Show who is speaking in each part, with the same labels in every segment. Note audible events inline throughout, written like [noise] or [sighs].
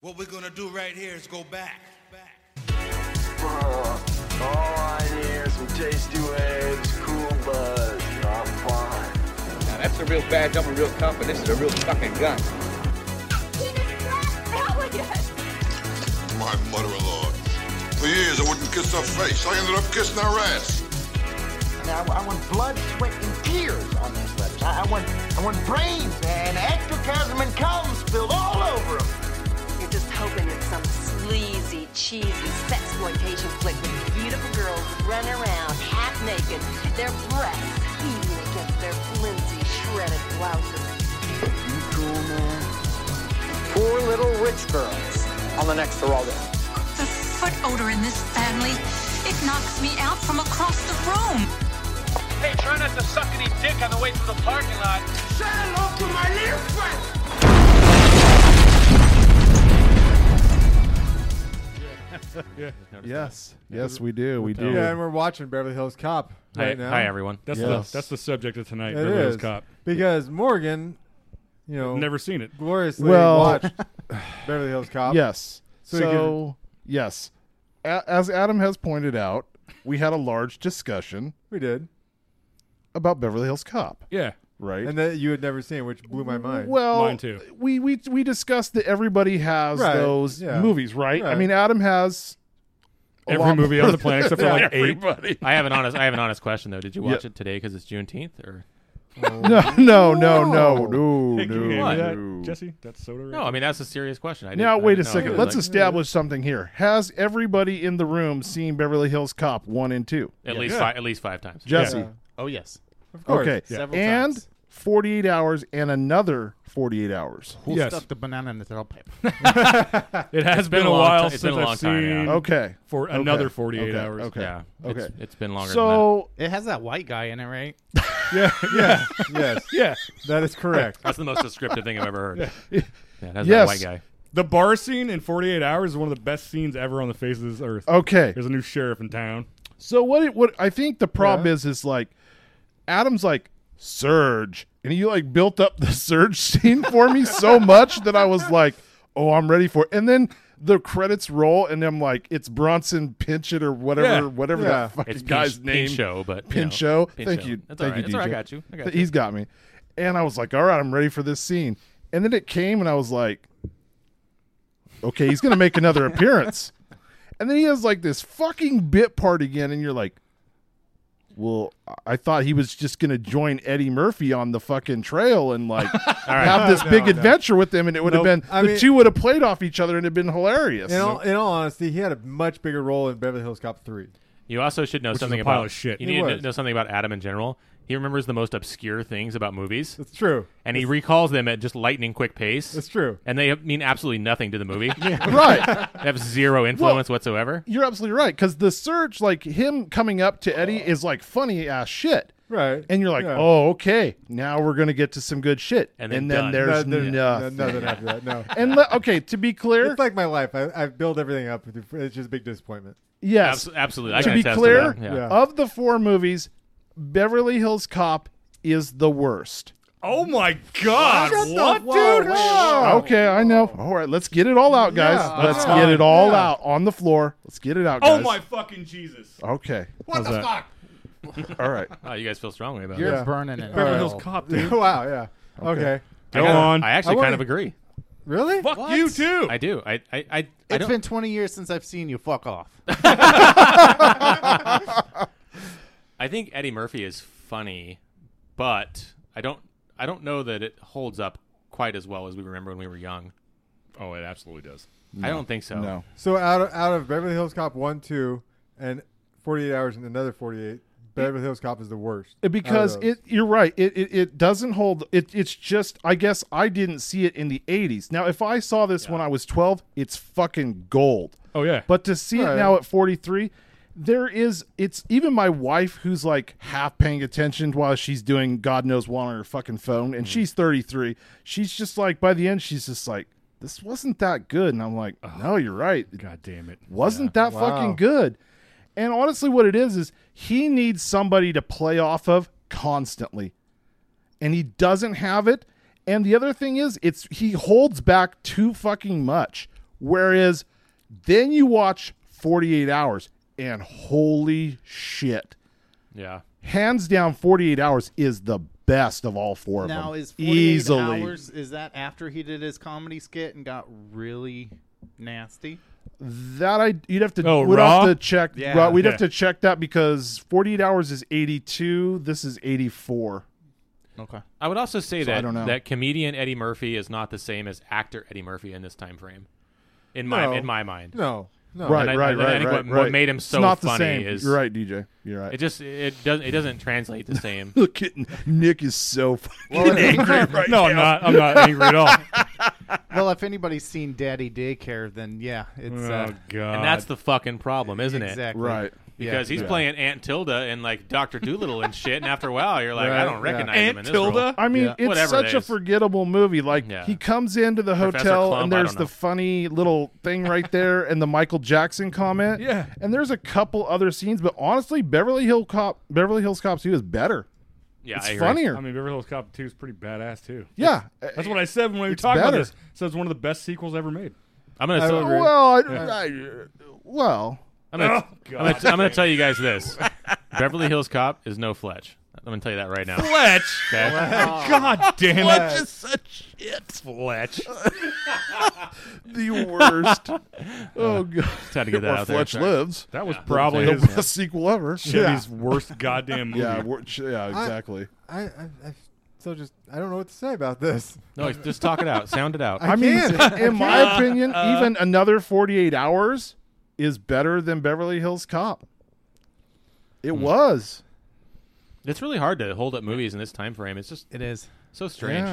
Speaker 1: What we're gonna do right here is go back.
Speaker 2: All I need is some tasty waves, cool buzz. I'm fine.
Speaker 3: Now that's a real badge up and real cuff, and this is a real fucking gun.
Speaker 4: my mother-in-law. For years, I wouldn't kiss her face. I ended up kissing her ass.
Speaker 5: I, I want blood, sweat, and tears on these letters. I, I want I want brains and ectoplasm and columns spilled all over them.
Speaker 6: You're just hoping it's some sleazy, cheesy sexploitation flick with beautiful girls running around half naked, their breasts beating against their flimsy, shredded blouses.
Speaker 5: You cool, man? Poor little rich girls on the next Geraldo.
Speaker 7: The foot odor in this family, it knocks me out from across the room.
Speaker 8: Hey, try not to suck any dick on the way to the parking lot.
Speaker 9: [laughs]
Speaker 10: Yes, yes, we do. We do.
Speaker 9: Yeah,
Speaker 10: and we're watching Beverly Hills Cop
Speaker 9: Hi,
Speaker 10: right now.
Speaker 9: hi, everyone.
Speaker 8: That's
Speaker 10: Yes.
Speaker 8: the that's the subject of tonight.
Speaker 10: It
Speaker 8: Beverly Hills
Speaker 10: is.
Speaker 8: Cop.
Speaker 10: because Morgan, you know,
Speaker 8: Never seen it.
Speaker 10: gloriously
Speaker 9: [laughs] Well-
Speaker 10: watched Beverly Hills Cop.
Speaker 9: [laughs] Yes.
Speaker 10: [laughs] So
Speaker 9: So,
Speaker 10: you
Speaker 9: yes, A- as Adam has pointed out, we had a large discussion
Speaker 10: we did,
Speaker 9: about Beverly Hills Cop,
Speaker 8: Yeah.
Speaker 9: right?
Speaker 10: and that you had never seen, which blew my mind.
Speaker 9: well,
Speaker 8: Mine too.
Speaker 9: we we we discussed that everybody has
Speaker 10: Right,
Speaker 9: those
Speaker 10: yeah.
Speaker 9: movies, right? I
Speaker 10: Right.
Speaker 9: mean, Adam has a
Speaker 8: Every
Speaker 9: lot
Speaker 8: movie
Speaker 9: more
Speaker 8: on the planet except for
Speaker 9: than
Speaker 8: like eight.
Speaker 9: everybody.
Speaker 11: I have an honest. I have an honest question though. Did you watch
Speaker 9: Yeah.
Speaker 11: it today because it's Juneteenth, or
Speaker 9: [laughs] No, no, no, no, no,
Speaker 8: Hey, can you hand me
Speaker 9: no,
Speaker 8: that,
Speaker 9: no.
Speaker 8: Jesse? That's soda. Right
Speaker 11: no? I mean, that's a serious question. I
Speaker 9: Now
Speaker 11: didn't- I
Speaker 9: wait a
Speaker 11: didn't know.
Speaker 9: second.
Speaker 11: Like,
Speaker 9: Let's establish something here. Has everybody in the room seen Beverly Hills Cop one and two?
Speaker 11: at least
Speaker 8: Yeah.
Speaker 11: five. At least five times.
Speaker 9: Jesse,
Speaker 10: Yeah.
Speaker 11: Oh yes.
Speaker 10: Of course.
Speaker 9: okay,
Speaker 8: Yeah.
Speaker 12: Several
Speaker 9: and
Speaker 12: times.
Speaker 9: forty-eight hours and another forty-eight hours.
Speaker 12: Who
Speaker 8: Yes.
Speaker 12: stuck the banana in the tailpipe?
Speaker 8: it has been,
Speaker 11: been
Speaker 8: a
Speaker 11: a long
Speaker 8: while
Speaker 11: ti- it's
Speaker 8: since
Speaker 11: been a long
Speaker 8: I've
Speaker 11: time, yeah.
Speaker 8: seen
Speaker 9: Okay,
Speaker 8: for
Speaker 9: Okay.
Speaker 8: another forty eight
Speaker 9: Okay.
Speaker 8: hours.
Speaker 9: Okay,
Speaker 11: Yeah.
Speaker 9: okay.
Speaker 11: It's, it's been longer. than
Speaker 9: so
Speaker 12: It has that white guy in it, right?
Speaker 9: [laughs]
Speaker 10: Yes,
Speaker 8: Yeah.
Speaker 10: that is correct.
Speaker 11: that. that's the most descriptive thing I've ever heard. Yeah, that's
Speaker 9: Yes.
Speaker 11: that white guy.
Speaker 8: The bar scene in forty eight hours is one of the best scenes ever on the face of this earth.
Speaker 9: okay,
Speaker 8: There's a new sheriff in town.
Speaker 9: so what? It, what I think the problem
Speaker 10: Yeah.
Speaker 9: is is like Adam's like surge, and he like built up the [laughs] surge scene for me so much that I was like, oh, I'm ready for it. And then the credits roll, and I'm like, it's Bronson Pinchot or whatever,
Speaker 8: Yeah.
Speaker 9: whatever
Speaker 10: Yeah.
Speaker 9: that fucking
Speaker 11: It's
Speaker 9: guy's
Speaker 11: Pinch-
Speaker 9: name.
Speaker 11: Pinchot, but you know,
Speaker 9: Pinchot. Thank
Speaker 11: Pinchot.
Speaker 9: you.
Speaker 11: That's all
Speaker 9: Thank
Speaker 11: right.
Speaker 9: you,
Speaker 11: It's all right. I
Speaker 9: DJ.
Speaker 11: got you. I got
Speaker 9: He's got me. And I was like, all right, I'm ready for this scene. And then it came and I was like, okay, he's going to make another appearance. [laughs] And then he has like this fucking bit part again. And you're like, well, I thought he was just going to join Eddie Murphy on the fucking trail and
Speaker 11: [laughs]
Speaker 9: like have this big adventure with him. And it would
Speaker 10: Nope.
Speaker 9: have been,
Speaker 10: I
Speaker 9: the
Speaker 10: mean-
Speaker 9: two would have played off each other and it'd been hilarious.
Speaker 10: In all, in all honesty, he had a much bigger role in Beverly Hills Cop three.
Speaker 11: You also should know
Speaker 8: Which is
Speaker 11: something
Speaker 8: a pile
Speaker 11: about
Speaker 8: of shit.
Speaker 11: You
Speaker 10: It
Speaker 11: need to
Speaker 10: was.
Speaker 11: kn- know something about Adam in general. He remembers the most obscure things about movies,
Speaker 10: It's true.
Speaker 11: and he recalls them at just lightning quick pace.
Speaker 10: It's true.
Speaker 11: And they mean absolutely nothing to the movie. [laughs]
Speaker 9: [laughs] right.
Speaker 11: They have zero influence whatsoever.
Speaker 9: You're absolutely right. Because the surge, like him coming up to Eddie, is like funny ass shit.
Speaker 10: Right.
Speaker 9: And you're like,
Speaker 10: Yeah.
Speaker 9: oh, okay, now we're gonna get to some good shit.
Speaker 11: And
Speaker 9: And
Speaker 11: then done.
Speaker 9: then, there's
Speaker 10: No, there- no,
Speaker 9: nothing.
Speaker 10: nothing after that. No.
Speaker 9: And le- okay, to be clear,
Speaker 10: It's like my life. I, I build everything up. It's just a big disappointment.
Speaker 9: yes.
Speaker 11: Abso- absolutely. I
Speaker 9: to
Speaker 11: can
Speaker 9: be
Speaker 11: attest
Speaker 9: clear,
Speaker 11: to that. Yeah.
Speaker 10: Yeah.
Speaker 9: of the four movies, Beverly Hills Cop is the worst.
Speaker 8: Oh my god! What, dude?
Speaker 9: Okay, I know. All right, let's get it all out, guys.
Speaker 10: Yeah.
Speaker 9: let's
Speaker 10: Wow.
Speaker 9: get it all
Speaker 10: Yeah.
Speaker 9: out on the floor. Let's get it out,
Speaker 8: Oh
Speaker 9: guys.
Speaker 8: my fucking Jesus!
Speaker 9: Okay.
Speaker 8: What the fuck?
Speaker 9: All right.
Speaker 11: Oh, you guys feel strongly about
Speaker 12: You're
Speaker 11: it.
Speaker 10: Yeah.
Speaker 12: burning it.
Speaker 8: Beverly
Speaker 12: hell.
Speaker 8: Hills Cop, dude.
Speaker 10: wow. Yeah. Okay.
Speaker 11: I
Speaker 8: Go
Speaker 11: kinda-
Speaker 8: on.
Speaker 11: I actually
Speaker 10: I
Speaker 11: kind
Speaker 10: wanna-
Speaker 11: of agree.
Speaker 10: Really?
Speaker 8: Fuck you too.
Speaker 11: I do. I I I, I
Speaker 12: It's
Speaker 11: don't.
Speaker 12: been 20 years since I've seen you. Fuck off.
Speaker 11: I think Eddie Murphy is funny, but I don't. I don't know that it holds up quite as well as we remember when we were young.
Speaker 8: oh, it absolutely does.
Speaker 11: I don't think so.
Speaker 9: No.
Speaker 10: So out of, out of Beverly Hills Cop one, two, and forty eight hours and another forty eight, Beverly Hills Cop is the worst. out of
Speaker 9: because
Speaker 10: those.
Speaker 9: it you're right it, it it doesn't hold it it's just i guess i didn't see it in the 80s now if i saw this when i was 12 it's fucking gold
Speaker 8: Oh yeah.
Speaker 9: but to see
Speaker 10: Right.
Speaker 9: it now at 43 there is it's even my wife who's like half paying attention while she's doing god knows what on her fucking phone
Speaker 8: Mm.
Speaker 9: and she's 33 she's just like by the end she's just like this wasn't that good and i'm like no you're right It
Speaker 8: god damn it.
Speaker 9: wasn't that
Speaker 10: Wow.
Speaker 9: fucking good. And honestly, what it is is he needs somebody to play off of constantly, and he doesn't have it. And the other thing is, it's he holds back too fucking much. Whereas then you watch 48 Hours and holy shit.
Speaker 8: Yeah.
Speaker 9: Hands down, 48 Hours is the best of all four of them.
Speaker 11: Now is 48
Speaker 9: Easily.
Speaker 11: hours is that after he did his comedy skit and got really nasty?
Speaker 9: That I you'd have to
Speaker 11: Oh,
Speaker 9: we'd
Speaker 11: Raw?
Speaker 9: have to check.
Speaker 11: Yeah.
Speaker 9: Raw- we'd
Speaker 11: Yeah.
Speaker 9: have to check that because 48 Hours is 82. This is 84.
Speaker 11: Okay.
Speaker 8: I would also say
Speaker 9: So
Speaker 8: that
Speaker 9: I don't know.
Speaker 8: that comedian Eddie Murphy is not the same as actor Eddie Murphy in this time frame. In my
Speaker 9: No.
Speaker 8: in my mind,
Speaker 9: No. No. Right,
Speaker 8: And I,
Speaker 9: right,
Speaker 8: and I
Speaker 9: right,
Speaker 8: think
Speaker 9: right,
Speaker 8: what, what
Speaker 9: right.
Speaker 8: made him
Speaker 9: It's
Speaker 8: so
Speaker 9: not the
Speaker 8: funny
Speaker 9: same.
Speaker 8: is
Speaker 9: You're right, DJ. You're right.
Speaker 8: It just it doesn't it doesn't translate the same.
Speaker 9: Look at Nick is so fucking
Speaker 8: Well,
Speaker 9: angry right now.
Speaker 11: well, if anybody's seen Daddy Daycare, then yeah, it's uh,
Speaker 8: And that's the fucking problem, isn't it?
Speaker 11: Exactly. Right.
Speaker 8: Because
Speaker 11: Yeah.
Speaker 8: he's
Speaker 11: Yeah.
Speaker 8: playing Aunt Tilda and like Doctor Doolittle and shit, and after a while, you're like,
Speaker 9: Right,
Speaker 8: I don't
Speaker 9: yeah.
Speaker 8: recognize him
Speaker 9: Aunt
Speaker 8: in this role.
Speaker 9: Tilda? I mean, it's
Speaker 8: Whatever
Speaker 9: such
Speaker 8: it
Speaker 9: a
Speaker 8: is.
Speaker 9: forgettable movie. Like
Speaker 8: Yeah.
Speaker 9: he comes into the
Speaker 8: Professor
Speaker 9: hotel
Speaker 8: Clump,
Speaker 9: and
Speaker 8: I
Speaker 9: there's
Speaker 8: don't
Speaker 9: the
Speaker 8: know.
Speaker 9: funny little thing right there and the Michael Jackson comment. Yeah. And there's a couple other scenes, but honestly, Beverly Hill Cop Beverly Hills Cop 2 is better. It's funnier.
Speaker 10: I mean, Beverly Hills Cop 2 is pretty badass, too.
Speaker 9: Yeah.
Speaker 10: That's, that's what I said when we were
Speaker 9: It's
Speaker 10: talking
Speaker 9: better.
Speaker 10: about this. So it's one of the best sequels ever made.
Speaker 8: I'm gonna I tell- would agree.
Speaker 9: well, I,
Speaker 10: Yeah.
Speaker 9: I- well,
Speaker 8: I'm gonna,
Speaker 10: Oh,
Speaker 8: I'm, gonna
Speaker 10: God.
Speaker 8: I'm gonna tell you
Speaker 10: [laughs]
Speaker 8: guys this: Beverly Hills Cop is no Fletch. I'm gonna tell you that right now.
Speaker 10: Fletch?
Speaker 8: Okay?
Speaker 9: [laughs]
Speaker 10: Wow. God damn it. Fletch is
Speaker 9: such shit.
Speaker 8: Fletch.
Speaker 9: [laughs] the worst. Oh god.
Speaker 8: Just had to get that
Speaker 9: Or
Speaker 8: out there.
Speaker 9: Fletch
Speaker 8: Sorry.
Speaker 9: lives.
Speaker 10: That was probably
Speaker 9: the
Speaker 10: his
Speaker 9: best sequel ever.
Speaker 10: Chevy's worst goddamn movie.
Speaker 9: [laughs] Yeah, wor- ch- yeah, exactly.
Speaker 13: I, I, I so just I don't know what to say about this.
Speaker 8: No, just talk it out. Sound it out.
Speaker 9: I, mean,
Speaker 13: can't.
Speaker 9: in my
Speaker 13: Uh,
Speaker 9: opinion,
Speaker 13: uh.
Speaker 9: even another 48 hours is better than Beverly Hills Cop.
Speaker 8: Hmm.
Speaker 9: It was.
Speaker 8: It's really hard to hold up movies in this time frame. It's just
Speaker 11: it is
Speaker 8: so strange.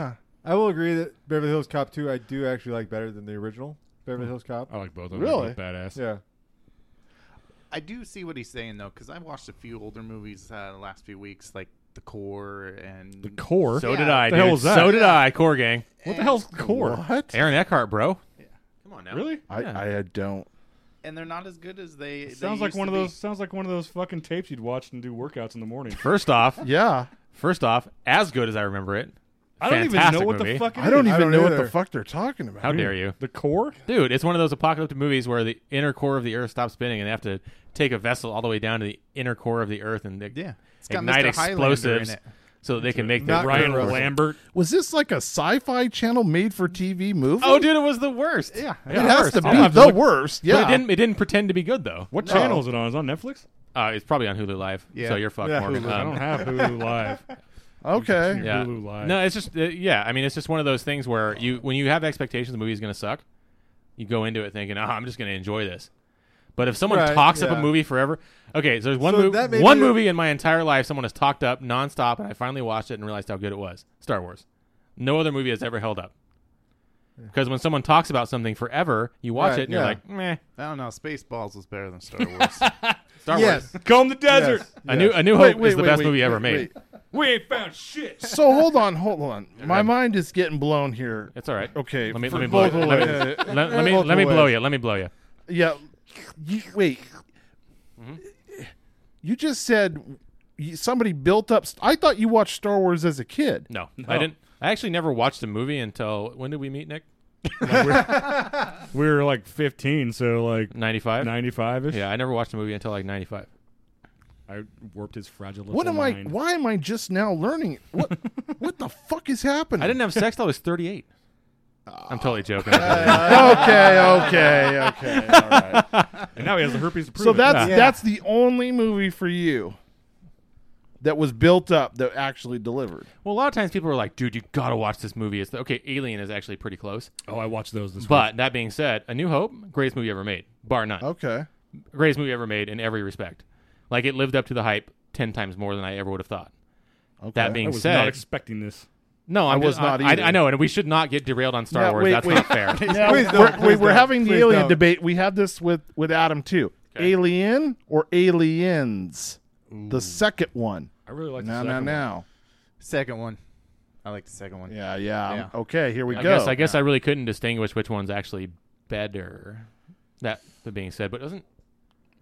Speaker 13: I will agree that Beverly Hills Cop 2 I do actually like better than the original Beverly Hills Cop.
Speaker 10: I like both
Speaker 11: of them. They're Really? both
Speaker 10: badass.
Speaker 13: Yeah.
Speaker 11: I do see what he's saying though, because I watched a few older movies uh, the last few weeks, like The Core and The
Speaker 10: Core?
Speaker 8: So
Speaker 11: yeah.
Speaker 8: did I. dude. So did I. Core gang.
Speaker 11: What the hell's Core?
Speaker 9: What?
Speaker 8: Aaron Eckhart, bro.
Speaker 11: Come on now.
Speaker 10: Really?
Speaker 9: I, I uh, don't.
Speaker 11: And they're not as good as they. they
Speaker 10: Sounds like
Speaker 11: used
Speaker 10: one
Speaker 11: to
Speaker 10: of
Speaker 11: be.
Speaker 10: those. Sounds like one of those fucking tapes you'd watch and do workouts in the morning.
Speaker 8: First off,
Speaker 9: yeah.
Speaker 8: First off, as good as I remember it.
Speaker 10: I don't even
Speaker 8: Fantastic
Speaker 10: know what the
Speaker 8: movie.
Speaker 10: fuck it
Speaker 9: I don't even know what the fuck they're talking about.
Speaker 8: How dare you?
Speaker 10: The core,
Speaker 8: dude. It's one of those apocalyptic movies where the inner core of the Earth stops spinning, and they have to take a vessel all the way down to the inner core of the Earth and they
Speaker 11: yeah. It's got
Speaker 8: ignite
Speaker 11: Mr. Highlander in
Speaker 8: explosives
Speaker 11: it.
Speaker 8: so that they can make
Speaker 9: Not
Speaker 8: the
Speaker 9: Ryan
Speaker 8: Earth-
Speaker 9: Lambert. Was this like a sci-fi channel made for TV movie?
Speaker 8: Oh, dude, it was the worst.
Speaker 11: Yeah,
Speaker 9: It has to be the worst. Yeah.
Speaker 8: but it didn't. It didn't pretend to be good though.
Speaker 10: What No. channel is it on? Is it on Netflix?
Speaker 8: Uh, it's probably on Hulu Live.
Speaker 10: Yeah.
Speaker 8: So you're fucked,
Speaker 10: Yeah,
Speaker 8: Morgan.
Speaker 10: Hulu. I
Speaker 8: Um,
Speaker 10: don't have Hulu Live.
Speaker 9: Okay.
Speaker 10: Your
Speaker 8: Yeah.
Speaker 10: Hulu Live.
Speaker 8: No, it's just uh, yeah. I mean, it's just one of those things where you when you have expectations, the movie's going to suck. You go into it thinking, "Oh, I'm just going to enjoy this." But if someone
Speaker 10: Right,
Speaker 8: talks up
Speaker 10: yeah.
Speaker 8: a movie forever, okay. So there's one
Speaker 10: So that
Speaker 8: movie,
Speaker 10: may
Speaker 8: one
Speaker 10: be-
Speaker 8: movie in my entire life someone has talked up nonstop, and I finally watched it and realized how good it was. Star Wars. No other movie has ever held up. Because when someone talks about something forever, you watch
Speaker 11: Right,
Speaker 8: it and
Speaker 11: yeah.
Speaker 8: you're like, meh.
Speaker 11: I don't know. Spaceballs was better than Star
Speaker 8: [laughs]
Speaker 11: Wars.
Speaker 8: Star Yes. Wars.
Speaker 10: Comb the desert.
Speaker 8: Yes, A yes. New- A New Hope is the best movie ever made.
Speaker 10: We ain't found shit.
Speaker 9: So hold on, hold on. My mind is getting blown here.
Speaker 8: It's all right.
Speaker 9: Okay.
Speaker 8: Let me
Speaker 9: for
Speaker 8: let me blow.
Speaker 9: both
Speaker 8: Let me,
Speaker 9: ways.
Speaker 8: let, let me let me
Speaker 9: Both
Speaker 8: blow
Speaker 9: ways.
Speaker 8: you. Let me blow you.
Speaker 9: Yeah. You, wait. You just said you, somebody built up. St- I thought you watched Star Wars as a kid.
Speaker 8: No, I didn't. I actually never watched a movie until when did we meet, Nick?
Speaker 10: We were like 15, so like
Speaker 8: 95,
Speaker 10: 95 ish.
Speaker 8: Yeah, I never watched a movie until like 95.
Speaker 10: I warped his fragile
Speaker 9: What am I? Why am I just now learning? it? What? [laughs] what the fuck is happening?
Speaker 8: I didn't have sex till I was 38. I'm totally joking.
Speaker 9: [laughs] okay, okay, okay. All right.
Speaker 10: [laughs] And now he has the herpes to prove
Speaker 9: So
Speaker 10: it.
Speaker 9: that's
Speaker 10: Yeah.
Speaker 9: that's the only movie for you that was built up that actually delivered.
Speaker 8: Well, a lot of times people are like, "Dude, you gotta watch this movie." It's the, okay. Alien is actually pretty close.
Speaker 10: Oh, I watched those this
Speaker 8: But that being said, A New Hope, greatest movie ever made, bar none.
Speaker 9: Okay.
Speaker 8: Greatest movie ever made in every respect. Like it lived up to the hype ten times more than I ever would have thought.
Speaker 9: Okay.
Speaker 8: That being
Speaker 10: I was
Speaker 8: said,
Speaker 10: not expecting this.
Speaker 8: No,
Speaker 9: I
Speaker 8: I'm
Speaker 9: was
Speaker 8: just- I
Speaker 9: not
Speaker 8: I-
Speaker 9: either.
Speaker 8: I know, and we should not get derailed on Star
Speaker 9: Yeah,
Speaker 8: Wars.
Speaker 9: wait,
Speaker 8: That's
Speaker 9: wait.
Speaker 8: not
Speaker 9: [laughs]
Speaker 8: fair.
Speaker 9: Now,
Speaker 13: Please don't,
Speaker 9: we're, we-
Speaker 13: please
Speaker 9: we're
Speaker 13: don't,
Speaker 9: having the
Speaker 13: please
Speaker 9: alien
Speaker 13: don't.
Speaker 9: debate. We had this with with Adam too. Alien or aliens? The second one.
Speaker 10: I really like
Speaker 9: now, now, now.
Speaker 11: Second one. I like the second one.
Speaker 9: Yeah, yeah. I'm- Okay, here we
Speaker 8: I
Speaker 9: go.
Speaker 8: Guess, I guess I really couldn't distinguish which one's actually better. That being said, but doesn't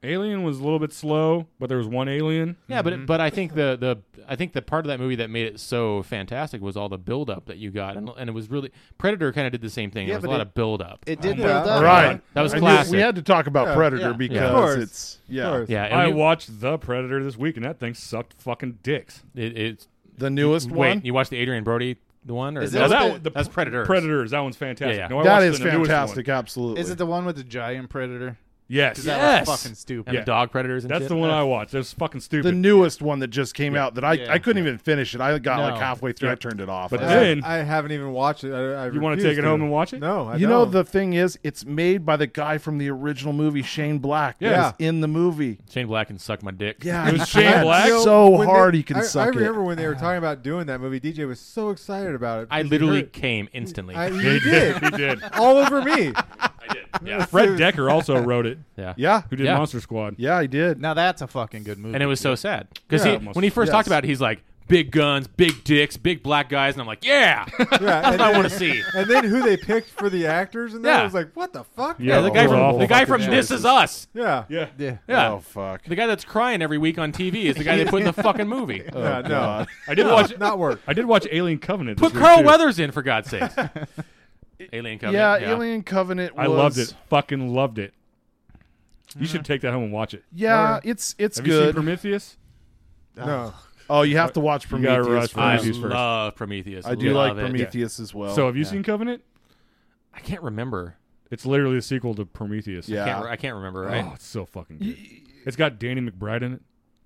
Speaker 7: Alien was a little bit slow, but there was one alien.
Speaker 8: Yeah, but it, but I think the the I think the part of that movie that made it so fantastic was all the build up that you got, and, and it was really Predator kind of did the same thing.
Speaker 9: Yeah,
Speaker 8: there was a
Speaker 9: but
Speaker 8: lot
Speaker 9: it-
Speaker 8: of build up.
Speaker 9: it did Yeah. build up. Right.
Speaker 8: that was
Speaker 9: I knew-
Speaker 8: classic.
Speaker 9: we had to talk about Yeah. Predator Yeah. because Of course.
Speaker 7: it's-
Speaker 9: yeah. course.
Speaker 8: yeah.
Speaker 7: I
Speaker 8: and we-
Speaker 7: watched The Predator this week, and that thing sucked fucking dicks.
Speaker 8: It, it's
Speaker 9: the newest
Speaker 8: wait,
Speaker 7: one?
Speaker 8: You watched the Adrian Brody the one, or
Speaker 7: Is
Speaker 8: that,
Speaker 7: that
Speaker 8: that
Speaker 7: the-
Speaker 8: one- that's Predators?
Speaker 7: Predators, that one's fantastic.
Speaker 8: Yeah, yeah.
Speaker 7: No, I
Speaker 9: That
Speaker 7: watched
Speaker 9: is
Speaker 7: the newest one.
Speaker 9: fantastic, absolutely.
Speaker 11: Is it the one with the giant predator?
Speaker 7: Yes.
Speaker 11: 'Cause That was fucking stupid.
Speaker 7: Yeah. That's the one I watched. It was fucking stupid.
Speaker 9: The newest one that just came out that I,
Speaker 7: Yeah.
Speaker 9: I couldn't even finish it. I got
Speaker 7: No.
Speaker 9: like halfway through.
Speaker 7: Yeah.
Speaker 9: I turned it off. Uh,
Speaker 7: But
Speaker 9: I was
Speaker 7: then-
Speaker 9: like,
Speaker 10: I haven't even watched it. I, I
Speaker 7: You wanna
Speaker 10: refuse
Speaker 7: take it home and watch it?
Speaker 10: No, I
Speaker 9: you
Speaker 10: don't.
Speaker 9: know the thing is, it's made by the guy from the original movie, Shane Black. that
Speaker 10: Yeah.
Speaker 9: was in the movie.
Speaker 8: Shane Black can suck my dick.
Speaker 9: Yeah, It was Shane God, Black? so
Speaker 10: when
Speaker 9: hard
Speaker 10: they-
Speaker 9: he can
Speaker 10: I, I
Speaker 9: suck it.
Speaker 10: remember when they were talking about doing that movie. DJ was so excited about it.
Speaker 8: I
Speaker 10: because he
Speaker 8: literally
Speaker 10: heard-
Speaker 8: came instantly.
Speaker 9: [laughs]
Speaker 10: I, he did. all over
Speaker 7: [laughs]
Speaker 10: me. I did.
Speaker 8: Yeah.
Speaker 7: Fred Decker also wrote it.
Speaker 8: Yeah.
Speaker 9: Yeah.
Speaker 7: Who did
Speaker 8: Yeah.
Speaker 7: Monster Squad?
Speaker 9: Yeah, he did.
Speaker 11: Now that's a fucking good movie.
Speaker 8: and it was so sad because
Speaker 11: Yeah.
Speaker 8: he, when he first talked
Speaker 11: Yes.
Speaker 8: about it, he's like big guns, big dicks, big black guys, and I'm
Speaker 10: [laughs]
Speaker 8: like, yeah, that's what I want to see.
Speaker 10: And then who they picked for the actors and that
Speaker 8: Yeah.
Speaker 10: was like, what the fuck?
Speaker 8: Yeah, the guy from the guy from This Is Us.
Speaker 10: Yeah.
Speaker 7: Yeah.
Speaker 11: Yeah.
Speaker 8: Yeah.
Speaker 9: Oh, fuck.
Speaker 8: The guy that's crying every week on TV is the guy they put in
Speaker 10: [laughs]
Speaker 8: the fucking movie.
Speaker 10: Oh, Yeah, no. God.
Speaker 7: I did
Speaker 10: No,
Speaker 9: [laughs]
Speaker 7: watch
Speaker 10: not work.
Speaker 7: I did watch Alien Covenant.
Speaker 8: Put
Speaker 7: this week,
Speaker 8: Carl
Speaker 7: too.
Speaker 8: Weathers in for God's sake. Alien Covenant.
Speaker 9: Yeah, Alien Covenant.
Speaker 7: I loved
Speaker 9: was-
Speaker 7: it. Fucking loved it. You should take that home and watch it.
Speaker 9: Yeah, it's it's
Speaker 7: Have
Speaker 9: good.
Speaker 7: You seen Prometheus?
Speaker 9: No. Oh, you have to watch
Speaker 7: You gotta
Speaker 9: Prometheus
Speaker 7: watch Prometheus
Speaker 9: first.
Speaker 7: first.
Speaker 8: I love Prometheus.
Speaker 9: I do like
Speaker 8: Love it.
Speaker 9: Prometheus as well.
Speaker 7: So have you seen Covenant?
Speaker 8: I can't remember.
Speaker 7: It's literally a sequel to Prometheus.
Speaker 8: I can't, re- I can't remember. Right?
Speaker 7: Oh, it's so fucking good. It's got Danny McBride in it.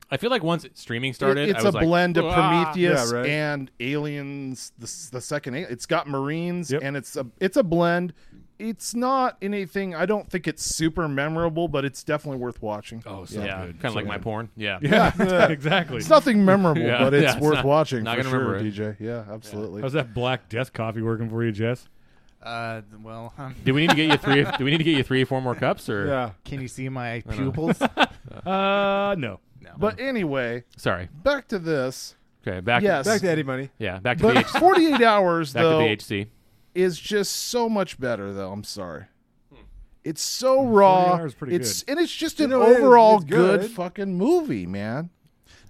Speaker 8: I feel like once streaming started,
Speaker 9: It- it's
Speaker 8: I was
Speaker 9: a
Speaker 8: like,
Speaker 9: blend of
Speaker 8: "Wah."
Speaker 9: Prometheus and Aliens. The, s- the second, A- it's got Marines, and it's a it's a blend. It's not anything. I don't think it's super memorable, but it's definitely worth watching.
Speaker 8: Oh, so Yeah, good. kinda So like my good. porn.
Speaker 7: [laughs]
Speaker 8: Yeah.
Speaker 9: yeah,
Speaker 8: Yeah, [laughs] exactly.
Speaker 9: It's nothing memorable,
Speaker 8: Yeah,
Speaker 9: but it's
Speaker 8: yeah, it's
Speaker 9: worth
Speaker 8: not-
Speaker 9: watching.
Speaker 8: not
Speaker 9: for
Speaker 8: gonna remember
Speaker 9: sure,
Speaker 8: it.
Speaker 9: DJ. Yeah, absolutely.
Speaker 7: How's that Black Death coffee working for you, Jess?
Speaker 11: Uh, well, um,
Speaker 8: Do we need to get
Speaker 11: [laughs]
Speaker 8: you three? do we need to get you three or four more cups? Or
Speaker 11: Can you see my
Speaker 8: I don't know.
Speaker 11: pupils?
Speaker 7: uh, no.
Speaker 9: But anyway,
Speaker 8: Sorry.
Speaker 9: Back to this.
Speaker 8: Okay, back.
Speaker 9: Yes.
Speaker 8: to,
Speaker 9: Back to Eddie Money.
Speaker 8: Yeah, back to
Speaker 9: but
Speaker 8: VHC.
Speaker 9: 48 hours
Speaker 8: Back
Speaker 9: though
Speaker 8: to VHC.
Speaker 9: is just so much better though. I'm sorry.
Speaker 11: Hmm.
Speaker 9: It's so raw.
Speaker 11: hours is pretty
Speaker 9: it's
Speaker 11: good.
Speaker 9: and it's just
Speaker 11: You
Speaker 9: an
Speaker 11: know, it is-
Speaker 9: overall
Speaker 11: it's
Speaker 9: good.
Speaker 11: good.
Speaker 9: fucking movie, man.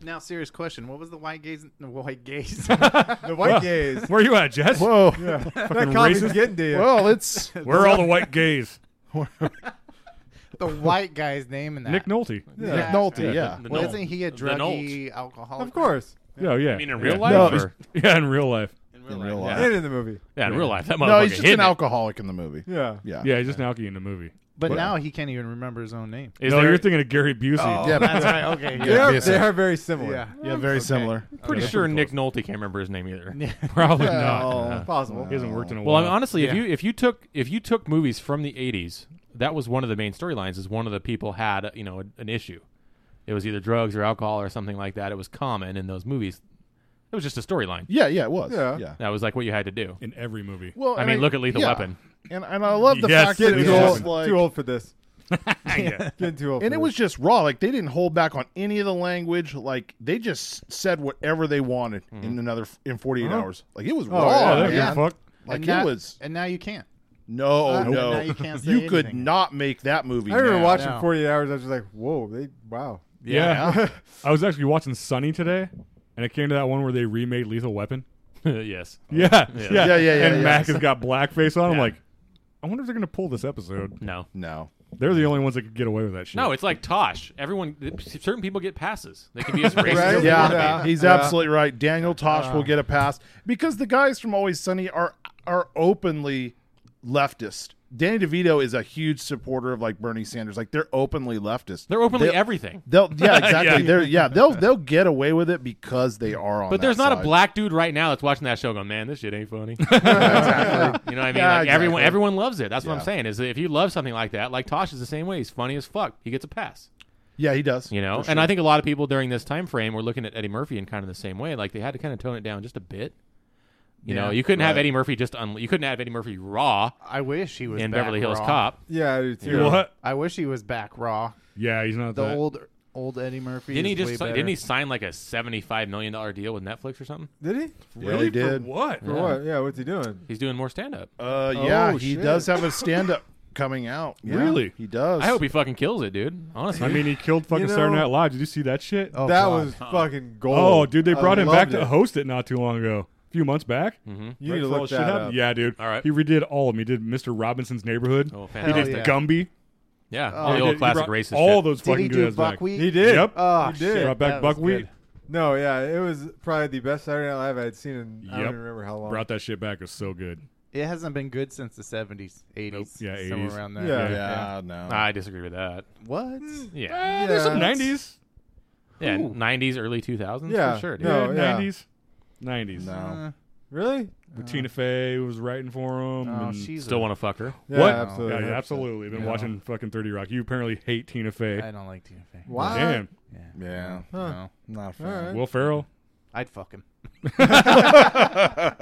Speaker 11: now, serious question: What was the white gaze? The white
Speaker 7: [laughs]
Speaker 11: gaze.
Speaker 10: The
Speaker 11: the
Speaker 10: white gays.
Speaker 7: Where you at, Jess?
Speaker 9: Whoa.
Speaker 10: Yeah.
Speaker 7: Fucking
Speaker 10: That coffee's
Speaker 7: racist.
Speaker 10: getting to you.
Speaker 11: [laughs]
Speaker 9: Well, it's
Speaker 7: Where are all the white gays?
Speaker 11: the white guy's name in that.
Speaker 7: Nick Nolte. Yeah. Nick Nolte, yeah. The
Speaker 11: Well,
Speaker 7: Nolte.
Speaker 11: isn't he a
Speaker 7: The
Speaker 11: druggy alcoholic?
Speaker 10: Of course.
Speaker 7: Yeah, oh, yeah.
Speaker 8: You mean in
Speaker 7: Yeah.
Speaker 8: real
Speaker 7: No,
Speaker 8: life?
Speaker 7: he's-
Speaker 8: or-
Speaker 7: yeah, in real life.
Speaker 8: In
Speaker 9: real In real life.
Speaker 8: yeah.
Speaker 9: life. And in the movie.
Speaker 8: Yeah, in
Speaker 9: Yeah.
Speaker 8: real life. That
Speaker 9: No, he's
Speaker 8: motherfucker
Speaker 9: just
Speaker 8: hid
Speaker 9: an
Speaker 8: it.
Speaker 9: alcoholic in the movie.
Speaker 10: Yeah.
Speaker 9: Yeah.
Speaker 7: Yeah, he's just an alkie in the movie.
Speaker 11: But now he can't even remember his own name.
Speaker 7: no, you're thinking of Gary Busey.
Speaker 11: Oh, Yeah, that's right. Okay,
Speaker 9: They are- they
Speaker 10: are very similar.
Speaker 11: Yeah.
Speaker 9: Yeah, very similar.
Speaker 8: I'm pretty
Speaker 9: Yeah.
Speaker 8: sure Nick Nolte can't remember his name either. Probably not.
Speaker 7: Oh,
Speaker 8: Yeah.
Speaker 7: possible. He hasn't worked in a
Speaker 8: Well, I mean,
Speaker 7: while.
Speaker 8: honestly, if
Speaker 7: Yeah.
Speaker 8: you if you took if you took movies from the '80s, that was one of the main storylines. Is one of the people had you know an issue. It was either drugs or alcohol or something like that. It was common in those movies. It was just a storyline.
Speaker 9: Yeah, yeah, it was. Yeah. Yeah.
Speaker 8: That was like what you had to do
Speaker 7: in every movie.
Speaker 9: Well,
Speaker 8: I
Speaker 9: and
Speaker 8: mean,
Speaker 9: I-
Speaker 8: look at Lethal
Speaker 9: yeah.
Speaker 8: Weapon.
Speaker 9: And and I love the fact that it was like
Speaker 10: too old for this. Getting too old. for
Speaker 9: and it
Speaker 10: this.
Speaker 9: was just raw. Like they didn't hold back on any of the language. Like they just said whatever they wanted in another in 48
Speaker 11: Uh-huh.
Speaker 9: hours. Like it was
Speaker 11: Oh,
Speaker 9: raw.
Speaker 11: yeah, they don't
Speaker 9: man.
Speaker 11: give a fuck.
Speaker 9: Like
Speaker 11: And
Speaker 9: it
Speaker 11: that-
Speaker 9: was.
Speaker 11: And now you can't.
Speaker 9: No,
Speaker 11: Uh, and
Speaker 9: no,
Speaker 11: now you
Speaker 9: [laughs]
Speaker 11: can't say
Speaker 9: could
Speaker 11: anything.
Speaker 9: not make that movie.
Speaker 10: I remember
Speaker 9: now.
Speaker 10: watching 48 Hours. I was just like, whoa, they wow.
Speaker 7: Yeah. I was actually watching Sunny today, and it came to that one where they remade Lethal Weapon.
Speaker 8: yes.
Speaker 7: [laughs] Yeah.
Speaker 8: Yeah.
Speaker 7: Yeah.
Speaker 8: Yeah, yeah, yeah,
Speaker 7: And
Speaker 8: yeah.
Speaker 7: Mac has got blackface on. I'm like, I wonder if they're going to pull this episode.
Speaker 8: No.
Speaker 9: [laughs] No.
Speaker 7: They're the only ones that could get away with that shit.
Speaker 8: No, it's like Tosh. Everyone, certain people get passes. They can be as racist.
Speaker 9: Right?
Speaker 8: as they
Speaker 9: Yeah, Uh.
Speaker 8: wanna be.
Speaker 9: he's absolutely right. Daniel Tosh will get a pass because the guys from Always Sunny are are openly leftist. Danny DeVito is a huge supporter of like Bernie Sanders. Like they're openly leftist.
Speaker 8: They're openly
Speaker 9: They'll-
Speaker 8: everything. [laughs]
Speaker 9: They'll yeah exactly.
Speaker 8: Yeah.
Speaker 9: They're yeah they'll they'll get away with it because they are on.
Speaker 8: But there's
Speaker 9: that
Speaker 8: not a
Speaker 9: side.
Speaker 8: black dude right now that's watching that show going, man, this shit ain't
Speaker 9: [laughs]
Speaker 8: funny. [laughs] exactly. You know what I mean?
Speaker 9: Yeah,
Speaker 8: like everyone
Speaker 9: exactly.
Speaker 8: everyone loves it. That's what
Speaker 9: Yeah.
Speaker 8: I'm saying. Is that if you love something like that, like Tosh is the same way. He's funny as fuck. He gets a pass.
Speaker 9: Yeah, he does.
Speaker 8: You know?
Speaker 9: for
Speaker 8: And
Speaker 9: sure.
Speaker 8: I think a lot of people during this time frame were looking at Eddie Murphy in kind of the same way. Like they had to kind of tone it down just a bit. You know,
Speaker 11: Yeah.
Speaker 8: you couldn't have
Speaker 11: Right.
Speaker 8: Eddie Murphy just un- you couldn't have Eddie Murphy raw.
Speaker 11: I wish he was
Speaker 8: in
Speaker 11: back
Speaker 8: Beverly Hills
Speaker 11: raw.
Speaker 8: Cop. You know?
Speaker 11: I wish he was back raw.
Speaker 7: Yeah, he's not
Speaker 11: the
Speaker 8: that-
Speaker 11: old old Eddie Murphy.
Speaker 8: Didn't he
Speaker 11: is
Speaker 8: just
Speaker 11: way
Speaker 8: si-
Speaker 11: better.
Speaker 8: didn't he sign like a seventy five million dollar deal with Netflix or something?
Speaker 10: Did he?
Speaker 9: Yeah, he did.
Speaker 10: For what? Yeah, what's he doing?
Speaker 11: oh,
Speaker 8: He's doing more stand up.
Speaker 9: Uh, yeah, he does have a stand up coming
Speaker 11: [laughs]
Speaker 9: out. Yeah,
Speaker 11: Really?
Speaker 9: He does.
Speaker 11: I hope he fucking kills it, dude. Honestly,
Speaker 8: I mean, he killed fucking Saturday Night Live. Did you see that shit?
Speaker 11: Oh, That God. was
Speaker 10: fucking gold.
Speaker 8: Oh, dude, they
Speaker 10: I
Speaker 8: brought him back
Speaker 10: loved
Speaker 8: to
Speaker 10: it.
Speaker 8: host it not too long ago. A few months back.
Speaker 11: Mhm.
Speaker 10: You
Speaker 8: Right
Speaker 10: need to
Speaker 8: before all
Speaker 10: look
Speaker 8: this shit
Speaker 10: that
Speaker 8: happened.
Speaker 10: up.
Speaker 8: Yeah, dude.
Speaker 11: All right.
Speaker 8: He redid Mm-hmm. all of them. He did Mr. Robinson's Neighborhood.
Speaker 11: Oh,
Speaker 8: He did
Speaker 11: fantastic.
Speaker 8: Gumby.
Speaker 11: Yeah,
Speaker 8: He
Speaker 11: all the
Speaker 8: did-
Speaker 11: old
Speaker 8: he
Speaker 11: classic
Speaker 8: brought
Speaker 11: racist
Speaker 8: All
Speaker 11: shit.
Speaker 8: those
Speaker 11: Did he
Speaker 8: fucking
Speaker 11: do
Speaker 8: good
Speaker 11: buckwheat?
Speaker 8: He did.
Speaker 10: Yep.
Speaker 8: Oh,
Speaker 10: he
Speaker 8: shit.
Speaker 10: did.
Speaker 8: Brought back buckwheat.
Speaker 10: No, yeah, it was probably the best Saturday Night Live I had seen in I
Speaker 8: Yep.
Speaker 10: don't even remember how long.
Speaker 8: Brought that shit back. It was so good.
Speaker 12: It hasn't been good since the 70s, 80s.
Speaker 8: Yeah,
Speaker 12: Somewhere
Speaker 8: 80s.
Speaker 12: around there.
Speaker 8: Yeah.
Speaker 9: Yeah, no.
Speaker 11: I disagree with that.
Speaker 12: What?
Speaker 11: Yeah.
Speaker 8: Eh, there's some 90s.
Speaker 11: Yeah,
Speaker 8: Ooh.
Speaker 11: 90s, early 2000s
Speaker 8: Yeah,
Speaker 11: for sure. Dude.
Speaker 8: no,
Speaker 10: yeah.
Speaker 8: 90s. 90s.
Speaker 10: No.
Speaker 12: Uh,
Speaker 10: really?
Speaker 8: With Tina Fey who was writing for him.
Speaker 12: Oh,
Speaker 8: and
Speaker 12: she's
Speaker 11: Still
Speaker 12: a-
Speaker 11: want to fuck her.
Speaker 10: Yeah,
Speaker 8: what?
Speaker 10: absolutely.
Speaker 8: Yeah, absolutely. Been
Speaker 12: Yeah.
Speaker 8: watching fucking 30 Rock. You apparently hate Tina Fey.
Speaker 12: I don't like Tina Fey.
Speaker 10: Why?
Speaker 8: Damn.
Speaker 9: Yeah.
Speaker 10: Huh.
Speaker 9: No. Not
Speaker 10: All right.
Speaker 8: Will Ferrell.
Speaker 12: I'd fuck him.
Speaker 11: [laughs]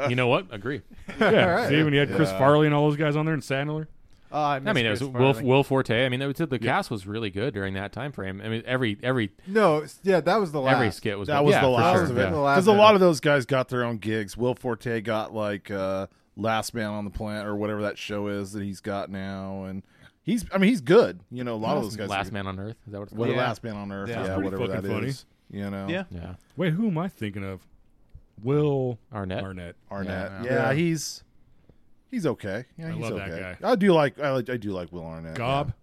Speaker 11: You know what? Agree.
Speaker 8: Yeah. See, when you had Chris
Speaker 9: Yeah.
Speaker 8: Farley and all those guys on there and Sandler.
Speaker 12: Oh, I,
Speaker 11: I mean, it was Will, Will Forte. I mean, that was, the cast was really good during that time frame. I mean, every every
Speaker 10: No, s- yeah, that was the last.
Speaker 11: every skit was
Speaker 9: That
Speaker 11: good.
Speaker 9: was
Speaker 11: Yeah,
Speaker 9: the
Speaker 11: for
Speaker 9: last
Speaker 11: sure,
Speaker 9: of
Speaker 11: yeah.
Speaker 9: it.
Speaker 10: The last
Speaker 9: Because a
Speaker 10: of
Speaker 9: lot of those guys got their own gigs. Will Forte got like uh, Last Man on the Planet or whatever that show is that he's got now, and he's I mean he's good. You know, a lot of those guys. are
Speaker 11: Last
Speaker 9: good.
Speaker 11: Man on Earth. Is that what it's
Speaker 9: What
Speaker 11: called?
Speaker 9: the Last Man on Earth?
Speaker 12: Yeah.
Speaker 9: Yeah,
Speaker 12: That's
Speaker 8: pretty
Speaker 9: whatever that
Speaker 8: fucking
Speaker 9: is.
Speaker 8: funny.
Speaker 9: You know.
Speaker 12: Yeah.
Speaker 11: Yeah.
Speaker 8: Wait, who am I thinking of? Will
Speaker 11: Arnett.
Speaker 8: Arnett.
Speaker 9: Arnett. Yeah,
Speaker 12: Yeah.
Speaker 10: Yeah.
Speaker 9: he's he's okay. Yeah,
Speaker 8: I
Speaker 9: he's
Speaker 8: love that
Speaker 9: okay.
Speaker 8: guy.
Speaker 9: I do like I, like I do like Will Arnett.
Speaker 8: Gob.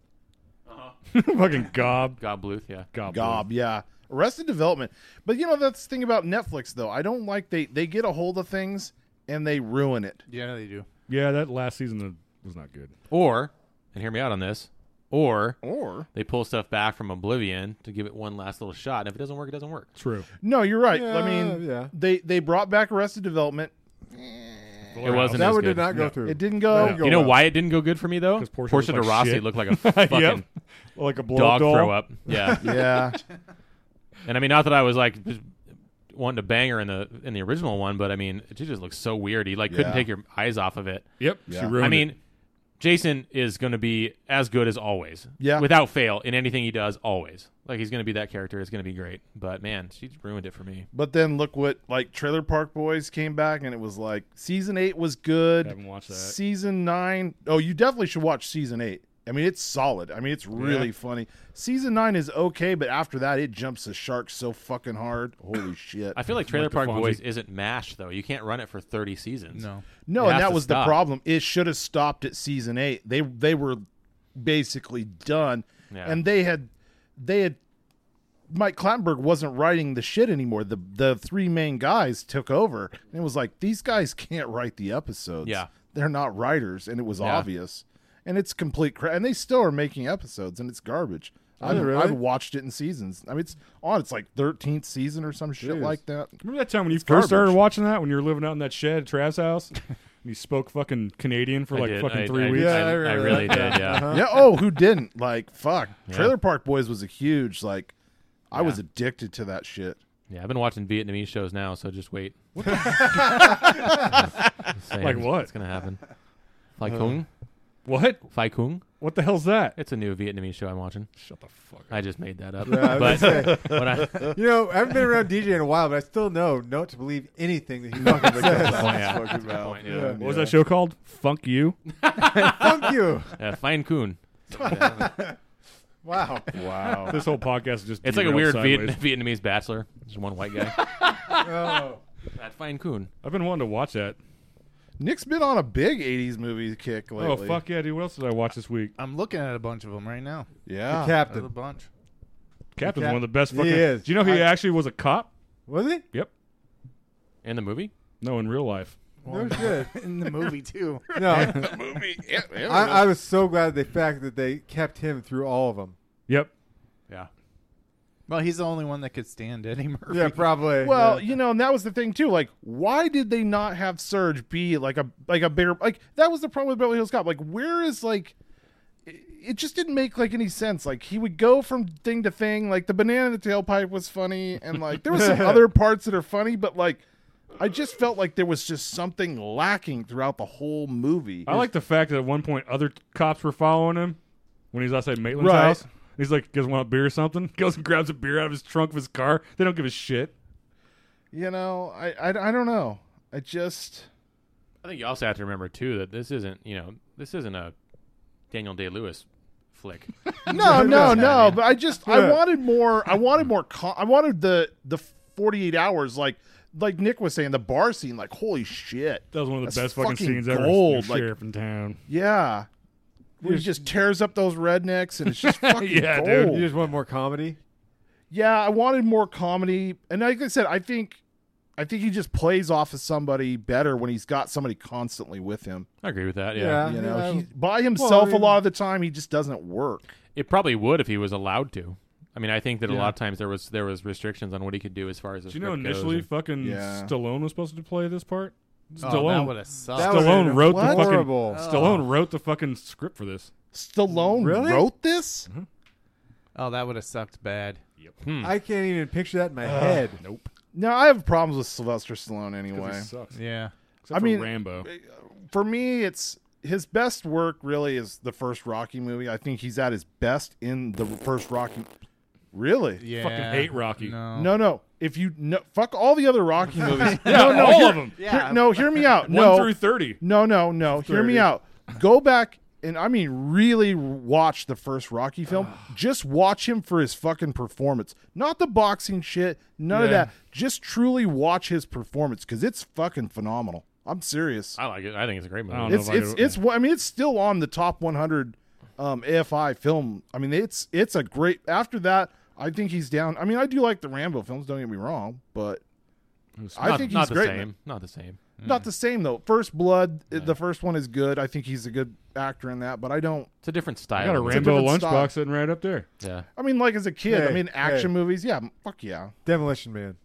Speaker 8: [laughs] fucking Gob.
Speaker 11: God Uh-huh. Bluth. Yeah.
Speaker 8: Gob.
Speaker 9: Yeah. Gob, yeah. Arrested Development. But you know that's the thing about Netflix though. I don't like they they get a hold of things and they ruin it.
Speaker 12: Yeah, they do.
Speaker 8: Yeah, that last season was not good.
Speaker 11: Or, and hear me out on this. Or
Speaker 9: Or
Speaker 11: they pull stuff back from Oblivion to give it one last little shot. And if it doesn't work, it doesn't work.
Speaker 8: True.
Speaker 9: No, you're right.
Speaker 10: Yeah,
Speaker 9: I mean,
Speaker 10: yeah.
Speaker 9: they they brought back Arrested Development.
Speaker 11: It wasn't
Speaker 10: that
Speaker 11: as
Speaker 10: one
Speaker 11: good.
Speaker 10: did not go
Speaker 8: No.
Speaker 10: through.
Speaker 9: It didn't go.
Speaker 10: Yeah.
Speaker 11: You know
Speaker 10: well.
Speaker 11: why it didn't go good for me though?
Speaker 8: 'Cause Portia
Speaker 11: Portia de
Speaker 8: looked like
Speaker 11: Rossi
Speaker 8: shit.
Speaker 11: looked like
Speaker 8: [laughs]
Speaker 11: a fucking
Speaker 8: yep. Like a blow
Speaker 11: dog
Speaker 8: doll.
Speaker 11: throw up.
Speaker 8: [laughs]
Speaker 11: Yeah.
Speaker 9: Yeah,
Speaker 11: And I mean, not that I was like just wanting to bang her in the in the original one, but I mean, she just looked so weird. You like couldn't
Speaker 9: Yeah.
Speaker 11: take your eyes off of it.
Speaker 8: Yep.
Speaker 9: Yeah.
Speaker 8: She
Speaker 9: I
Speaker 8: ruined
Speaker 11: I mean,
Speaker 8: it.
Speaker 11: Jason is going to be as good as always.
Speaker 9: Yeah.
Speaker 11: Without fail in anything he does, always. Like he's going to be that character. It's going to be great. But man, she's ruined it for me.
Speaker 9: but then look what like Trailer Park Boys came back and it was like season eight was good.
Speaker 8: Haven't watched that.
Speaker 9: Season nine. Oh, you definitely should watch season eight. I mean, it's solid. I mean, it's really funny. Season nine is okay, but after that, it jumps the shark so fucking hard.
Speaker 11: [clears throat]
Speaker 9: Holy shit!
Speaker 11: I feel like Trailer
Speaker 8: Like the
Speaker 11: Park
Speaker 8: Fonzie.
Speaker 11: Boys isn't MASH though. You can't run it for 30 seasons.
Speaker 12: No.
Speaker 9: No,
Speaker 11: It
Speaker 9: and
Speaker 11: has
Speaker 9: that
Speaker 11: to
Speaker 9: was
Speaker 11: stop.
Speaker 9: the problem. It should have stopped at season eight. They they were basically done,
Speaker 11: Yeah.
Speaker 9: and they had they had Mike Clattenburg wasn't writing the shit anymore. The the three main guys took over, and it was like these guys can't write the episodes.
Speaker 11: Yeah.
Speaker 9: they're not writers, and it was
Speaker 11: Yeah.
Speaker 9: obvious. And it's complete crap. And they still are making episodes, and it's garbage. I've,
Speaker 10: really?
Speaker 9: I've watched it in seasons. I mean, it's on. It's like thirteenth season or some shit
Speaker 10: Jeez.
Speaker 9: like that.
Speaker 8: Remember that time when you first started
Speaker 9: garbage.
Speaker 8: watching that when you were living out in that shed at Trav's house? and you spoke fucking Canadian for
Speaker 11: I
Speaker 8: like
Speaker 11: did.
Speaker 8: fucking
Speaker 11: I-
Speaker 8: three
Speaker 11: I-
Speaker 8: weeks?
Speaker 11: I,
Speaker 10: Yeah, I
Speaker 11: I
Speaker 10: remember
Speaker 11: really
Speaker 10: that.
Speaker 11: did. Yeah.
Speaker 9: yeah. Oh, who didn't? Like, fuck. Trailer Park Boys was a huge. Like, I was addicted to that shit.
Speaker 11: Yeah. I've been watching Vietnamese shows now, so just wait. Saying
Speaker 8: Like what?
Speaker 11: It's gonna happen. Phai Kung.
Speaker 8: What?
Speaker 11: Phai Kung.
Speaker 8: What the hell's that?
Speaker 11: It's a new Vietnamese show I'm watching.
Speaker 8: Shut the fuck up.
Speaker 11: I just made that up.
Speaker 10: Yeah, I was
Speaker 11: but
Speaker 8: [laughs]
Speaker 11: when I,
Speaker 10: You know, I haven't been around DJ in a while, but I still know not to believe anything that he fucking says.
Speaker 11: yeah, that's a good point, yeah.
Speaker 10: Yeah.
Speaker 8: What was that show called? Funk You?
Speaker 10: Fuck you!
Speaker 11: Uh, Fine
Speaker 8: [laughs]
Speaker 11: Coon.
Speaker 10: Wow.
Speaker 9: Wow.
Speaker 8: this whole podcast is just
Speaker 11: It's like a weird
Speaker 8: derailed sideways.
Speaker 11: Viet- Vietnamese bachelor. Just one white guy. That Fine Coon.
Speaker 8: I've been wanting to watch that.
Speaker 9: Nick's been on a big '80s movie kick lately.
Speaker 8: Oh fuck yeah, dude! What else did I watch this week?
Speaker 12: I'm looking at a bunch of them right now.
Speaker 9: Yeah.
Speaker 12: There's a
Speaker 10: Captain.
Speaker 12: bunch.
Speaker 8: Captain's
Speaker 10: Cap-
Speaker 8: one of the best
Speaker 10: He
Speaker 8: fucking.
Speaker 10: is.
Speaker 8: Do you know he
Speaker 10: I-
Speaker 8: actually was a cop?
Speaker 10: Was he?
Speaker 8: Yep.
Speaker 11: In the movie?
Speaker 8: No, in real life.
Speaker 10: No shit.
Speaker 12: In the movie, too.
Speaker 10: No. I, I was so glad the fact that they kept him through all of them.
Speaker 8: Yep.
Speaker 11: Yeah.
Speaker 12: Well, he's the only one that could stand
Speaker 11: [laughs]
Speaker 12: Eddie Murphy.
Speaker 10: Yeah, probably.
Speaker 9: Well,
Speaker 10: yeah.
Speaker 9: you know, and that was the thing too. Like, why did they not have Surge be like a like a bigger like that was the problem with Beverly Hills Cop. Like, where is like it- it just didn't make like any sense. Like he would go from thing to thing. Like the banana in the tailpipe was funny, and like there were some other parts that are funny, but like I just felt like there was just something lacking throughout the whole movie.
Speaker 8: I like the fact that at one point other cops were following him when he's outside Maitland's
Speaker 9: Right.
Speaker 8: house. He's like, "Guys, want a beer or something?" Goes and grabs a beer out of his trunk of his car. They don't give a shit.
Speaker 9: you know. I I, I don't know. I just
Speaker 11: I think you also have to remember too that this isn't you know this isn't a
Speaker 8: Daniel Day Lewis flick.
Speaker 9: [laughs]
Speaker 7: [laughs]
Speaker 9: No, no, no. But I just I
Speaker 8: Yeah.
Speaker 9: wanted more. I wanted more. Con- I wanted the the forty eight hours like like Nick was saying the bar scene. Like holy shit,
Speaker 7: That was one of the best fucking, scenes ever.
Speaker 9: gold.
Speaker 7: Your
Speaker 9: Like
Speaker 7: sheriff in town.
Speaker 9: yeah, where he just tears up those rednecks and
Speaker 7: [laughs]
Speaker 9: it's just fucking
Speaker 7: Yeah,
Speaker 9: gold.
Speaker 7: dude. You
Speaker 11: just want more comedy.
Speaker 9: Yeah, I wanted more comedy, and like I said, I think I think he just plays off of somebody better when he's got somebody constantly with him.
Speaker 8: I agree with that.
Speaker 9: Yeah,
Speaker 8: Yeah,
Speaker 9: you know, he's by
Speaker 8: Well,
Speaker 9: himself
Speaker 8: mean-
Speaker 9: a lot of the time. He just doesn't work.
Speaker 8: It probably would if he was allowed to. I mean, I think that a
Speaker 9: Yeah.
Speaker 8: lot of times there was there was restrictions on what he could do as far as.
Speaker 7: Do you know initially fucking Stallone was supposed to play this part?
Speaker 8: Oh,
Speaker 7: Stallone.
Speaker 8: that would've sucked. That would've
Speaker 7: Stallone
Speaker 8: been
Speaker 7: wrote the
Speaker 8: what?
Speaker 7: fucking.
Speaker 8: Horrible.
Speaker 7: Stallone wrote the fucking script for this.
Speaker 9: Oh.
Speaker 7: Mm-hmm.
Speaker 9: Stallone
Speaker 11: Really?
Speaker 9: wrote this?
Speaker 10: Oh, that would have sucked bad. Hmm. Yep.
Speaker 11: I can't even picture that in my
Speaker 9: Ugh.
Speaker 11: head.
Speaker 9: Nope. No, I have problems with Sylvester Stallone anyway.
Speaker 7: sucks.
Speaker 10: Yeah.
Speaker 7: Except
Speaker 9: I
Speaker 7: for
Speaker 9: mean, uh,
Speaker 7: Rambo.
Speaker 9: For me, it's his best work. Really, is the first Rocky movie. I think he's at his best in the first Rocky. Really?
Speaker 10: Yeah.
Speaker 7: Fucking hate Rocky.
Speaker 10: No.
Speaker 9: No, no. If you no, fuck all the other Rocky movies.
Speaker 7: Yeah,
Speaker 9: no, no,
Speaker 7: all
Speaker 9: hear-
Speaker 7: of 'em.
Speaker 9: hear-
Speaker 7: Yeah.
Speaker 9: no, hear me out.
Speaker 7: One
Speaker 9: No,
Speaker 7: through 30.
Speaker 9: No, no, no. Hear me
Speaker 7: 30.
Speaker 9: out. Go back and I mean really watch the first Rocky film. Just watch him for his fucking performance, not the boxing shit, none of
Speaker 8: Yeah.
Speaker 9: that. Just truly watch his performance because it's fucking phenomenal. I'm serious.
Speaker 8: I like it. I think it's a great movie.
Speaker 9: It's it's it's. one- I mean, it's still on the top 100 um, AFI film. I mean, it's it's a great. After that, I think he's down. I mean, I do like the Rambo films. Don't get me wrong, but I
Speaker 8: not-
Speaker 9: think he's
Speaker 8: not the
Speaker 9: great.
Speaker 8: same. Not the same.
Speaker 9: Not the same though. First Blood, uh, the first one is good. I think he's a good actor in that, but I don't.
Speaker 8: It's a different
Speaker 7: I
Speaker 8: style.
Speaker 7: got a Rambo lunchbox sitting right up there.
Speaker 8: Yeah.
Speaker 9: I mean, like as a kid, I
Speaker 11: Hey,
Speaker 9: mean, action
Speaker 11: hey.
Speaker 9: movies. Yeah, m- fuck yeah.
Speaker 11: Demolition Man.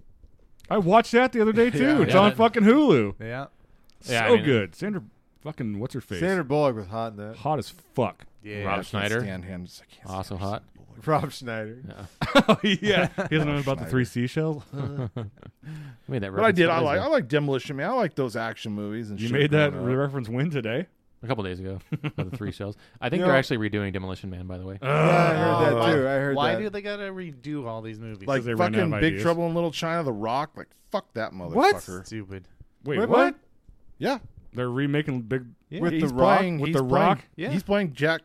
Speaker 7: I watched that the
Speaker 8: [laughs]
Speaker 7: other day too.
Speaker 9: Yeah.
Speaker 7: it's
Speaker 9: Yeah,
Speaker 7: on
Speaker 9: that-
Speaker 7: fucking Hulu.
Speaker 10: Yeah.
Speaker 7: So
Speaker 8: Yeah, I mean-
Speaker 7: good. Sandra fucking what's her face?
Speaker 11: Sandra Bullock was hot in that.
Speaker 7: Hot as fuck.
Speaker 10: Yeah.
Speaker 8: Rob Schneider.
Speaker 9: stand him. Just- I can't
Speaker 8: Also hot.
Speaker 11: Rob Schneider.
Speaker 7: oh yeah. He doesn't know about the three seashells.
Speaker 8: made that
Speaker 9: But I
Speaker 8: reference
Speaker 9: did.
Speaker 8: when
Speaker 9: I
Speaker 8: was
Speaker 9: like.
Speaker 8: that?
Speaker 9: I like Demolition Man. I like those action movies and.
Speaker 7: you
Speaker 9: shit
Speaker 7: made that
Speaker 9: growing up.
Speaker 7: re- reference when today?
Speaker 8: a couple days ago. [laughs] for the three shells. I think
Speaker 9: You
Speaker 8: they're
Speaker 9: know-
Speaker 8: actually redoing Demolition Man, by the way.
Speaker 10: Why- Why do they gotta redo all these movies?
Speaker 9: like fucking Big Trouble in Little China, The Rock. Like fuck that motherfucker.
Speaker 10: Stupid.
Speaker 7: Wait,
Speaker 9: Wait,
Speaker 7: what?
Speaker 9: what? Yeah.
Speaker 7: They're remaking Big
Speaker 9: Yeah.
Speaker 11: With
Speaker 9: He's
Speaker 11: the Rock?
Speaker 9: playing-
Speaker 7: with
Speaker 9: he's
Speaker 7: the
Speaker 9: playing-
Speaker 7: Rock.
Speaker 9: He's playing Jack.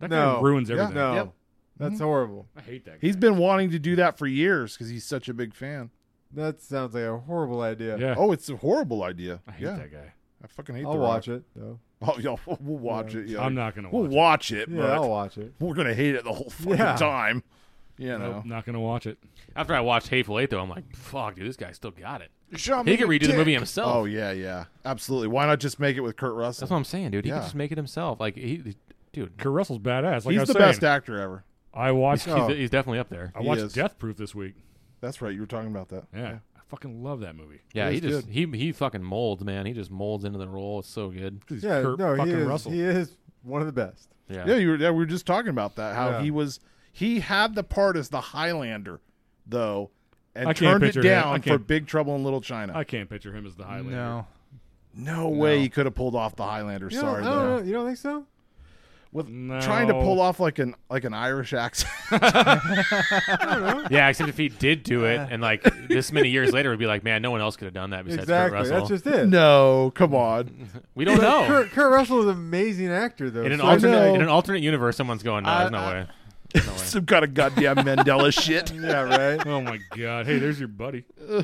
Speaker 7: That guy ruins everything.
Speaker 9: Yeah.
Speaker 11: No.
Speaker 9: Yep.
Speaker 11: That's
Speaker 9: Mhm.
Speaker 11: horrible.
Speaker 7: I hate that.
Speaker 9: He's been wanting to do that for years because he's such a big fan.
Speaker 11: That sounds like a horrible idea.
Speaker 7: Yeah.
Speaker 9: Oh, it's a horrible idea. I
Speaker 7: hate that guy.
Speaker 9: I fucking hate.
Speaker 11: I'll
Speaker 9: The
Speaker 11: watch
Speaker 9: Rock.
Speaker 11: it though.
Speaker 9: Oh, yeah, we'll we'll watch
Speaker 11: Yeah.
Speaker 9: it. Yeah.
Speaker 7: I'm not gonna
Speaker 9: We'll
Speaker 7: watch
Speaker 9: watch it.
Speaker 11: Yeah,
Speaker 9: but
Speaker 11: I'll watch it.
Speaker 9: We're gonna hate it the whole fucking
Speaker 11: Yeah.
Speaker 9: time. You know.
Speaker 7: Nope, not gonna watch it.
Speaker 8: After I watched Hateful Eight, though, I'm like, fuck, dude, this guy still got it.
Speaker 9: Show
Speaker 8: he
Speaker 9: me
Speaker 8: could
Speaker 9: your
Speaker 8: redo the movie
Speaker 9: dick.
Speaker 8: himself.
Speaker 9: Oh yeah, yeah, absolutely. Why not just make it with Kurt Russell?
Speaker 8: That's what I'm saying, dude. He
Speaker 9: Yeah.
Speaker 8: could just make it himself. Like, he, he- dude,
Speaker 7: Kurt Russell's badass. Like
Speaker 9: he's
Speaker 7: I was
Speaker 9: the
Speaker 7: saying.
Speaker 9: best actor ever. oh,
Speaker 7: I watched.
Speaker 11: Oh.
Speaker 8: He's- he's- he's definitely up there.
Speaker 7: I
Speaker 8: He
Speaker 7: watched
Speaker 8: is.
Speaker 7: Death Proof this week.
Speaker 9: That's right. You were talking about that.
Speaker 7: Yeah, I fucking love that movie.
Speaker 8: yeah,
Speaker 9: He
Speaker 8: he
Speaker 9: is
Speaker 8: just he he fucking molds, man. He just molds into the role. It's so good.
Speaker 11: yeah,
Speaker 7: Kurt
Speaker 11: no, he
Speaker 7: fucking
Speaker 11: is,
Speaker 7: Russell.
Speaker 11: he is one of the best.
Speaker 8: Yeah.
Speaker 9: Yeah, you were, yeah, we were just talking about that. How
Speaker 11: Yeah.
Speaker 9: he was, he had the part as the Highlander, though, and
Speaker 7: I can't
Speaker 9: turned it
Speaker 7: picture him. I
Speaker 9: down for
Speaker 7: can't-
Speaker 9: Big Trouble in Little China.
Speaker 7: I can't picture him as the Highlander.
Speaker 10: No.
Speaker 9: no way he could have pulled off the Highlander.
Speaker 11: You don't,
Speaker 9: sorry,
Speaker 11: I don't
Speaker 9: though.
Speaker 11: know, you don't think so?
Speaker 9: with trying to
Speaker 7: No.
Speaker 9: pull off like an like an
Speaker 7: [laughs]
Speaker 9: Irish accent.
Speaker 8: [laughs] Yeah, except if he did
Speaker 11: [laughs]
Speaker 8: do it, and like this many years later, it would be like, man, no one else could have done that besides Kurt
Speaker 11: Exactly.
Speaker 8: Russell.
Speaker 11: That's just it.
Speaker 9: no, come on.
Speaker 8: we don't know.
Speaker 11: Kurt, Kurt Russell is an amazing actor, though.
Speaker 8: in an
Speaker 11: so-
Speaker 8: alternate in an alternate universe, someone's going, no,
Speaker 9: I-
Speaker 8: there's no
Speaker 9: I-
Speaker 8: way.
Speaker 9: Some kind of goddamn Mandela
Speaker 7: [laughs]
Speaker 9: shit.
Speaker 11: yeah, right.
Speaker 7: Oh my god! Hey, there's your buddy.
Speaker 11: Oh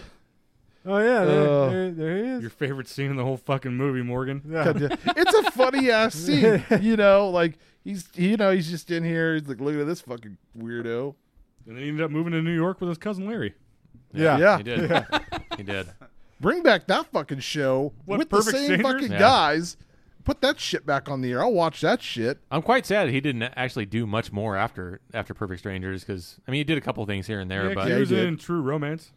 Speaker 11: yeah, [laughs] there,
Speaker 9: Uh,
Speaker 11: there, there he is.
Speaker 7: Your favorite scene in the whole fucking movie, Morgan.
Speaker 11: Yeah.
Speaker 9: God damn- it's a funny
Speaker 8: [laughs]
Speaker 9: ass scene. You know, like he's you know he's just in here. He's like, look at this fucking weirdo.
Speaker 7: And then he ended up moving to New York with his cousin Larry.
Speaker 11: Yeah.
Speaker 9: Yeah.
Speaker 8: He did. He did.
Speaker 9: Bring back that fucking show
Speaker 7: What,
Speaker 9: with the
Speaker 7: Perfect
Speaker 9: same
Speaker 7: Strangers?
Speaker 9: fucking
Speaker 8: Yeah.
Speaker 9: guys. Put that shit back on the air. I'll watch that shit.
Speaker 8: I'm quite sad he didn't actually do much more after after Perfect Strangers because I mean he did a couple things here and there,
Speaker 7: Yeah, 'cause
Speaker 8: but
Speaker 7: he was
Speaker 9: did.
Speaker 7: in True Romance.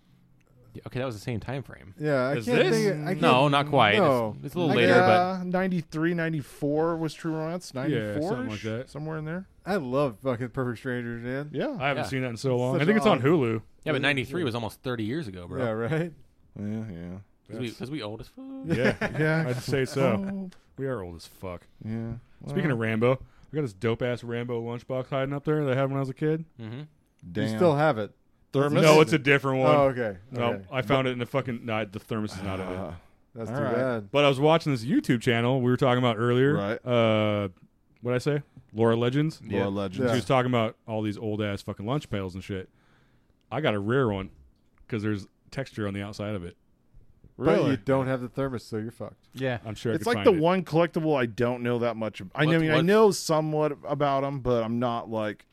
Speaker 8: okay, that was the same time frame.
Speaker 11: Yeah, I
Speaker 7: Is
Speaker 11: can't
Speaker 7: this-
Speaker 11: think. Of, I can't,
Speaker 8: No, not quite. It's-
Speaker 11: No.
Speaker 8: it's a little
Speaker 11: I
Speaker 8: later,
Speaker 11: can't-
Speaker 8: but-
Speaker 9: Uh, 93, 94 was True Romance. 94
Speaker 7: something like that.
Speaker 9: Somewhere in there.
Speaker 11: I love fucking Perfect Strangers, man.
Speaker 9: Yeah.
Speaker 7: I haven't
Speaker 8: Yeah.
Speaker 7: seen that in so long.
Speaker 11: Such
Speaker 7: I think it's on
Speaker 11: odd-
Speaker 7: Hulu.
Speaker 8: Yeah, but '93 was almost 30 years ago, bro.
Speaker 11: Yeah, right.
Speaker 9: Yeah, yeah.
Speaker 8: Because we, 'cause we old as fuck.
Speaker 7: [laughs] Yeah,
Speaker 9: Yeah.
Speaker 7: I'd say so.
Speaker 9: Old.
Speaker 7: We are old as fuck.
Speaker 9: Yeah.
Speaker 7: Speaking of Rambo, I got this dope ass Rambo lunchbox hiding up there that I had when I was a kid.
Speaker 8: Mm-hmm.
Speaker 9: Damn.
Speaker 11: You still have it.
Speaker 9: Thermos?
Speaker 7: No, it's a different one.
Speaker 11: Oh, okay.
Speaker 7: No,
Speaker 11: okay. Ah,
Speaker 7: I found it in the fucking. No, the thermos is not in it.
Speaker 11: That's
Speaker 9: all
Speaker 11: too
Speaker 9: right.
Speaker 11: bad.
Speaker 7: But I was watching this YouTube channel we were talking about earlier.
Speaker 9: Right.
Speaker 7: Uh, what I say?
Speaker 10: Laura Legends.
Speaker 9: Laura Yeah. Legends.
Speaker 10: She
Speaker 9: Yeah.
Speaker 10: was talking about all these old ass fucking lunch pails and shit. I got a rare one because there's texture on the outside of it.
Speaker 11: But you don't have the thermos, so you're fucked.
Speaker 10: I'm sure. I
Speaker 9: it's
Speaker 10: could
Speaker 9: like
Speaker 10: find
Speaker 9: the
Speaker 10: it.
Speaker 9: one collectible I don't know that much. ab- I
Speaker 10: What-
Speaker 9: know, I mean, I
Speaker 10: what-
Speaker 9: know somewhat about them, but I'm not like,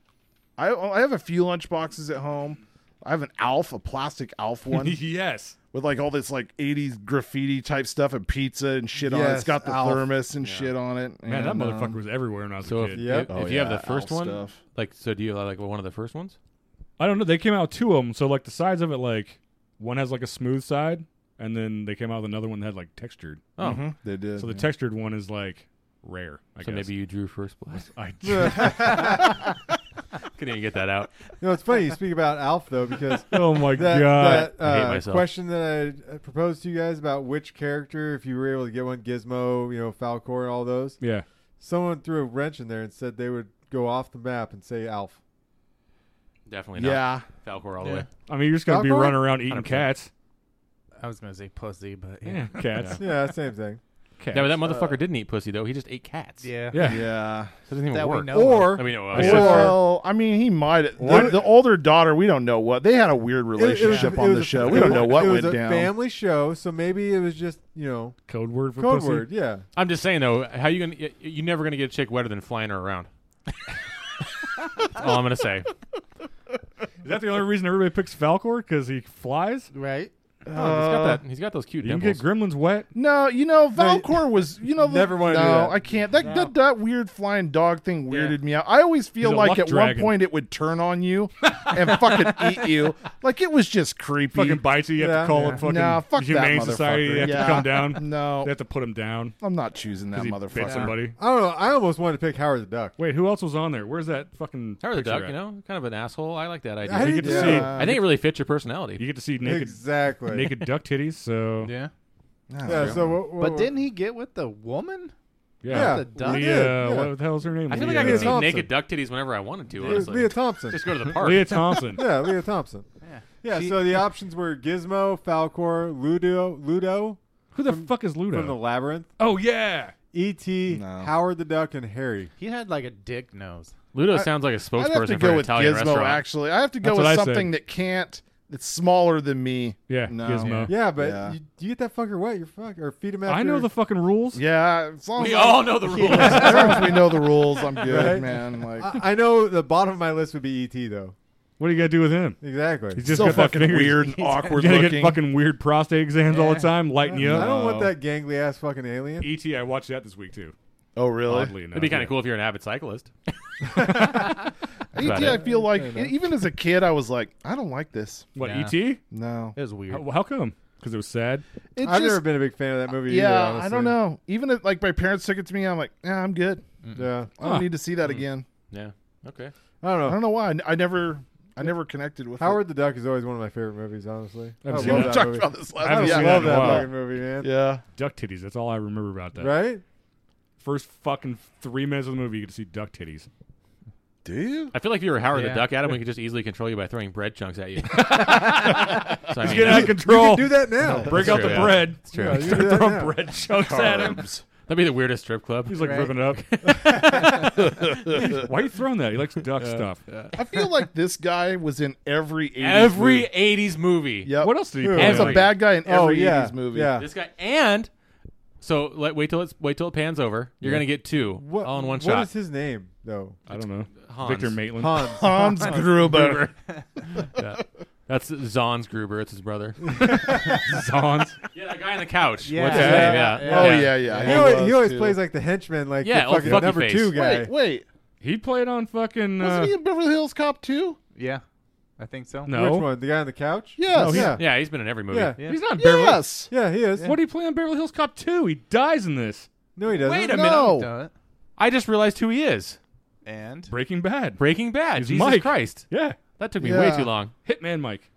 Speaker 9: I I have a few lunch boxes at home. I have an Alf, a plastic
Speaker 10: [laughs]
Speaker 9: Alf one.
Speaker 10: yes.
Speaker 9: With like all this like '80s graffiti type stuff and pizza and shit on it. It's
Speaker 10: Yes,
Speaker 9: got the
Speaker 10: Alf.
Speaker 9: thermos and shit on it.
Speaker 10: Man, that
Speaker 9: and,
Speaker 10: motherfucker
Speaker 9: um,
Speaker 10: was everywhere when I was
Speaker 8: So
Speaker 10: a
Speaker 8: if,
Speaker 10: kid.
Speaker 8: if, if you have the first one,
Speaker 9: stuff.
Speaker 8: like, so do you have like one of the first ones?
Speaker 10: I don't know. They came out two of them, so like the sides of it, like one has like a smooth side, and then they came out with another one that had like textured.
Speaker 8: Oh. Mhm.
Speaker 9: They did,
Speaker 10: So the
Speaker 8: yeah.
Speaker 10: textured one is like rare. I
Speaker 8: so
Speaker 10: guess.
Speaker 8: maybe you drew first place. [laughs]
Speaker 10: I [laughs]
Speaker 8: couldn't even get that out.
Speaker 11: You know, it's funny you speak about Alf though because
Speaker 10: Oh my
Speaker 11: that,
Speaker 10: God.
Speaker 11: that,
Speaker 8: I hate
Speaker 11: uh,
Speaker 8: myself.
Speaker 11: question that I uh, proposed to you guys about which character, if you were able to get one, Gizmo, you know, Falcor, and all those.
Speaker 10: Yeah.
Speaker 11: someone threw a wrench in there and said they would go off the map and say Alf.
Speaker 8: Definitely not.
Speaker 9: Yeah.
Speaker 8: Falcor all the
Speaker 9: Yeah.
Speaker 8: way.
Speaker 10: I mean, you're just gonna be
Speaker 11: Falcor?
Speaker 10: running around eating
Speaker 8: 100%.
Speaker 10: cats.
Speaker 14: I was gonna say pussy, but
Speaker 10: Yeah, cats.
Speaker 11: Yeah, same thing.
Speaker 8: Yeah, but that motherfucker didn't eat pussy though. He just ate cats.
Speaker 14: Yeah.
Speaker 10: Yeah.
Speaker 9: Yeah.
Speaker 8: So it doesn't even
Speaker 14: That we
Speaker 8: work.
Speaker 14: know Or-
Speaker 8: I mean, well,
Speaker 9: Well, I mean, he might. The,
Speaker 11: What?
Speaker 9: the older daughter, we don't know what they had a weird
Speaker 11: It- it was-
Speaker 9: relationship
Speaker 11: it
Speaker 9: on
Speaker 11: was
Speaker 9: the
Speaker 11: a-
Speaker 9: show.
Speaker 11: it
Speaker 9: We don't
Speaker 11: was-
Speaker 9: know what
Speaker 11: it was
Speaker 9: went
Speaker 11: a
Speaker 9: down.
Speaker 11: Family show, so maybe it was just you know
Speaker 10: code word for
Speaker 11: code
Speaker 10: pussy?
Speaker 11: word. Yeah,
Speaker 8: I'm just saying though, how you gonna? y- You're never gonna get a chick wetter than flying her around. That's all I'm gonna say.
Speaker 10: Is that the only reason everybody picks Falcor? Because he flies? Uh,
Speaker 14: Right.
Speaker 8: Oh, he's got that. He's got those cute
Speaker 10: You can
Speaker 8: nipples.
Speaker 10: get gremlins wet.
Speaker 9: No, you know Valcor was. You know, the-
Speaker 10: Never wanna
Speaker 9: No,
Speaker 10: do that.
Speaker 9: I can't. That, that that weird flying dog thing weirded me out. I always feel
Speaker 10: He's a
Speaker 9: like
Speaker 10: luck
Speaker 9: at
Speaker 10: dragon.
Speaker 9: one point it would turn
Speaker 10: [laughs]
Speaker 9: on you and fucking eat you. Like it was just creepy.
Speaker 10: Fucking bites you. You have
Speaker 9: Yeah.
Speaker 10: to call
Speaker 9: Yeah.
Speaker 10: it fucking
Speaker 9: Nah, fuck that
Speaker 10: humane society.
Speaker 9: motherfucker.
Speaker 10: They have
Speaker 9: Yeah.
Speaker 10: to come down.
Speaker 9: No.
Speaker 10: they have to put him down.
Speaker 9: I'm not choosing that
Speaker 10: 'Cause he bit
Speaker 9: motherfucker.
Speaker 10: somebody.
Speaker 11: I don't know. I almost wanted to pick Howard the Duck.
Speaker 10: Wait, who else was on there? Where's that fucking?
Speaker 8: Howard the
Speaker 10: picture
Speaker 8: Duck,
Speaker 10: at?
Speaker 8: you know, kind of an asshole. I like that idea.
Speaker 11: I
Speaker 8: You
Speaker 11: did
Speaker 8: get to
Speaker 11: too.
Speaker 8: see.
Speaker 11: Yeah.
Speaker 8: I think it really fits your personality.
Speaker 10: You get to see naked,
Speaker 11: Exactly.
Speaker 10: naked duck titties. So
Speaker 14: Yeah.
Speaker 11: yeah. So what, what,
Speaker 14: But didn't he get with the woman?
Speaker 10: yeah,
Speaker 14: The duck?
Speaker 10: Leah,
Speaker 11: He did, yeah.
Speaker 10: what the hell's her name?
Speaker 8: I feel like
Speaker 10: Leah,
Speaker 8: I could
Speaker 11: Leah
Speaker 8: see
Speaker 11: Thompson.
Speaker 8: naked duck titties whenever I wanted to.
Speaker 11: It was
Speaker 8: Honestly,
Speaker 11: Leah Thompson.
Speaker 8: [laughs] just go to the park.
Speaker 10: Leah Thompson.
Speaker 11: Yeah, Leah Thompson. Yeah.
Speaker 14: She-
Speaker 11: so the options were Gizmo, Falcor, Ludo, Ludo
Speaker 10: Who the fuck is
Speaker 11: from the
Speaker 10: Ludo?
Speaker 11: Labyrinth,
Speaker 10: Oh yeah,
Speaker 11: E.T.,
Speaker 9: No.
Speaker 11: Howard the Duck, and Harry.
Speaker 14: He had like a dick nose.
Speaker 8: Ludo
Speaker 9: I-
Speaker 8: sounds like a
Speaker 9: I'd have to
Speaker 8: spokesperson for
Speaker 9: go
Speaker 8: an
Speaker 9: with
Speaker 8: Italian
Speaker 9: Gizmo.
Speaker 8: restaurant.
Speaker 9: Actually, I have to go
Speaker 10: That's
Speaker 9: with
Speaker 10: what I said.
Speaker 9: something that can't. That's smaller than me.
Speaker 10: yeah,
Speaker 9: No.
Speaker 10: Gizmo.
Speaker 11: Yeah, but
Speaker 9: Yeah.
Speaker 11: You, you get that fucker wet, you're fuck or feed him after.
Speaker 10: I know the fucking rules.
Speaker 9: Yeah, as long
Speaker 8: We
Speaker 9: as,
Speaker 8: all know
Speaker 10: [laughs]
Speaker 8: Oh, the rules.
Speaker 9: I- as long as we know the rules, I'm good,
Speaker 11: Right?
Speaker 9: man. Like,
Speaker 11: I, I know the bottom of my list would be E.T. though.
Speaker 10: What do you got to do with him?
Speaker 11: Exactly.
Speaker 10: He's just
Speaker 9: so
Speaker 10: got that
Speaker 9: fucking
Speaker 10: finger-
Speaker 9: weird and
Speaker 10: You're
Speaker 9: awkward
Speaker 10: gonna
Speaker 9: looking.
Speaker 10: get fucking weird prostate exams all the
Speaker 14: Yeah.
Speaker 10: time, lighting you
Speaker 11: I
Speaker 10: up.
Speaker 11: don't want that gangly ass fucking alien.
Speaker 10: E.T. I watched that this week too.
Speaker 9: oh, really?
Speaker 10: Oddly enough,
Speaker 8: It'd be kind
Speaker 10: yeah.
Speaker 8: of cool if you're an avid cyclist.
Speaker 9: ET,
Speaker 8: about
Speaker 9: E I feel like even as a kid, I was like, I don't like this.
Speaker 10: What E
Speaker 8: Yeah.
Speaker 10: E.T.?
Speaker 9: No,
Speaker 14: It was weird.
Speaker 10: How, how come? Because it was sad.
Speaker 9: it
Speaker 11: I've never been a big fan of that movie.
Speaker 9: yeah,
Speaker 11: either,
Speaker 9: I don't
Speaker 11: honestly.
Speaker 9: know. Even if, like my parents took it to me, I'm like, yeah, I'm good.
Speaker 11: Yeah,
Speaker 9: I don't
Speaker 10: Huh.
Speaker 9: need to see that again.
Speaker 8: Yeah. Okay.
Speaker 11: I don't know.
Speaker 9: I don't know why. I, n- I never, I never connected with
Speaker 11: Howard the Duck is always one of my favorite movies. Honestly,
Speaker 10: I haven't
Speaker 11: I
Speaker 10: seen
Speaker 11: love
Speaker 9: It. We
Speaker 10: that
Speaker 11: Oh,
Speaker 9: talked
Speaker 11: movie.
Speaker 9: about this last.
Speaker 10: I haven't
Speaker 9: yeah.
Speaker 10: seen
Speaker 11: I love
Speaker 10: that in a
Speaker 11: that
Speaker 10: while.
Speaker 11: fucking movie, man.
Speaker 9: Yeah,
Speaker 10: Duck titties. That's all I remember about that.
Speaker 11: Right?
Speaker 10: First fucking three minutes of the movie, you get to see duck titties.
Speaker 9: do you?
Speaker 8: I feel like if you were Howard
Speaker 14: Yeah.
Speaker 8: the Duck, Adam, we could just easily control you by throwing bread chunks at you. so, I
Speaker 10: He's
Speaker 8: mean,
Speaker 10: getting out of control.
Speaker 11: Do that now.
Speaker 10: Break out
Speaker 8: true,
Speaker 10: the
Speaker 8: yeah.
Speaker 10: bread.
Speaker 8: true.
Speaker 11: Yeah, you
Speaker 10: Start
Speaker 11: do that
Speaker 10: throwing
Speaker 11: now.
Speaker 10: bread chunks at him.
Speaker 8: [laughs] That'd be the weirdest strip club.
Speaker 10: He's like
Speaker 14: Right.
Speaker 10: ripping it up. [laughs] Why are you throwing that? He likes duck stuff.
Speaker 9: I feel like this guy was in every 80s
Speaker 8: every
Speaker 9: Movie.
Speaker 8: '80s movie.
Speaker 9: Yep.
Speaker 10: What else did he
Speaker 11: Dude,
Speaker 10: play?
Speaker 9: He was a
Speaker 8: Every-
Speaker 9: bad guy in every
Speaker 11: Oh yeah,
Speaker 9: 80s movie.
Speaker 11: Yeah.
Speaker 8: This guy and so let wait till it's wait till it pans over. You're gonna get two
Speaker 11: What,
Speaker 8: all in one
Speaker 11: what
Speaker 8: shot.
Speaker 11: is his name though?
Speaker 10: I don't know.
Speaker 8: Hans.
Speaker 10: Victor Maitland.
Speaker 11: Hans.
Speaker 9: Hans Gruber.
Speaker 8: Yeah. That's Zons Gruber. It's his brother. [laughs]
Speaker 10: Zons.
Speaker 8: yeah, that guy on the couch.
Speaker 14: Yeah.
Speaker 8: What's his
Speaker 11: Yeah.
Speaker 8: name? Yeah.
Speaker 9: Oh yeah, yeah.
Speaker 11: He, always,
Speaker 9: was,
Speaker 11: he always
Speaker 9: too.
Speaker 11: plays like the henchman, like
Speaker 8: Yeah,
Speaker 11: the
Speaker 8: old
Speaker 11: fucking
Speaker 8: fucky
Speaker 11: number
Speaker 8: face.
Speaker 11: two guy.
Speaker 9: Wait, wait.
Speaker 10: He played on fucking. Uh,
Speaker 9: Wasn't he in Beverly Hills Cop too?
Speaker 14: Yeah. I think so.
Speaker 10: no.
Speaker 11: Which one? The guy on the couch?
Speaker 9: Yes.
Speaker 11: Oh,
Speaker 9: No,
Speaker 11: yeah.
Speaker 9: he's-
Speaker 8: Yeah, he's been in every movie.
Speaker 11: Yeah.
Speaker 14: Yeah.
Speaker 10: He's not in Beverly.
Speaker 9: Yes.
Speaker 11: Yeah, he is.
Speaker 10: What do you play on Beverly Hills Cop 2? He dies in this.
Speaker 11: No, he doesn't.
Speaker 8: Wait a minute.
Speaker 9: No.
Speaker 14: Duh.
Speaker 8: I just realized who he is.
Speaker 14: And
Speaker 10: Breaking Bad.
Speaker 8: Breaking Bad.
Speaker 10: He's
Speaker 8: Jesus
Speaker 10: Mike.
Speaker 8: Christ.
Speaker 10: Yeah.
Speaker 8: That took me
Speaker 9: Yeah.
Speaker 8: way too long.
Speaker 10: Hitman Mike.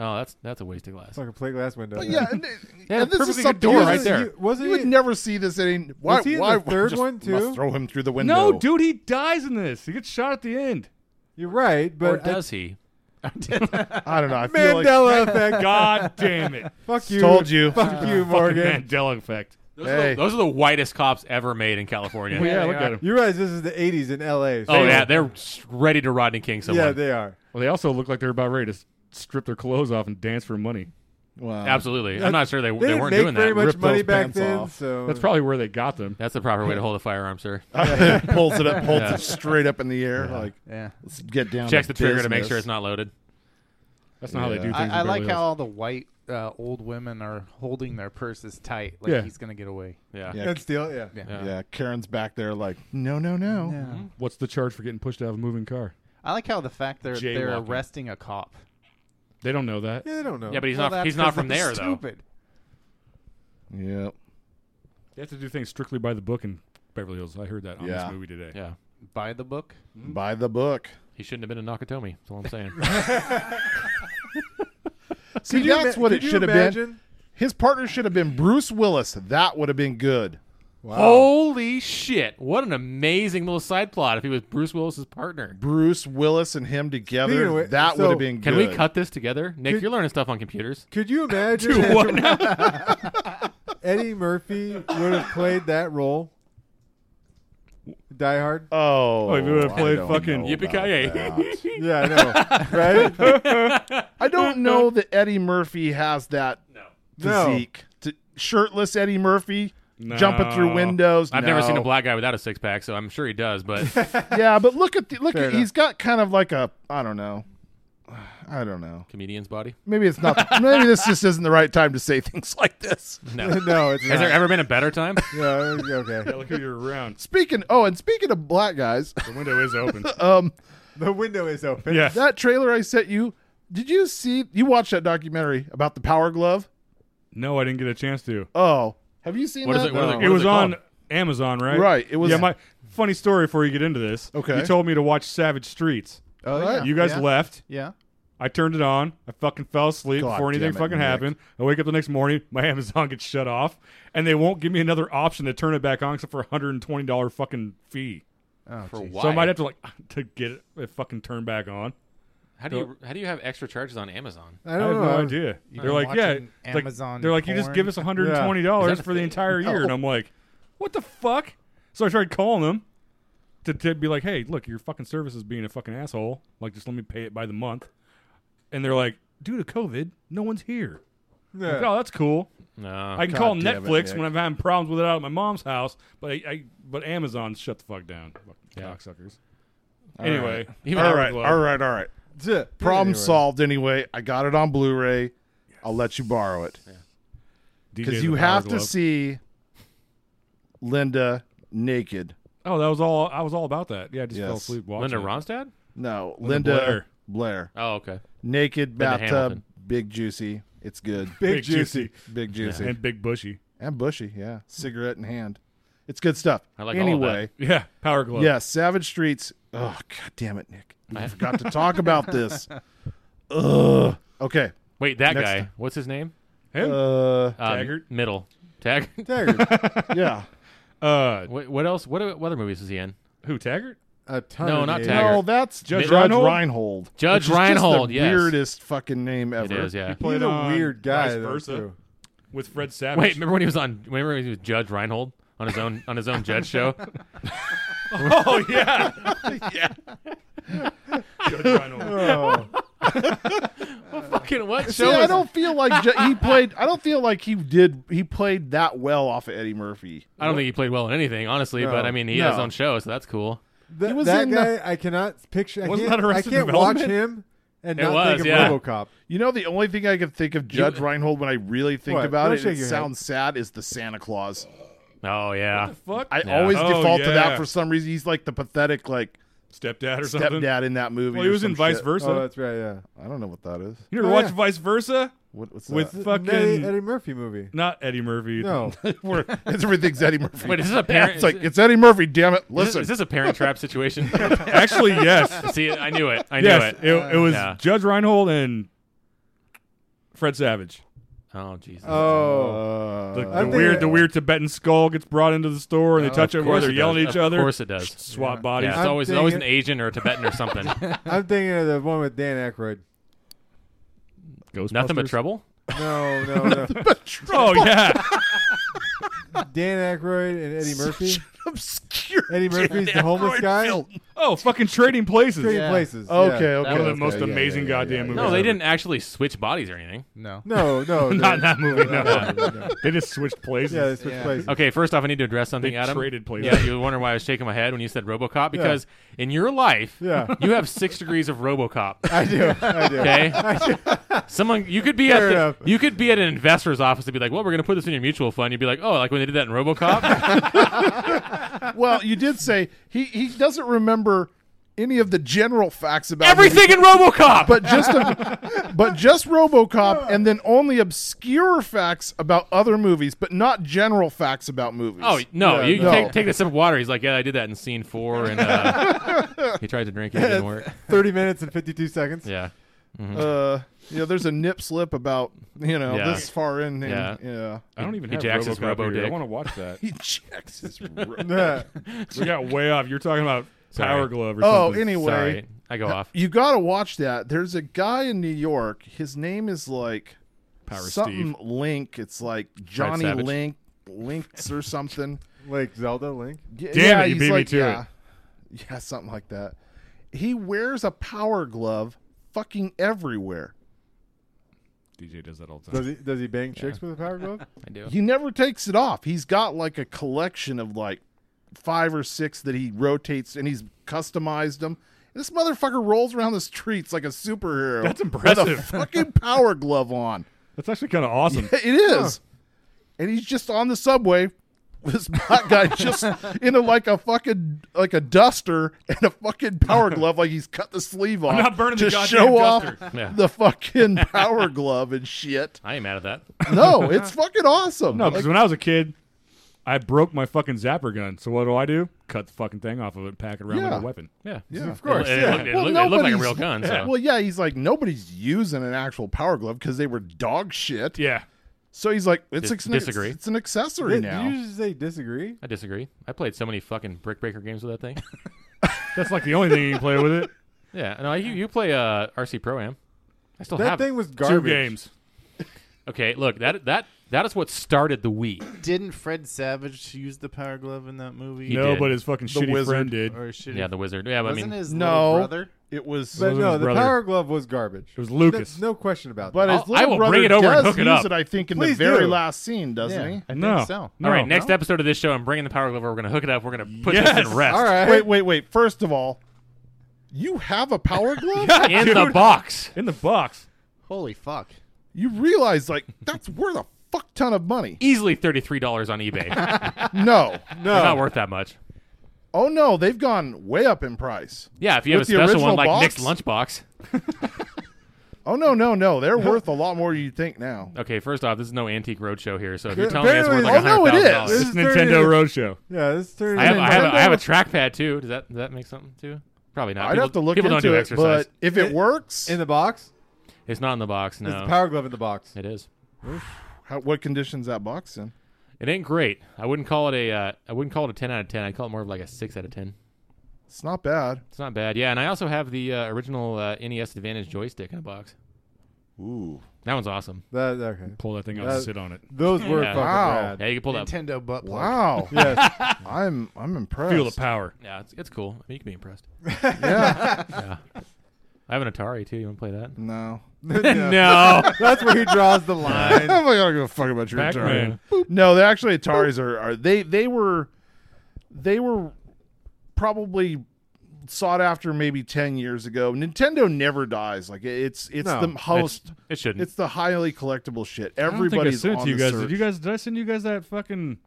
Speaker 8: Oh, that's that's a wasted glass.
Speaker 11: Fucking plate glass window.
Speaker 9: But yeah, and,
Speaker 8: Yeah,
Speaker 9: and this
Speaker 8: perfectly
Speaker 9: is
Speaker 8: good
Speaker 9: something
Speaker 8: door
Speaker 9: you-
Speaker 8: right
Speaker 9: you-
Speaker 8: there.
Speaker 11: You- wasn't
Speaker 9: you would
Speaker 11: he-
Speaker 9: never see this. Any why?
Speaker 11: he in
Speaker 9: why
Speaker 11: the third
Speaker 9: [laughs] just
Speaker 11: one, too?
Speaker 9: must throw him through the window.
Speaker 10: No, dude, he dies in this. He gets shot at the end.
Speaker 11: You're right, but
Speaker 8: or does he?
Speaker 11: [laughs]
Speaker 9: I don't know. I
Speaker 11: I,
Speaker 9: feel like
Speaker 11: Mandela effect.
Speaker 10: God damn it.
Speaker 11: Fuck you.
Speaker 9: told you.
Speaker 11: Fuck you,
Speaker 10: Fucking
Speaker 11: Morgan.
Speaker 10: Mandela effect.
Speaker 8: Those, are the, those are the whitest cops ever made in California.
Speaker 11: You realize this is the 80s in LA.
Speaker 8: Oh yeah, they're s- ready to Rodney King
Speaker 6: Oh
Speaker 8: someone.
Speaker 6: Well, they also look like they're about ready to s- strip their clothes off and dance for money.
Speaker 9: Wow.
Speaker 8: Absolutely. I'm not sure they,
Speaker 9: They
Speaker 8: they,
Speaker 9: didn't
Speaker 8: weren't
Speaker 9: make
Speaker 8: doing
Speaker 9: very
Speaker 8: that.
Speaker 9: much Rip money those back pants then, off.
Speaker 11: so-
Speaker 6: That's probably where they got them.
Speaker 8: That's the proper way to hold a firearm, sir.
Speaker 9: [laughs] pulls it up, holds
Speaker 8: Yeah.
Speaker 9: it straight up in the air. Like,
Speaker 10: Yeah.
Speaker 9: let's get down.
Speaker 8: Checks
Speaker 9: to
Speaker 8: the trigger to make
Speaker 9: business.
Speaker 8: sure it's not loaded.
Speaker 6: That's
Speaker 9: not how they do
Speaker 10: I,
Speaker 9: things
Speaker 10: I
Speaker 9: in
Speaker 10: like
Speaker 9: Beverly
Speaker 10: how
Speaker 9: Hills.
Speaker 10: all the white uh, old women are holding their purses tight, like
Speaker 9: Yeah.
Speaker 10: he's gonna get away.
Speaker 9: c- yeah. Karen's back there, like, no, no, no.
Speaker 6: What's the charge for getting pushed out of a moving car?
Speaker 10: I like how the fact they're they're
Speaker 6: Jaywalking.
Speaker 10: arresting a cop.
Speaker 6: They don't know that.
Speaker 10: Yeah, they don't know.
Speaker 8: Yeah, but he's
Speaker 10: Well,
Speaker 8: not
Speaker 10: that's
Speaker 8: he's not
Speaker 10: 'cause
Speaker 8: from
Speaker 10: they're
Speaker 8: there
Speaker 10: stupid.
Speaker 9: Yeah.
Speaker 6: They have to do things strictly by the book in Beverly Hills. I heard that on
Speaker 9: Yeah.
Speaker 6: this movie today.
Speaker 8: Yeah.
Speaker 10: By the book.
Speaker 9: By the book.
Speaker 8: though. He shouldn't have been in Nakatomi. That's all I'm saying.
Speaker 9: See,
Speaker 8: Could you
Speaker 9: that's
Speaker 8: ima-
Speaker 9: what
Speaker 8: could
Speaker 9: it
Speaker 8: you
Speaker 9: should have been.
Speaker 8: imagine?
Speaker 9: His partner should have been Bruce Willis. That would have been good.
Speaker 8: Holy shit! What an amazing little side plot if he was Bruce Willis's partner.
Speaker 9: Bruce Willis and him
Speaker 8: Speaking
Speaker 9: together.
Speaker 8: of which,
Speaker 9: that
Speaker 8: so-
Speaker 9: would have been.
Speaker 8: Can we
Speaker 9: good.
Speaker 8: cut this together, Nick? you're learning stuff on computers.
Speaker 11: Could you
Speaker 8: [laughs]
Speaker 11: imagine
Speaker 8: Dude,
Speaker 11: if
Speaker 6: [laughs]
Speaker 8: what now?
Speaker 11: Eddie Murphy would have played that role? Die Hard.
Speaker 9: Oh,
Speaker 6: Oh, if he would have played fucking
Speaker 11: yeah, I know. Right?
Speaker 9: [laughs] I don't know that Eddie Murphy has that
Speaker 11: No.
Speaker 9: physique. To, shirtless Eddie Murphy
Speaker 8: No.
Speaker 9: jumping through windows.
Speaker 8: I've never seen a
Speaker 9: No.
Speaker 8: black guy without a six pack, so I'm sure he does. But
Speaker 6: [laughs]
Speaker 9: yeah, but look at the, look.
Speaker 8: Fair
Speaker 9: At,
Speaker 8: enough.
Speaker 9: he's got kind of like a I don't know, I don't know.
Speaker 8: comedian's body.
Speaker 9: Maybe it's not. the- maybe this just isn't the right time to say things
Speaker 11: [laughs]
Speaker 9: like this.
Speaker 8: No,
Speaker 6: [laughs]
Speaker 8: Has there ever been a better time?
Speaker 11: no, okay.
Speaker 6: Yeah, look who you're around.
Speaker 9: Speaking. Oh, and speaking of black guys,
Speaker 6: The window is open.
Speaker 9: [laughs] um,
Speaker 11: the window is open.
Speaker 9: That trailer I sent you. Did you see? You watched that documentary about the Power Glove?
Speaker 6: No, I didn't get a chance to.
Speaker 9: Oh, have you seen
Speaker 6: What is
Speaker 9: that?
Speaker 6: it? What is it- what is was it on Amazon, right?
Speaker 9: Right, it was-
Speaker 6: Yeah, my funny story before you get into this.
Speaker 9: Okay.
Speaker 6: You told me to watch Savage Streets.
Speaker 10: Oh, yeah.
Speaker 6: You guys
Speaker 10: Yeah.
Speaker 6: left.
Speaker 10: Yeah.
Speaker 6: I turned it on. I fucking fell asleep
Speaker 9: God
Speaker 6: before anything
Speaker 9: damn it,
Speaker 6: fucking
Speaker 9: Nick.
Speaker 6: happened. I wake up the next morning, my Amazon gets shut off, and they won't give me another option to turn it back on except for a hundred and twenty dollar fucking fee.
Speaker 10: Oh,
Speaker 8: For geez.
Speaker 6: So I
Speaker 8: why?
Speaker 6: might have to like to get it, it fucking turned back on.
Speaker 8: How do you how do you have extra charges on Amazon?
Speaker 11: I don't
Speaker 6: have
Speaker 11: know.
Speaker 6: no
Speaker 11: I was-
Speaker 6: idea.
Speaker 11: You've
Speaker 6: They're
Speaker 11: been
Speaker 6: like, yeah,
Speaker 11: watching
Speaker 6: it's like-
Speaker 11: Amazon
Speaker 6: they're like, you just
Speaker 11: porn?
Speaker 6: give us one hundred and twenty
Speaker 11: Yeah. Is
Speaker 6: dollars
Speaker 11: that a
Speaker 6: Oh, for the
Speaker 11: thing?
Speaker 6: entire year, and
Speaker 11: No.
Speaker 6: I'm like, what the fuck? So I tried calling them to, to be like, hey, look, your fucking service is being a fucking asshole. Like, just let me pay it by the month. And they're like, due to COVID, no one's here. I'm like,
Speaker 8: Yeah.
Speaker 6: oh, that's cool.
Speaker 8: No.
Speaker 6: I can
Speaker 8: God
Speaker 6: call
Speaker 8: damn it,
Speaker 6: Netflix
Speaker 8: Nick.
Speaker 6: when I'm having problems with it out at my mom's house, but I, I but Amazon shut the fuck down. Fucking Cocksuckers. Anyway,
Speaker 9: all right, all right, all right. Problem
Speaker 6: Anyway.
Speaker 9: solved. Anyway, I got it on Blu-ray. I'll let you borrow it because
Speaker 6: DJ
Speaker 9: you
Speaker 6: the
Speaker 9: have
Speaker 6: Power
Speaker 9: to
Speaker 6: Glove.
Speaker 9: see Linda naked.
Speaker 6: Oh, that was all. I was all about that. Yeah, I just fell
Speaker 9: Yes.
Speaker 6: asleep watching.
Speaker 8: Linda
Speaker 6: it.
Speaker 8: Ronstadt?
Speaker 9: No,
Speaker 6: Linda
Speaker 9: Linda,
Speaker 6: Blair.
Speaker 9: Blair.
Speaker 8: Oh, okay.
Speaker 9: Naked
Speaker 8: Linda
Speaker 9: bathtub,
Speaker 8: Hamilton.
Speaker 9: big juicy. It's good.
Speaker 11: Big Big juicy. juicy.
Speaker 9: Big juicy.
Speaker 6: And big bushy.
Speaker 9: And bushy, yeah. Cigarette in hand. It's good stuff.
Speaker 8: I like all of
Speaker 9: anyway.
Speaker 6: that. Yeah, Power Glove.
Speaker 9: Yeah, Savage Streets. Oh, god damn it, Nick. I forgot to talk about this.
Speaker 8: [laughs]
Speaker 9: Ugh. Okay.
Speaker 8: Wait, that
Speaker 9: Next
Speaker 8: guy.
Speaker 9: time.
Speaker 8: What's his name?
Speaker 6: Him?
Speaker 8: Um,
Speaker 9: Uh,
Speaker 6: Taggart?
Speaker 8: Middle. Taggart.
Speaker 9: Taggart.
Speaker 11: [laughs]
Speaker 9: Yeah.
Speaker 6: [laughs]
Speaker 8: [laughs]
Speaker 6: Uh,
Speaker 8: what, what else? What, what other movies is he in?
Speaker 6: Who Taggart?
Speaker 11: A ton.
Speaker 8: No,
Speaker 9: of
Speaker 8: not
Speaker 9: names.
Speaker 8: Taggart.
Speaker 9: No, that's Judge,
Speaker 8: Mid-
Speaker 9: Reinhold. Reinhold.
Speaker 8: Judge
Speaker 9: which is just
Speaker 8: Reinhold.
Speaker 9: the
Speaker 8: yes.
Speaker 9: Weirdest fucking name ever.
Speaker 8: is, yeah. He
Speaker 11: played
Speaker 9: He's a
Speaker 11: on
Speaker 9: weird guy.
Speaker 11: Vice
Speaker 9: though,
Speaker 11: Versa.
Speaker 9: too.
Speaker 6: with Fred Savage.
Speaker 8: Wait, remember when he was on? Remember when he was Judge Reinhold on his own on his own judge show?
Speaker 6: [laughs] Oh yeah,
Speaker 8: [laughs] yeah.
Speaker 6: Judge Reinhold.
Speaker 9: Oh.
Speaker 11: [laughs]
Speaker 8: What fucking
Speaker 6: [laughs]
Speaker 8: what
Speaker 9: See,
Speaker 8: show?
Speaker 9: I
Speaker 8: is-
Speaker 9: don't feel like ju- he played. I don't feel like he did. He played that well off of Eddie Murphy.
Speaker 8: I don't think he played well in anything, honestly.
Speaker 9: No.
Speaker 8: but I mean, he has his
Speaker 9: No.
Speaker 8: own show, so that's cool.
Speaker 11: Th-
Speaker 9: He was
Speaker 11: that
Speaker 9: in
Speaker 11: guy,
Speaker 9: the-
Speaker 11: I cannot picture. I
Speaker 9: Wasn't
Speaker 11: can't,
Speaker 9: that
Speaker 11: I
Speaker 9: Arrested
Speaker 11: can't watch
Speaker 9: Development?
Speaker 11: him and
Speaker 8: It
Speaker 11: not
Speaker 8: was,
Speaker 11: think of
Speaker 8: yeah.
Speaker 11: RoboCop.
Speaker 9: You know, the only thing I can think of Judge Reinhold when I really think
Speaker 11: What?
Speaker 9: about
Speaker 11: Don't
Speaker 9: it,
Speaker 11: shake
Speaker 9: and it
Speaker 11: your head.
Speaker 9: sounds sad, is the Santa Claus.
Speaker 8: Oh yeah.
Speaker 6: What
Speaker 9: I
Speaker 8: Yeah.
Speaker 9: always
Speaker 8: Oh,
Speaker 9: default to
Speaker 8: yeah.
Speaker 9: that for some reason. He's like the pathetic, like
Speaker 6: Stepdad or something?
Speaker 9: stepdad in that movie.
Speaker 6: Well, he
Speaker 9: or
Speaker 6: was in
Speaker 9: some
Speaker 6: Vice
Speaker 9: shit.
Speaker 6: Versa. Oh, that's
Speaker 11: right. Yeah.
Speaker 9: I don't know what that is.
Speaker 6: You never
Speaker 9: Oh,
Speaker 6: watch
Speaker 9: yeah.
Speaker 6: Vice Versa?
Speaker 9: What- what's
Speaker 6: with
Speaker 9: that?
Speaker 6: fucking
Speaker 9: Eddie-
Speaker 11: Eddie Murphy movie?
Speaker 6: Not Eddie Murphy. [laughs]
Speaker 11: No.
Speaker 9: We're- [laughs] it's everything's Eddie Murphy.
Speaker 8: Wait, is this a parent-
Speaker 9: It's like it's Eddie Murphy. Damn it!
Speaker 8: Is this,
Speaker 9: Listen,
Speaker 8: is this a parent trap situation?
Speaker 6: Actually, yes.
Speaker 8: See, I knew it. I knew
Speaker 6: yes,
Speaker 8: it.
Speaker 6: It, was
Speaker 8: Yeah.
Speaker 6: Judge Reinhold and Fred Savage.
Speaker 8: Oh Jesus.
Speaker 11: Oh.
Speaker 6: The, the
Speaker 11: I think
Speaker 6: weird,
Speaker 11: it-
Speaker 6: the weird Tibetan skull gets brought into the store, and they
Speaker 8: Oh,
Speaker 6: touch
Speaker 8: of
Speaker 6: it while
Speaker 8: course
Speaker 6: they're
Speaker 8: it
Speaker 6: yelling at
Speaker 8: does.
Speaker 6: each
Speaker 8: Of
Speaker 6: other.
Speaker 8: course it does.
Speaker 6: Swap
Speaker 8: Yeah.
Speaker 6: bodies.
Speaker 8: Yeah,
Speaker 11: I'm
Speaker 8: it's always always an
Speaker 11: thinking-
Speaker 8: Asian or a Tibetan or something.
Speaker 11: I'm thinking of the one with Dan Aykroyd.
Speaker 8: Nothing but
Speaker 6: Ghostbusters?
Speaker 9: [laughs]
Speaker 8: trouble. [laughs]
Speaker 11: No, no, no.
Speaker 9: but
Speaker 6: Oh yeah.
Speaker 11: Dan Aykroyd and Eddie Murphy.
Speaker 9: [laughs] obscure.
Speaker 11: Eddie
Speaker 15: Dan
Speaker 11: Murphy's the homeless
Speaker 15: Aykroyd
Speaker 11: guy.
Speaker 15: film. Oh,
Speaker 8: [laughs]
Speaker 15: fucking [laughs] Trading Places.
Speaker 11: Trading Yeah. Places, yeah. Okay, okay.
Speaker 15: One of the
Speaker 11: Okay,
Speaker 15: most
Speaker 11: yeah,
Speaker 15: amazing
Speaker 11: yeah, yeah,
Speaker 15: goddamn
Speaker 11: yeah.
Speaker 15: movies.
Speaker 8: No, they
Speaker 15: ever.
Speaker 8: didn't actually switch bodies or anything.
Speaker 16: No.
Speaker 15: [laughs]
Speaker 11: No, no,
Speaker 15: Not in
Speaker 11: no.
Speaker 15: that movie.
Speaker 11: No,
Speaker 15: No,
Speaker 11: no,
Speaker 9: [laughs]
Speaker 11: no.
Speaker 15: they just switched
Speaker 8: [laughs]
Speaker 15: places.
Speaker 11: Yeah,
Speaker 15: [laughs]
Speaker 11: they switched Yeah. places.
Speaker 8: Okay, first off, I need to address something,
Speaker 15: They
Speaker 8: Adam.
Speaker 15: traded places.
Speaker 8: Yeah, you were wondering why I was shaking my head when you said RoboCop because in your life,
Speaker 15: Yeah.
Speaker 8: [laughs] you have six degrees of RoboCop.
Speaker 11: I do, I do.
Speaker 8: Okay,
Speaker 11: I do.
Speaker 8: someone you could be
Speaker 11: Fair
Speaker 8: at
Speaker 11: enough.
Speaker 8: the, you could be at an investor's office and be like, "Well, we're going to put this in your mutual fund." You'd be like, "Oh, like when they did that in RoboCop."
Speaker 9: [laughs]
Speaker 8: [laughs]
Speaker 9: well, you did say he, he doesn't remember any of the general facts about
Speaker 8: Everything in RoboCop!
Speaker 9: but
Speaker 15: [laughs]
Speaker 9: just a, but just RoboCop, and then only obscure facts about other movies, but not general facts about movies.
Speaker 8: oh no,
Speaker 9: Yeah,
Speaker 8: you Take, take the sip of water. He's like, "Yeah, I did that in scene four, and uh, he tried to drink it, it didn't work."
Speaker 11: Thirty minutes and fifty-two seconds.
Speaker 8: Yeah.
Speaker 9: Uh, you know, there's a nip slip about you know
Speaker 8: Yeah.
Speaker 9: this far in. in-
Speaker 8: Yeah.
Speaker 9: yeah.
Speaker 15: I don't even
Speaker 8: He
Speaker 15: have
Speaker 8: jacks his
Speaker 15: RoboCop
Speaker 8: robo
Speaker 15: here. I
Speaker 8: dick.
Speaker 15: want to watch that.
Speaker 9: he jacks [laughs] his
Speaker 11: Yeah.
Speaker 15: we got way off. You're talking about
Speaker 8: Sorry.
Speaker 15: Power Glove or
Speaker 9: Oh,
Speaker 15: something.
Speaker 9: anyway,
Speaker 8: Sorry, I go off.
Speaker 9: You gotta watch that. There's a guy in New York. His name is like
Speaker 15: Power
Speaker 9: something Link. It's like Johnny
Speaker 8: Savage.
Speaker 9: Link, Links or something.
Speaker 11: Like Zelda Link.
Speaker 9: Yeah,
Speaker 15: Damn
Speaker 9: yeah,
Speaker 15: it, you
Speaker 9: he's
Speaker 15: beat me
Speaker 9: like,
Speaker 15: to it.
Speaker 9: yeah. Yeah, something like that. He wears a power glove fucking everywhere.
Speaker 15: DJ does that all the time.
Speaker 11: Does he does he bang chicks with a power glove?
Speaker 8: I do.
Speaker 9: He never takes it off. He's got like a collection of like five or six that he rotates and he's customized them. This motherfucker rolls around the streets like a superhero.
Speaker 15: That's
Speaker 9: With a
Speaker 15: impressive.
Speaker 9: fucking power glove on.
Speaker 15: That's actually kind of
Speaker 9: [laughs]
Speaker 15: awesome.
Speaker 9: It is. And he's just on the subway. This
Speaker 8: [laughs]
Speaker 9: black guy just in a like a fucking like a duster and a fucking power glove, like he's cut the sleeve off.
Speaker 15: not burning
Speaker 9: to
Speaker 15: the goddamn
Speaker 9: show off
Speaker 15: duster.
Speaker 8: Yeah.
Speaker 9: the fucking power glove and shit.
Speaker 8: I ain't mad at that.
Speaker 9: No, it's fucking awesome.
Speaker 15: No,
Speaker 9: Like,
Speaker 15: because when I was a kid, I broke my fucking zapper gun. So what do I do? Cut the fucking thing off of it, pack it around like
Speaker 9: Yeah.
Speaker 15: a weapon.
Speaker 8: Yeah,
Speaker 9: yeah, of
Speaker 8: course, It- it yeah. looked- it looked- it looked like a real gun, so.
Speaker 9: Well, yeah, he's like nobody's using an actual power glove because they were dog shit.
Speaker 15: Yeah.
Speaker 9: So he's like, it's,
Speaker 8: Dis-
Speaker 9: an,
Speaker 8: disagree.
Speaker 9: it's an accessory
Speaker 11: Did,
Speaker 9: now.
Speaker 11: did you just say disagree?
Speaker 8: I disagree. I played so many fucking brick breaker games with that
Speaker 15: [laughs]
Speaker 8: thing.
Speaker 15: That's like the only thing you can play with it.
Speaker 8: yeah, no, you you play uh, RC Pro Am. I still
Speaker 11: That
Speaker 8: have
Speaker 11: thing
Speaker 8: it.
Speaker 11: was
Speaker 15: Two
Speaker 11: garbage.
Speaker 15: games.
Speaker 8: Okay, look that that that is what started the Wii.
Speaker 16: Didn't Fred Savage use the power glove in that movie?
Speaker 8: He
Speaker 15: no,
Speaker 8: did.
Speaker 15: but his fucking shitty
Speaker 9: wizard.
Speaker 15: friend did.
Speaker 16: Or should
Speaker 8: Yeah, the wizard. Yeah, but I
Speaker 16: wasn't
Speaker 8: mean,
Speaker 16: his
Speaker 9: no,
Speaker 16: little brother?
Speaker 9: it was.
Speaker 11: But no, the
Speaker 15: brother.
Speaker 11: power glove was garbage.
Speaker 15: It was Lucas.
Speaker 11: That's no question about
Speaker 9: But
Speaker 11: that.
Speaker 9: his
Speaker 8: I'll-
Speaker 9: little
Speaker 8: I will
Speaker 9: brother
Speaker 8: bring it over and
Speaker 9: does
Speaker 8: hook it
Speaker 9: use
Speaker 8: up.
Speaker 9: it, I think, in
Speaker 11: Please
Speaker 9: the very
Speaker 11: do.
Speaker 9: last scene, doesn't
Speaker 16: Yeah,
Speaker 9: he?
Speaker 16: I
Speaker 15: no.
Speaker 16: think so.
Speaker 15: no.
Speaker 8: all right, next episode of this show, I'm bringing the power glove over. We're gonna hook it up. We're gonna put
Speaker 15: Yes.
Speaker 8: this in rest
Speaker 11: All right.
Speaker 9: Wait, wait, wait. First of all, you have
Speaker 8: [laughs]
Speaker 9: a power glove?
Speaker 8: in the box.
Speaker 15: In the box.
Speaker 16: Holy fuck!
Speaker 9: You realize, like, that's worth a fuck ton of money.
Speaker 8: Easily thirty three dollars on eBay. It's
Speaker 9: No.
Speaker 8: not worth that much.
Speaker 9: Oh, no. They've gone way up in price.
Speaker 8: Yeah, if you have
Speaker 9: With
Speaker 8: a
Speaker 9: the
Speaker 8: special one
Speaker 9: original
Speaker 8: like
Speaker 9: box?
Speaker 8: Nick's lunchbox.
Speaker 9: Oh, no, no, no.
Speaker 8: [laughs]
Speaker 9: They're worth a lot more than you think now.
Speaker 8: Okay, first off, this is no antique roadshow here, so if you're telling me it's
Speaker 11: Apparently-
Speaker 8: worth like
Speaker 9: oh, no, it
Speaker 8: hundred thousand
Speaker 9: is.
Speaker 8: dollars,
Speaker 15: It's
Speaker 11: This is
Speaker 15: Nintendo Roadshow.
Speaker 11: yeah, this turned
Speaker 8: I have,
Speaker 11: into
Speaker 8: I, have a, I have a trackpad too. Does that does that make something too? Probably not.
Speaker 9: I'd
Speaker 8: people,
Speaker 9: have to look
Speaker 8: people
Speaker 9: into
Speaker 8: don't do
Speaker 9: it,
Speaker 8: exercise.
Speaker 9: but if it,
Speaker 11: It-
Speaker 9: works,
Speaker 11: in the box.
Speaker 8: It's not in the box.
Speaker 11: Is
Speaker 8: No,
Speaker 11: the power glove in the box?
Speaker 8: it is.
Speaker 9: how, what condition's that box in?
Speaker 8: It ain't great. I wouldn't call it a. Uh, I wouldn't call it a ten out of ten. I'd call it more of like a six out of ten.
Speaker 9: It's not bad.
Speaker 8: It's not bad. Yeah, and I also have the uh, original uh, NES Advantage joystick in a box.
Speaker 9: Ooh.
Speaker 8: That one's awesome.
Speaker 11: That okay.
Speaker 15: Pull that thing out
Speaker 11: That-
Speaker 15: and sit on it.
Speaker 11: Those were
Speaker 8: Yeah.
Speaker 11: fucking
Speaker 9: Wow.
Speaker 11: rad.
Speaker 8: Yeah, you can pull that.
Speaker 16: Nintendo butt plug.
Speaker 9: [laughs] Wow.
Speaker 11: Yes.
Speaker 9: I'm I'm impressed.
Speaker 15: Feel the power.
Speaker 8: Yeah, it's, it's cool. I mean, you can be impressed.
Speaker 9: [laughs] Yeah.
Speaker 8: Yeah. I have an Atari too. You want to play that?
Speaker 15: [laughs]
Speaker 9: No. [laughs]
Speaker 8: no.
Speaker 11: That's where he draws the line.
Speaker 9: I'm not gonna give a fuck about your
Speaker 15: Pac-Man.
Speaker 9: Atari. No, the actually Ataris are, are they they were they were probably sought after maybe ten years ago. Nintendo never dies. Like it's it's
Speaker 11: No,
Speaker 9: the host.
Speaker 8: It shouldn't.
Speaker 9: It's the highly collectible shit.
Speaker 15: I don't think I
Speaker 9: Everybody's
Speaker 15: sent it
Speaker 9: on
Speaker 15: to you
Speaker 9: the
Speaker 15: guys.
Speaker 9: search.
Speaker 15: Did you guys? Did I send you guys that fucking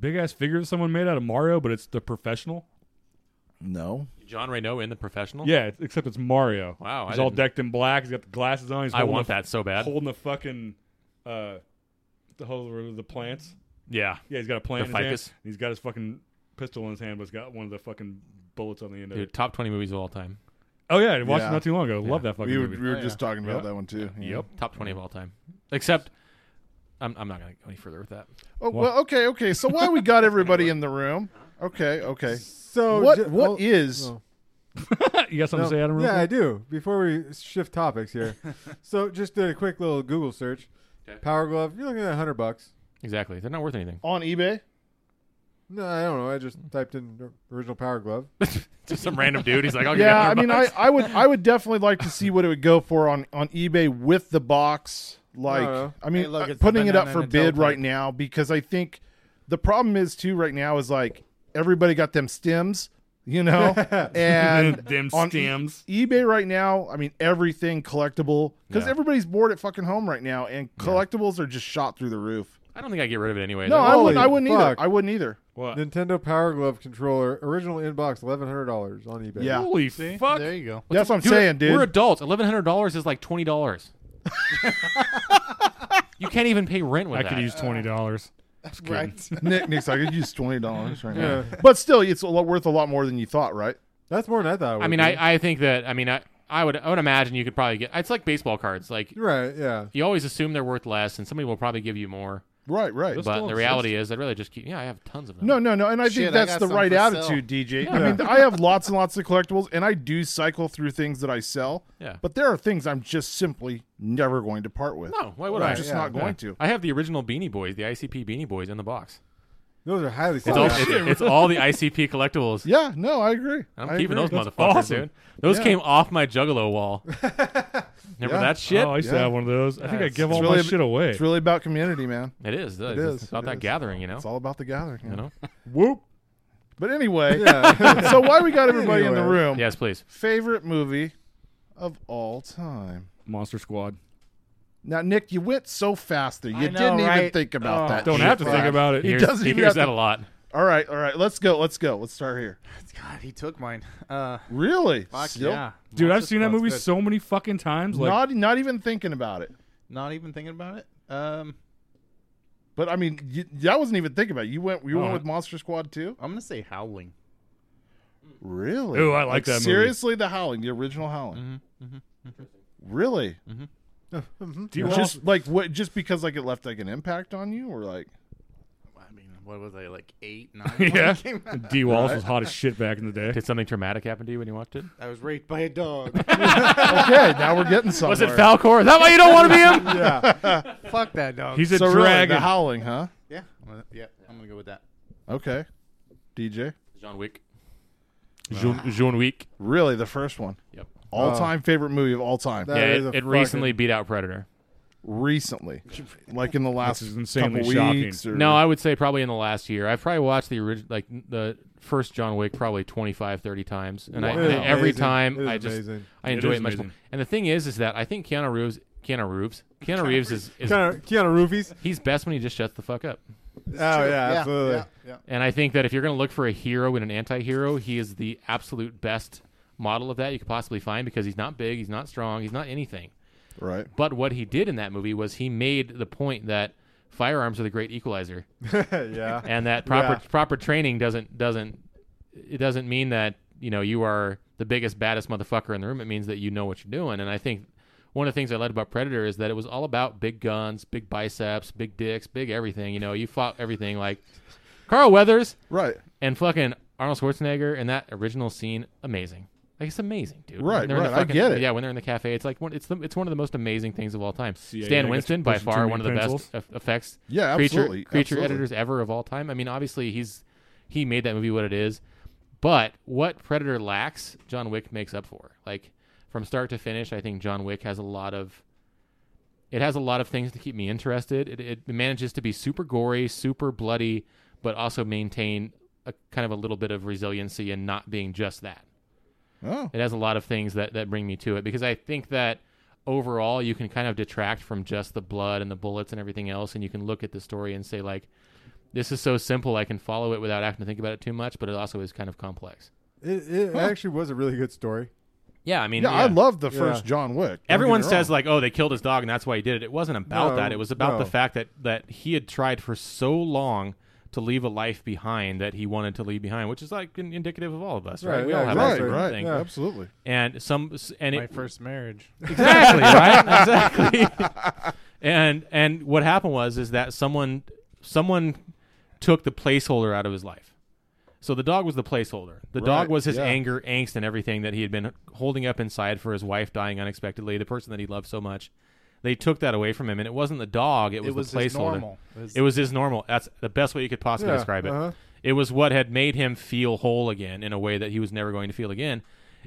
Speaker 15: big ass figure that someone made out of Mario? But it's the professional.
Speaker 9: No.
Speaker 8: John Reno in the professional.
Speaker 15: Yeah, it's, except it's Mario.
Speaker 8: Wow, I
Speaker 15: he's all
Speaker 8: didn't-
Speaker 15: decked in black. He's got the glasses on. He's
Speaker 8: I
Speaker 15: holding
Speaker 8: want
Speaker 15: the-
Speaker 8: that so bad.
Speaker 15: Holding the fucking uh, the whole the plants.
Speaker 8: Yeah.
Speaker 15: Yeah, he's got a plant.
Speaker 8: The
Speaker 15: in his
Speaker 8: ficus?
Speaker 15: hand, and he's got his fucking pistol in his hand, but he's got one of the fucking bullets on the end of
Speaker 8: Dude,
Speaker 15: it.
Speaker 8: top twenty movies of all time. Oh,
Speaker 15: Oh yeah, I watched
Speaker 9: Yeah.
Speaker 15: it not too long ago. Love that fucking
Speaker 9: We were,
Speaker 15: movie.
Speaker 9: we were just talking about
Speaker 15: Oh, Yeah.
Speaker 9: that one too. yeah.
Speaker 15: Yep.
Speaker 8: Top twenty of all time. Except, I'm I'm not gonna go any further with that.
Speaker 9: Oh, well, okay, okay. So why we got everybody in the room? Okay, okay.
Speaker 11: So
Speaker 9: What-
Speaker 11: ju-
Speaker 9: what
Speaker 11: oh,
Speaker 9: is-
Speaker 11: no,
Speaker 15: [laughs] you got something
Speaker 11: no.
Speaker 15: to say, Adam? Real
Speaker 11: yeah, I
Speaker 15: quick?
Speaker 11: do. Before we shift topics here, so just did a quick little Google search. Power glove. You're looking at hundred bucks.
Speaker 8: Exactly. They're not worth anything.
Speaker 9: On eBay?
Speaker 10: No, I don't know. I just typed in or- original Power Glove.
Speaker 8: just some random dude. He's like, I'll give you
Speaker 9: yeah, I
Speaker 8: 100 [laughs]
Speaker 9: mean, I,
Speaker 8: bucks.
Speaker 9: I would I would definitely like to see what it would go for on, on eBay with the box. Like,
Speaker 8: No, no.
Speaker 9: I mean, uh,
Speaker 8: Hey, look, it's the
Speaker 9: putting it up
Speaker 8: banana
Speaker 9: for
Speaker 8: and a
Speaker 9: bid
Speaker 8: tailpipe.
Speaker 9: right now because I think the problem is too right now is like everybody got them stems,
Speaker 8: [laughs]
Speaker 9: you know, and
Speaker 17: Them
Speaker 9: on e-
Speaker 17: stems.
Speaker 9: eBay right now, I mean, everything collectible because
Speaker 8: Yeah.
Speaker 9: everybody's bored at fucking home right now, and collectibles are just shot through the roof.
Speaker 8: I don't think I get rid of it anyway.
Speaker 9: No, I wouldn't. I wouldn't either.
Speaker 10: fuck.
Speaker 9: I wouldn't either.
Speaker 8: What?
Speaker 10: Nintendo Power Glove controller, original inbox, eleven hundred dollars on eBay.
Speaker 9: Yeah.
Speaker 8: Holy
Speaker 11: See?
Speaker 8: fuck!
Speaker 11: There you go.
Speaker 9: That's what I'm
Speaker 8: Dude,
Speaker 9: saying, dude.
Speaker 8: We're adults. Eleven hundred dollars is like twenty
Speaker 9: [laughs]
Speaker 8: dollars. you can't even pay rent with
Speaker 17: I
Speaker 8: that.
Speaker 17: could use twenty dollars.
Speaker 9: Right. [laughs] Nick, Nick's like, I could use twenty dollars right now.
Speaker 10: Yeah.
Speaker 9: But still, it's a lot, worth a lot more than you thought, right?
Speaker 10: That's more than I thought. It
Speaker 8: I
Speaker 10: would
Speaker 8: mean,
Speaker 10: be.
Speaker 8: I, I think that I mean I, I would I would imagine you could probably get it's like baseball cards. Like
Speaker 10: right, yeah.
Speaker 8: you always assume they're worth less, and somebody will probably give you more.
Speaker 9: Right, right.
Speaker 8: But the reality is, I'd really just keep. Yeah, I have tons of them.
Speaker 9: No, no, no. And I
Speaker 8: Shit,
Speaker 9: think
Speaker 8: I
Speaker 9: that's
Speaker 8: got
Speaker 9: the
Speaker 8: some
Speaker 9: right
Speaker 8: for sale.
Speaker 9: attitude, DJ. I
Speaker 8: Yeah.
Speaker 9: mean, I have lots and lots of collectibles, and I do cycle through things that I sell.
Speaker 8: Yeah.
Speaker 9: But there are things I'm just simply never going to part with.
Speaker 8: No, why would
Speaker 9: I'm
Speaker 8: I?
Speaker 9: just not going to.
Speaker 8: I have the original Beanie Boys, the ICP Beanie Boys, in the box.
Speaker 10: Those are highly
Speaker 11: Oh,
Speaker 8: It's all,
Speaker 10: select-
Speaker 8: it's, it's all the ICP collectibles.
Speaker 9: Yeah, no, I agree.
Speaker 8: I'm
Speaker 9: I
Speaker 8: keeping
Speaker 9: agree.
Speaker 8: those motherfuckers, dude. Those
Speaker 9: Yeah.
Speaker 8: came off my
Speaker 17: [laughs]
Speaker 8: Juggalo wall. Remember
Speaker 9: Yeah.
Speaker 8: that shit?
Speaker 17: Oh, I used to have one of those. I think I give all my
Speaker 9: ab-
Speaker 17: shit away.
Speaker 9: It's really about community, man.
Speaker 8: It is.
Speaker 9: It
Speaker 8: It's
Speaker 9: is.
Speaker 8: about
Speaker 9: It
Speaker 8: that
Speaker 9: is.
Speaker 8: gathering, you know?
Speaker 9: It's all about the gathering.
Speaker 8: You know?
Speaker 9: Whoop. But anyway,
Speaker 8: Yeah.
Speaker 9: [laughs] so why we got everybody in the
Speaker 8: Anyway.
Speaker 9: room?
Speaker 8: Yes, please.
Speaker 9: Favorite movie of all time?
Speaker 17: Monster Squad.
Speaker 9: Now, Nick, you went so fast there. You
Speaker 8: I know,
Speaker 9: didn't even
Speaker 8: right?
Speaker 9: think about
Speaker 8: Oh,
Speaker 9: that.
Speaker 8: Don't
Speaker 9: shit.
Speaker 8: have to think
Speaker 9: Fuck.
Speaker 8: about it.
Speaker 9: He
Speaker 8: Hears-
Speaker 9: doesn't
Speaker 8: he
Speaker 9: even
Speaker 8: hears
Speaker 9: have
Speaker 8: that
Speaker 9: to-
Speaker 8: a lot.
Speaker 9: All right, all right. Let's go. Let's go. Let's start here.
Speaker 11: God, he took mine. Uh,
Speaker 9: Really?
Speaker 11: Fuck
Speaker 9: Still?
Speaker 11: yeah.
Speaker 17: Dude, I've
Speaker 11: Monster
Speaker 17: seen that
Speaker 11: Squad's
Speaker 17: movie
Speaker 11: good.
Speaker 17: so many fucking times. Like,
Speaker 9: not not even thinking about it.
Speaker 11: Not even thinking about it. Um,
Speaker 9: But I mean, you, I wasn't even thinking about it. You went. You
Speaker 11: Oh,
Speaker 9: went
Speaker 11: I-
Speaker 9: with Monster Squad too.
Speaker 8: Oh.
Speaker 11: I'm gonna say Howling.
Speaker 9: Really?
Speaker 17: Ooh, I like that movie.
Speaker 9: Seriously, the Howling, the original Howling.
Speaker 8: Mm-hmm,
Speaker 9: Really?
Speaker 11: Mhm.
Speaker 17: Do you
Speaker 9: just [laughs]
Speaker 17: all-
Speaker 9: like what? Just because like it left like an impact on you, or like?
Speaker 11: I mean, what was I like eight, nine? when it
Speaker 17: yeah,
Speaker 11: came out?
Speaker 17: D Walls
Speaker 11: Right?
Speaker 17: was hot as shit back in the day.
Speaker 8: Did something traumatic happen to you when you watched it?
Speaker 11: I was raped by a dog.
Speaker 9: okay, now we're getting somewhere.
Speaker 8: Was it Falcor? Is that why you don't want to be
Speaker 9: [laughs]
Speaker 8: him?
Speaker 11: yeah. Fuck that dog.
Speaker 9: He's a So really, the dragon. Howling, huh?
Speaker 11: Yeah. I'm gonna, yeah. I'm gonna go with that.
Speaker 9: Okay, DJ.
Speaker 8: John Wick.
Speaker 9: Jean,
Speaker 8: Jean Wick.
Speaker 9: Really, the first one.
Speaker 8: Yep.
Speaker 9: All time favorite movie of all time.
Speaker 8: Yeah, it, it recently beat out Predator.
Speaker 9: [laughs] Recently, like in the last
Speaker 8: is
Speaker 17: insanely
Speaker 9: couple
Speaker 17: shocking.
Speaker 9: weeks. Or,
Speaker 8: No, I would say probably in the last year. I've probably watched the original, like the first John Wick, probably 25, 30 times, and I,
Speaker 17: Wow.
Speaker 8: and
Speaker 17: It is
Speaker 8: every
Speaker 17: amazing.
Speaker 8: time
Speaker 17: It is
Speaker 8: I just
Speaker 17: amazing.
Speaker 8: I
Speaker 17: It
Speaker 8: enjoy it,
Speaker 17: is
Speaker 8: much more.
Speaker 17: amazing.
Speaker 8: And the thing is, is that I think Keanu Reeves, Keanu Reeves, Keanu Reeves is, is
Speaker 10: Keanu- Keanu Roofies.
Speaker 8: He's best when he just shuts the fuck up.
Speaker 10: Oh yeah, absolutely.
Speaker 8: And I think that if you're going to look for a hero and an anti-hero, he is the absolute best model of that you could possibly find because he's not big, he's not strong, he's not anything.
Speaker 9: Right.
Speaker 8: But what he did in that movie was he made the point that firearms are the great equalizer.
Speaker 10: [laughs] Yeah.
Speaker 8: And that proper
Speaker 10: Yeah.
Speaker 8: proper training doesn't doesn't it doesn't mean that, you know, you are the biggest baddest motherfucker in the room. It means that you know what you're doing. And I think one of the things I liked about Predator is that it was all about big guns, big biceps, big dicks, big everything. You know, you fought everything like Carl Weathers,
Speaker 9: right?
Speaker 8: And fucking Arnold Schwarzenegger and that original scene, amazing. Like it's amazing, dude. When
Speaker 9: Right,
Speaker 8: they're in the
Speaker 9: right, I get it.
Speaker 8: Yeah, when they're in the cafe, it's like one, it's the, it's one of the most amazing things of all time.
Speaker 9: CIA
Speaker 8: Stan
Speaker 9: guy
Speaker 8: Winston,
Speaker 9: gets
Speaker 8: by
Speaker 9: pushing
Speaker 8: far,
Speaker 9: too
Speaker 8: one of the
Speaker 9: many
Speaker 8: best
Speaker 9: pencils.
Speaker 8: eff- effects
Speaker 9: Yeah,
Speaker 8: creature
Speaker 9: absolutely,
Speaker 8: creature
Speaker 9: absolutely.
Speaker 8: editors ever of all time. I mean, obviously he's he made that movie what it is, but what Predator lacks, John Wick makes up for. Like from start to finish, I think John Wick has a lot of it has a lot of things to keep me interested. It, it manages to be super gory, super bloody, but also maintain a kind of a little bit of resiliency and not being just that.
Speaker 9: Oh.
Speaker 8: It has a lot of things that, that bring me to it because I think that overall you can kind of detract from just the blood and the bullets and everything else, and you can look at the story and say like, this is so simple I can follow it without having to think about it too much, but it also is kind of complex.
Speaker 10: It, it
Speaker 11: [laughs]
Speaker 8: Huh.
Speaker 10: actually was a really good story.
Speaker 8: Yeah, I mean,
Speaker 9: yeah, I love the
Speaker 10: Yeah.
Speaker 9: first John Wick. Don't get
Speaker 8: Everyone
Speaker 9: me
Speaker 8: says like, "Oh, they killed his dog, and that's why he did it." It wasn't about
Speaker 9: No,
Speaker 8: that. It was about
Speaker 9: no.
Speaker 8: the fact that that he had tried for so long to leave a life behind that he wanted to leave behind, which is like in- indicative of all of us, right?
Speaker 9: Right,
Speaker 8: we
Speaker 9: yeah,
Speaker 8: all have
Speaker 9: exactly.
Speaker 8: that sort
Speaker 9: Right,
Speaker 8: of thing,
Speaker 9: yeah, absolutely.
Speaker 8: And some, s- and
Speaker 11: My
Speaker 8: it-
Speaker 11: first marriage.
Speaker 8: exactly, right, exactly. and and what happened was is that someone someone took the placeholder out of his life. So the dog was the placeholder. The dog
Speaker 9: Right,
Speaker 8: was his
Speaker 9: yeah.
Speaker 8: anger, angst, and everything that he had been holding up inside for his wife dying unexpectedly, the person that he loved so much.
Speaker 11: They took that away from him, and it wasn't the dog; it was,
Speaker 12: was
Speaker 11: the
Speaker 12: his
Speaker 11: placeholder.
Speaker 12: normal. It was-
Speaker 11: It was his normal. That's the best way you could possibly
Speaker 12: Yeah,
Speaker 11: describe it.
Speaker 12: uh-huh.
Speaker 11: It was what had made him feel whole again in a way that he was never going to feel again.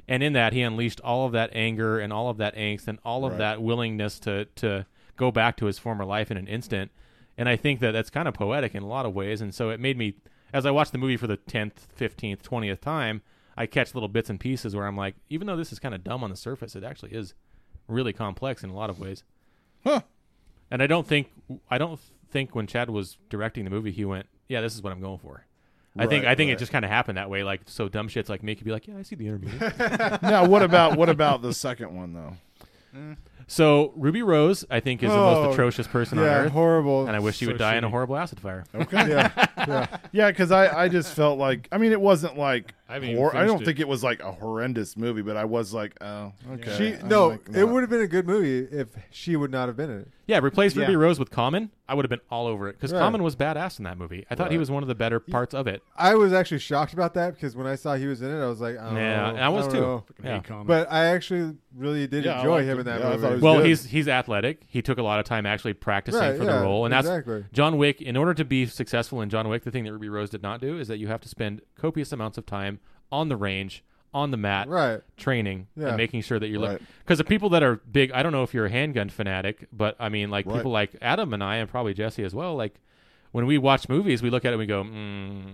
Speaker 11: And in that, he unleashed all of that anger and all of that angst and all of
Speaker 9: Right.
Speaker 11: that willingness to to go back to his former life in an instant. And I think that that's kind of poetic in a lot of ways. And so it made me, as I watched the movie for the tenth, fifteenth, twentieth time, I catch little bits and pieces where I'm like, even though this is kind of dumb on the surface, it actually is really complex in a lot of ways.
Speaker 9: Huh.
Speaker 11: And I don't think I don't think when Chad was directing the movie, he went, "Yeah, this is what I'm going for." I think
Speaker 9: Right,
Speaker 11: I think
Speaker 9: right.
Speaker 11: it just kind of happened that way. Like so, dumb shits like me could be like, "Yeah, I see the interview."
Speaker 9: [laughs] now, what about what about the second one though?
Speaker 11: So Ruby Rose, I think, is the
Speaker 9: Oh,
Speaker 11: most atrocious person
Speaker 9: yeah,
Speaker 11: on earth.
Speaker 9: horrible.
Speaker 11: And I wish she
Speaker 9: So
Speaker 11: would die in a
Speaker 9: shitty.
Speaker 11: horrible acid fire.
Speaker 9: Okay. yeah. Yeah, because I, I just felt like I mean it wasn't like
Speaker 11: I
Speaker 9: I,
Speaker 11: haven't even
Speaker 9: I don't
Speaker 11: finished it.
Speaker 9: think it was like a horrendous movie, but I was like, oh, okay.
Speaker 10: She
Speaker 9: I'm
Speaker 10: no,
Speaker 9: like,
Speaker 10: it would have been a good movie if she would not have been in it.
Speaker 11: Yeah, replace Ruby
Speaker 10: Yeah.
Speaker 11: Rose with Common. I would have been all over it because
Speaker 10: Right.
Speaker 11: Common was badass in that movie. I thought he
Speaker 10: Right.
Speaker 11: was one of the better parts of it.
Speaker 10: I was actually shocked about that because when I saw he was in it, I was like, I don't
Speaker 11: Yeah,
Speaker 10: know,
Speaker 11: and I was
Speaker 10: don't
Speaker 11: too.
Speaker 10: know.
Speaker 11: Fucking hate Yeah. Common.
Speaker 10: But I actually really did
Speaker 9: Yeah, I
Speaker 10: enjoy
Speaker 9: liked
Speaker 10: him
Speaker 9: him.
Speaker 10: in that
Speaker 9: Yeah, I
Speaker 10: movie.
Speaker 9: thought he was
Speaker 11: well,
Speaker 9: good.
Speaker 11: he's he's athletic. He took a lot of time actually practicing
Speaker 10: Right,
Speaker 11: for
Speaker 10: yeah,
Speaker 11: the role, and that's
Speaker 10: exactly.
Speaker 11: John Wick. In order to be successful in John Wick, the thing that Ruby Rose did not do is that you have to spend copious amounts of time on the range, on the mat,
Speaker 10: Right.
Speaker 11: training,
Speaker 10: Yeah.
Speaker 11: and making sure that you're
Speaker 10: Right.
Speaker 11: because the people that are big. I don't know if you're a handgun fanatic, but I mean, like
Speaker 9: Right.
Speaker 11: people like Adam and I, and probably Jesse as well. Like when we watch movies, we look at it and we go, mm,